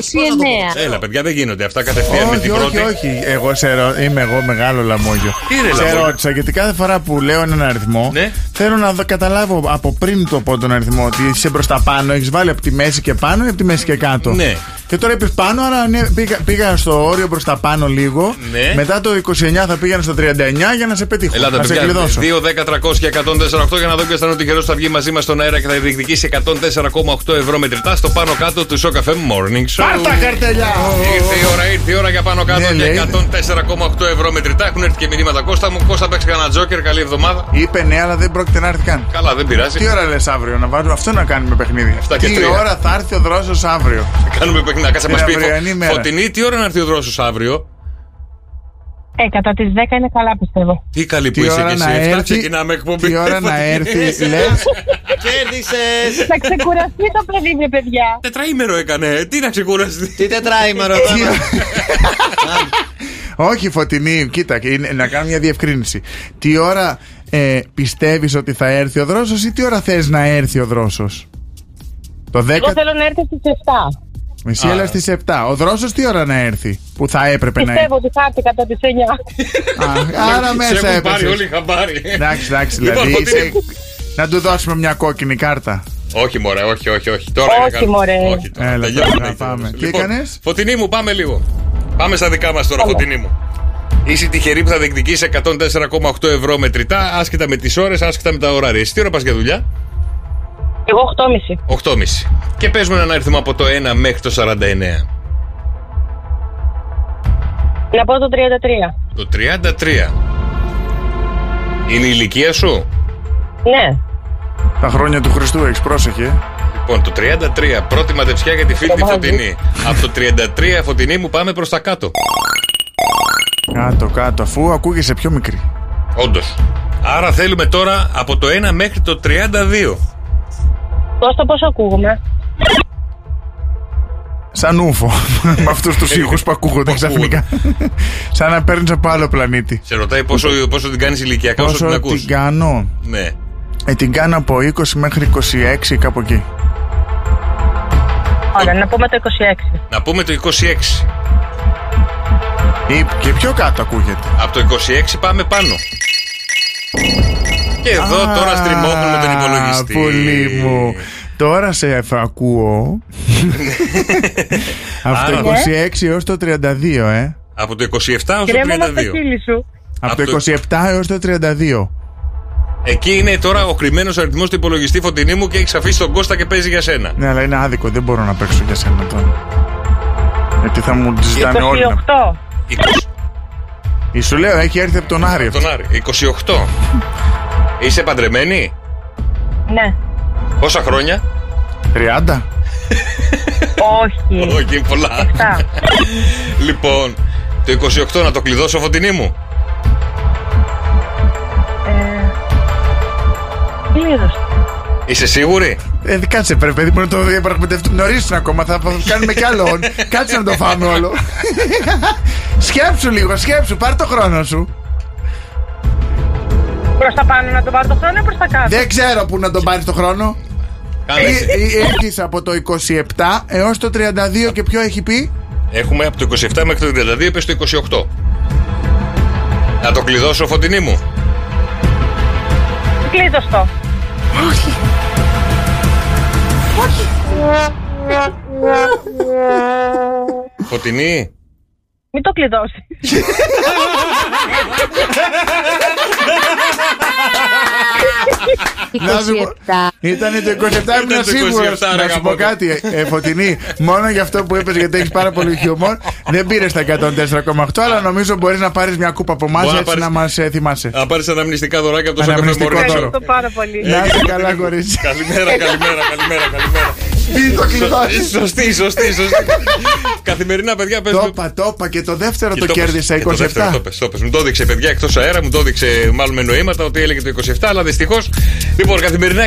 Speaker 6: Έλα, παιδιά, δεν γίνονται αυτά κατευθείαν με
Speaker 7: Όχι,
Speaker 6: την
Speaker 7: όχι,
Speaker 6: πρώτη.
Speaker 7: όχι. Εγώ σε ερω- είμαι εγώ μεγάλο λαμόγιο.
Speaker 6: Τι ρε,
Speaker 7: σε
Speaker 6: λαμόγιο?
Speaker 7: ρώτησα γιατί κάθε φορά που λέω έναν αριθμό
Speaker 6: Ναι.
Speaker 7: θέλω να δω- καταλάβω από πριν το πω τον αριθμό ότι είσαι μπροστά πάνω, έχεις βάλει από τη μέση και πάνω ή από τη μέση και κάτω.
Speaker 6: Ναι.
Speaker 7: Και τώρα είπες πάνω, άρα ναι, πήγα, πήγα στο όριο προ τα πάνω λίγο.
Speaker 6: Ναι.
Speaker 7: Μετά το 29 θα πήγαινα στο 39 για να σε πετύχω.
Speaker 6: Ελάτε,
Speaker 7: να σε
Speaker 6: παιδιά.
Speaker 7: κλειδώσω.
Speaker 6: 2, 10, 300 και 104,8 για να δω και αισθάνομαι ότι καιρός θα βγει μαζί μας στον αέρα και θα διεκδικήσει 104,8 ευρώ μετρητά στο πάνω κάτω του Σοκαφέ Morning Show.
Speaker 7: Πάρτα καρτελιά!
Speaker 6: Ήρθε η ώρα, ήρθε η ώρα για πάνω κάτω
Speaker 7: Ναι,
Speaker 6: και
Speaker 7: λέει.
Speaker 6: 104,8 ευρώ μετρητά. Έχουν έρθει και μηνύματα Κώστα μου. Κώστα παίξει κανένα τζόκερ, καλή εβδομάδα.
Speaker 7: Είπε ναι, αλλά δεν πρόκειται να έρθει καν.
Speaker 6: Καλά, δεν πειράζει.
Speaker 7: Τι ώρα λες αύριο να βάλω αυτό να κάνουμε παιχνίδι.
Speaker 6: και
Speaker 7: Τι
Speaker 6: τρία.
Speaker 7: ώρα θα έρθει ο δρόσος αύριο.
Speaker 6: Κάνουμε παιχνίδι, κάτσε να μα
Speaker 7: Την
Speaker 6: πει. Φω-
Speaker 7: αυριανή μέρα.
Speaker 6: Φωτεινή, τι ώρα να έρθει ο δρόσος αύριο.
Speaker 10: Ε, κατά τις 10 είναι καλά πιστεύω.
Speaker 6: Τι καλή που
Speaker 7: Τι
Speaker 6: είσαι
Speaker 7: ώρα
Speaker 6: και
Speaker 7: να
Speaker 6: εσύ. 7
Speaker 7: έρθει,
Speaker 6: ξεκινάμε εκπομπή.
Speaker 7: τι ώρα να έρθει, λες.
Speaker 11: Κέρδισες!
Speaker 10: Θα ξεκουραστεί το παιδί με παιδιά.
Speaker 6: Τετραήμερο έκανε. Τι να ξεκουραστεί.
Speaker 11: Τι τετράήμερο
Speaker 7: Τι ώρα- Όχι, φωτεινή, κοίτα, και είναι- να κάνω μια διευκρίνηση. Τι ώρα ε, πιστεύεις ότι θα έρθει ο δρόσος ή τι ώρα θες να έρθει ο δρόσος. Το 10.
Speaker 10: Εγώ θέλω να έρθει στις 7.
Speaker 7: Εσύ
Speaker 6: Α.
Speaker 7: έλα στις 7. Ο δρόσος τι ώρα να έρθει που θα έπρεπε να έρθει.
Speaker 10: Πιστεύω ότι θα έρθει κατά τις 9.
Speaker 7: Α, Άρα
Speaker 6: [LAUGHS] Σε
Speaker 7: μέσα
Speaker 6: έχουν πάρει όλοι
Speaker 7: έπεσε.
Speaker 6: χαμπάρι.
Speaker 7: Εντάξει, εντάξει,
Speaker 6: Λοιπόν,
Speaker 7: δηλαδή.
Speaker 6: Φωτεινή.
Speaker 7: είσαι- Να του δώσουμε μια κόκκινη κάρτα.
Speaker 6: Όχι, μωρέ, όχι, όχι, όχι. Τώρα
Speaker 10: Όχι,
Speaker 6: είναι καλό.
Speaker 10: μωρέ.
Speaker 6: Όχι, τώρα.
Speaker 7: Έλα,
Speaker 6: τα γέλια
Speaker 7: τώρα,
Speaker 6: δεν
Speaker 7: πάμε.
Speaker 6: έχει.
Speaker 7: Τι έκανες?
Speaker 6: Φωτεινή μου, πάμε λίγο. Πάμε στα δικά μας τώρα, φωτεινή μου. Είσαι τυχερή που θα διεκδικήσει 104,8 ευρώ μετρητά, άσχετα με τις ώρες, άσχετα με τα ωράρια. Εσύ Τι ώρα πας για δουλειά,
Speaker 10: Εγώ 8.30.
Speaker 6: 8.30. Και παίζουμε έναν αριθμό από το 1 μέχρι το 49.
Speaker 10: Να πω το 33.
Speaker 6: Το 33. Είναι η ηλικία σου.
Speaker 10: Ναι.
Speaker 7: Τα χρόνια του Χριστού έχεις, πρόσεχε.
Speaker 6: Λοιπόν, το 33, πρώτη ματευσιά για τη φίλη
Speaker 10: Το
Speaker 6: τη
Speaker 10: βάζει.
Speaker 6: φωτεινή. Από το 33, φωτεινή μου, πάμε προς τα κάτω.
Speaker 7: Κάτω, κάτω, αφού ακούγεσαι πιο μικρή.
Speaker 6: Όντως. Άρα θέλουμε τώρα από το 1 μέχρι το 32.
Speaker 10: Κώστα πώς ακούγομαι.
Speaker 7: Σαν ούφο. [LAUGHS] Με αυτούς τους ήχους που ακούγονται
Speaker 6: Που ακούγονται. [LAUGHS]
Speaker 7: ξαφνικά. Σαν να παίρνεις από άλλο πλανήτη.
Speaker 6: Σε ρωτάει πόσο, πόσο την κάνεις ηλικιακά, όσο την
Speaker 7: Όσο
Speaker 6: ακούς
Speaker 7: την κάνω.
Speaker 6: Ναι.
Speaker 7: Ε, την κάνω από 20 μέχρι 26, κάπου εκεί.
Speaker 10: Ωραία, να πούμε το 26.
Speaker 6: Να πούμε το 26.
Speaker 7: Ή και πιο κάτω ακούγεται.
Speaker 6: Από το 26 πάμε πάνω. Και εδώ
Speaker 7: Α,
Speaker 6: τώρα στριμώχνουμε τον υπολογιστή.
Speaker 7: Πολύ μου. Τώρα σε εφ-
Speaker 6: [LAUGHS]
Speaker 7: ακούω. Από
Speaker 6: Άρα.
Speaker 7: το 26 έως το 32, ε.
Speaker 6: Από το 27 έως το
Speaker 10: Κρέμα μας
Speaker 6: 32.
Speaker 10: το χείλη σου.
Speaker 7: Από
Speaker 6: Από
Speaker 7: το
Speaker 6: το-
Speaker 7: 27 έως το 32.
Speaker 6: Εκεί είναι τώρα ο κρυμμένος αριθμός του υπολογιστή φωτεινή μου και έχει αφήσει τον Κώστα και παίζει για σένα.
Speaker 7: Ναι, αλλά είναι άδικο. Δεν μπορώ να παίξω για σένα τώρα. Γιατί θα μου τη ζητάνε όλοι. να-
Speaker 10: 28.
Speaker 6: 20,
Speaker 7: Ή Σου λέω, έχει έρθει από τον Άρη. αυτό.
Speaker 6: τον Άρη. 28. Είσαι παντρεμένη.
Speaker 10: Ναι.
Speaker 6: Πόσα χρόνια.
Speaker 7: 30.
Speaker 10: Όχι.
Speaker 6: Όχι, πολλά.
Speaker 10: Τα.
Speaker 6: Λοιπόν, το 28 να το κλειδώσω φωτεινή μου.
Speaker 10: Ε, Πλήρως.
Speaker 6: Είσαι σίγουρη.
Speaker 7: Ε, κάτσε, πρέπει παιδί μου να το διαπραγματευτούμε. Νωρίς ακόμα θα κάνουμε κι άλλο. on. κάτσε να το φάμε όλο. σκέψου λίγο, σκέψου, πάρ το χρόνο σου.
Speaker 10: Προς τα πάνω να τον πάρω το χρόνο ή προς τα κάτω.
Speaker 7: Δεν ξέρω που να τον πάρεις το χρόνο.
Speaker 6: Κάνε.
Speaker 7: Έχεις από το 27 έως το 32 και ποιο έχει πει.
Speaker 6: Έχουμε από το 27 μέχρι το 32, πες το 28. Να το κλειδώσω φωτεινή μου.
Speaker 10: Κλείδωστο. το.
Speaker 6: Φωτεινή.
Speaker 10: Μην το κλειδώσει.
Speaker 7: Ήταν το 27,
Speaker 6: Ήταν
Speaker 7: ήμουν
Speaker 6: το
Speaker 7: σίγουρος.
Speaker 6: 27, ρε
Speaker 7: Να σου πω
Speaker 6: γαμώτο.
Speaker 7: κάτι, ε, ε, φωτεινή. Μόνο για αυτό που έπαιζε γιατί έχεις πάρα πολύ χιούμορ, δεν πήρες τα 104,8, αλλά νομίζω μπορείς να πάρεις μια κούπα από εμάς
Speaker 6: Μπορώ να
Speaker 7: έτσι
Speaker 6: πάρεις-
Speaker 7: να μας θυμάσαι.
Speaker 6: Να πάρεις αναμνηστικά δωράκια από το Σοκαφέ
Speaker 7: Αναμνηστικό
Speaker 6: Morning Show.
Speaker 7: δώρο.
Speaker 10: Ευχαριστώ πάρα πολύ.
Speaker 6: Ε,
Speaker 7: Να είσαι καλά, κορίτσι.
Speaker 6: Καλημέρα, καλημέρα, καλημέρα, καλημέρα.
Speaker 7: Μην το [LAUGHS] κλειδώσει.
Speaker 6: Σω- Σωστή, σωστή,
Speaker 7: [LAUGHS]
Speaker 6: σωστή. Καθημερινά, παιδιά,
Speaker 7: Το
Speaker 6: παίζουμε.
Speaker 7: είπα, το είπα και το δεύτερο
Speaker 6: Και
Speaker 7: το
Speaker 6: πες,
Speaker 7: κέρδισα
Speaker 6: και Ε, το δεύτερο
Speaker 7: 27.
Speaker 6: Το πες, το πες. Μου το έδειξε, παιδιά, εκτός αέρα, μου το έδειξε μάλλον με νοήματα ότι έλεγε το 27, αλλά δυστυχώς. Λοιπόν, καθημερινά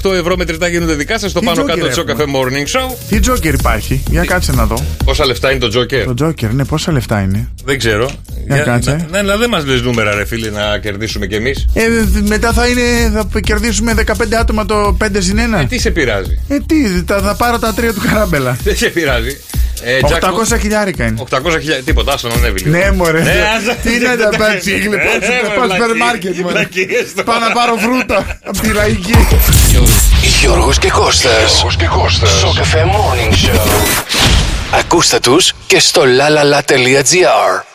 Speaker 6: 104,8 ευρώ μετρητά γίνονται δικά σας στο
Speaker 7: Τι
Speaker 6: πάνω
Speaker 7: τζόκερ
Speaker 6: κάτω της
Speaker 7: έχουμε.
Speaker 6: Σοκαφέ Morning Show.
Speaker 7: Τι τζόκερ υπάρχει, για κάτσε να δω.
Speaker 6: Πόσα λεφτά είναι το τζόκερ.
Speaker 7: Το τζόκερ, ναι, πόσα λεφτά είναι.
Speaker 6: Δεν ξέρω.
Speaker 7: Για κάτσε.
Speaker 6: να- Ναι, αλλά δεν μας λες νούμερα, ρε φίλε, να κερδίσουμε κι εμείς.
Speaker 7: Ε, μετά θα, είναι, θα κερδίσουμε 15 άτομα το 5 συν 1.
Speaker 6: Ε, Τι σε πειράζει. [LAUGHS]
Speaker 7: Ε, τι, τα, θα πάρω τα τρία του καράμπελα.
Speaker 6: Δεν σε πειράζει. Ε, jackpot-
Speaker 7: 800 χιλιάρικα είναι.
Speaker 6: 800 χιλιάδε, τίποτα, άσο να ανέβει. λίγο.
Speaker 7: Ναι, μωρέ.
Speaker 6: Ναι, άσε.
Speaker 7: Τι
Speaker 6: [LAUGHS]
Speaker 7: να τα λοιπόν. πάρει τσίγκλι,
Speaker 6: Ε, μωρέ,
Speaker 7: πάω
Speaker 6: βλακίες.
Speaker 7: σούπερ μάρκετ, μωρέ.
Speaker 6: Βλακίες τώρα.
Speaker 7: Πάω να πάρω φρούτα από τη λαϊκή.
Speaker 6: [LAUGHS]
Speaker 5: Γιώργος και Κώστας. Γιώργος και Κώστας. Στο Cafe Morning Show. Ακούστε τους και στο lalala.gr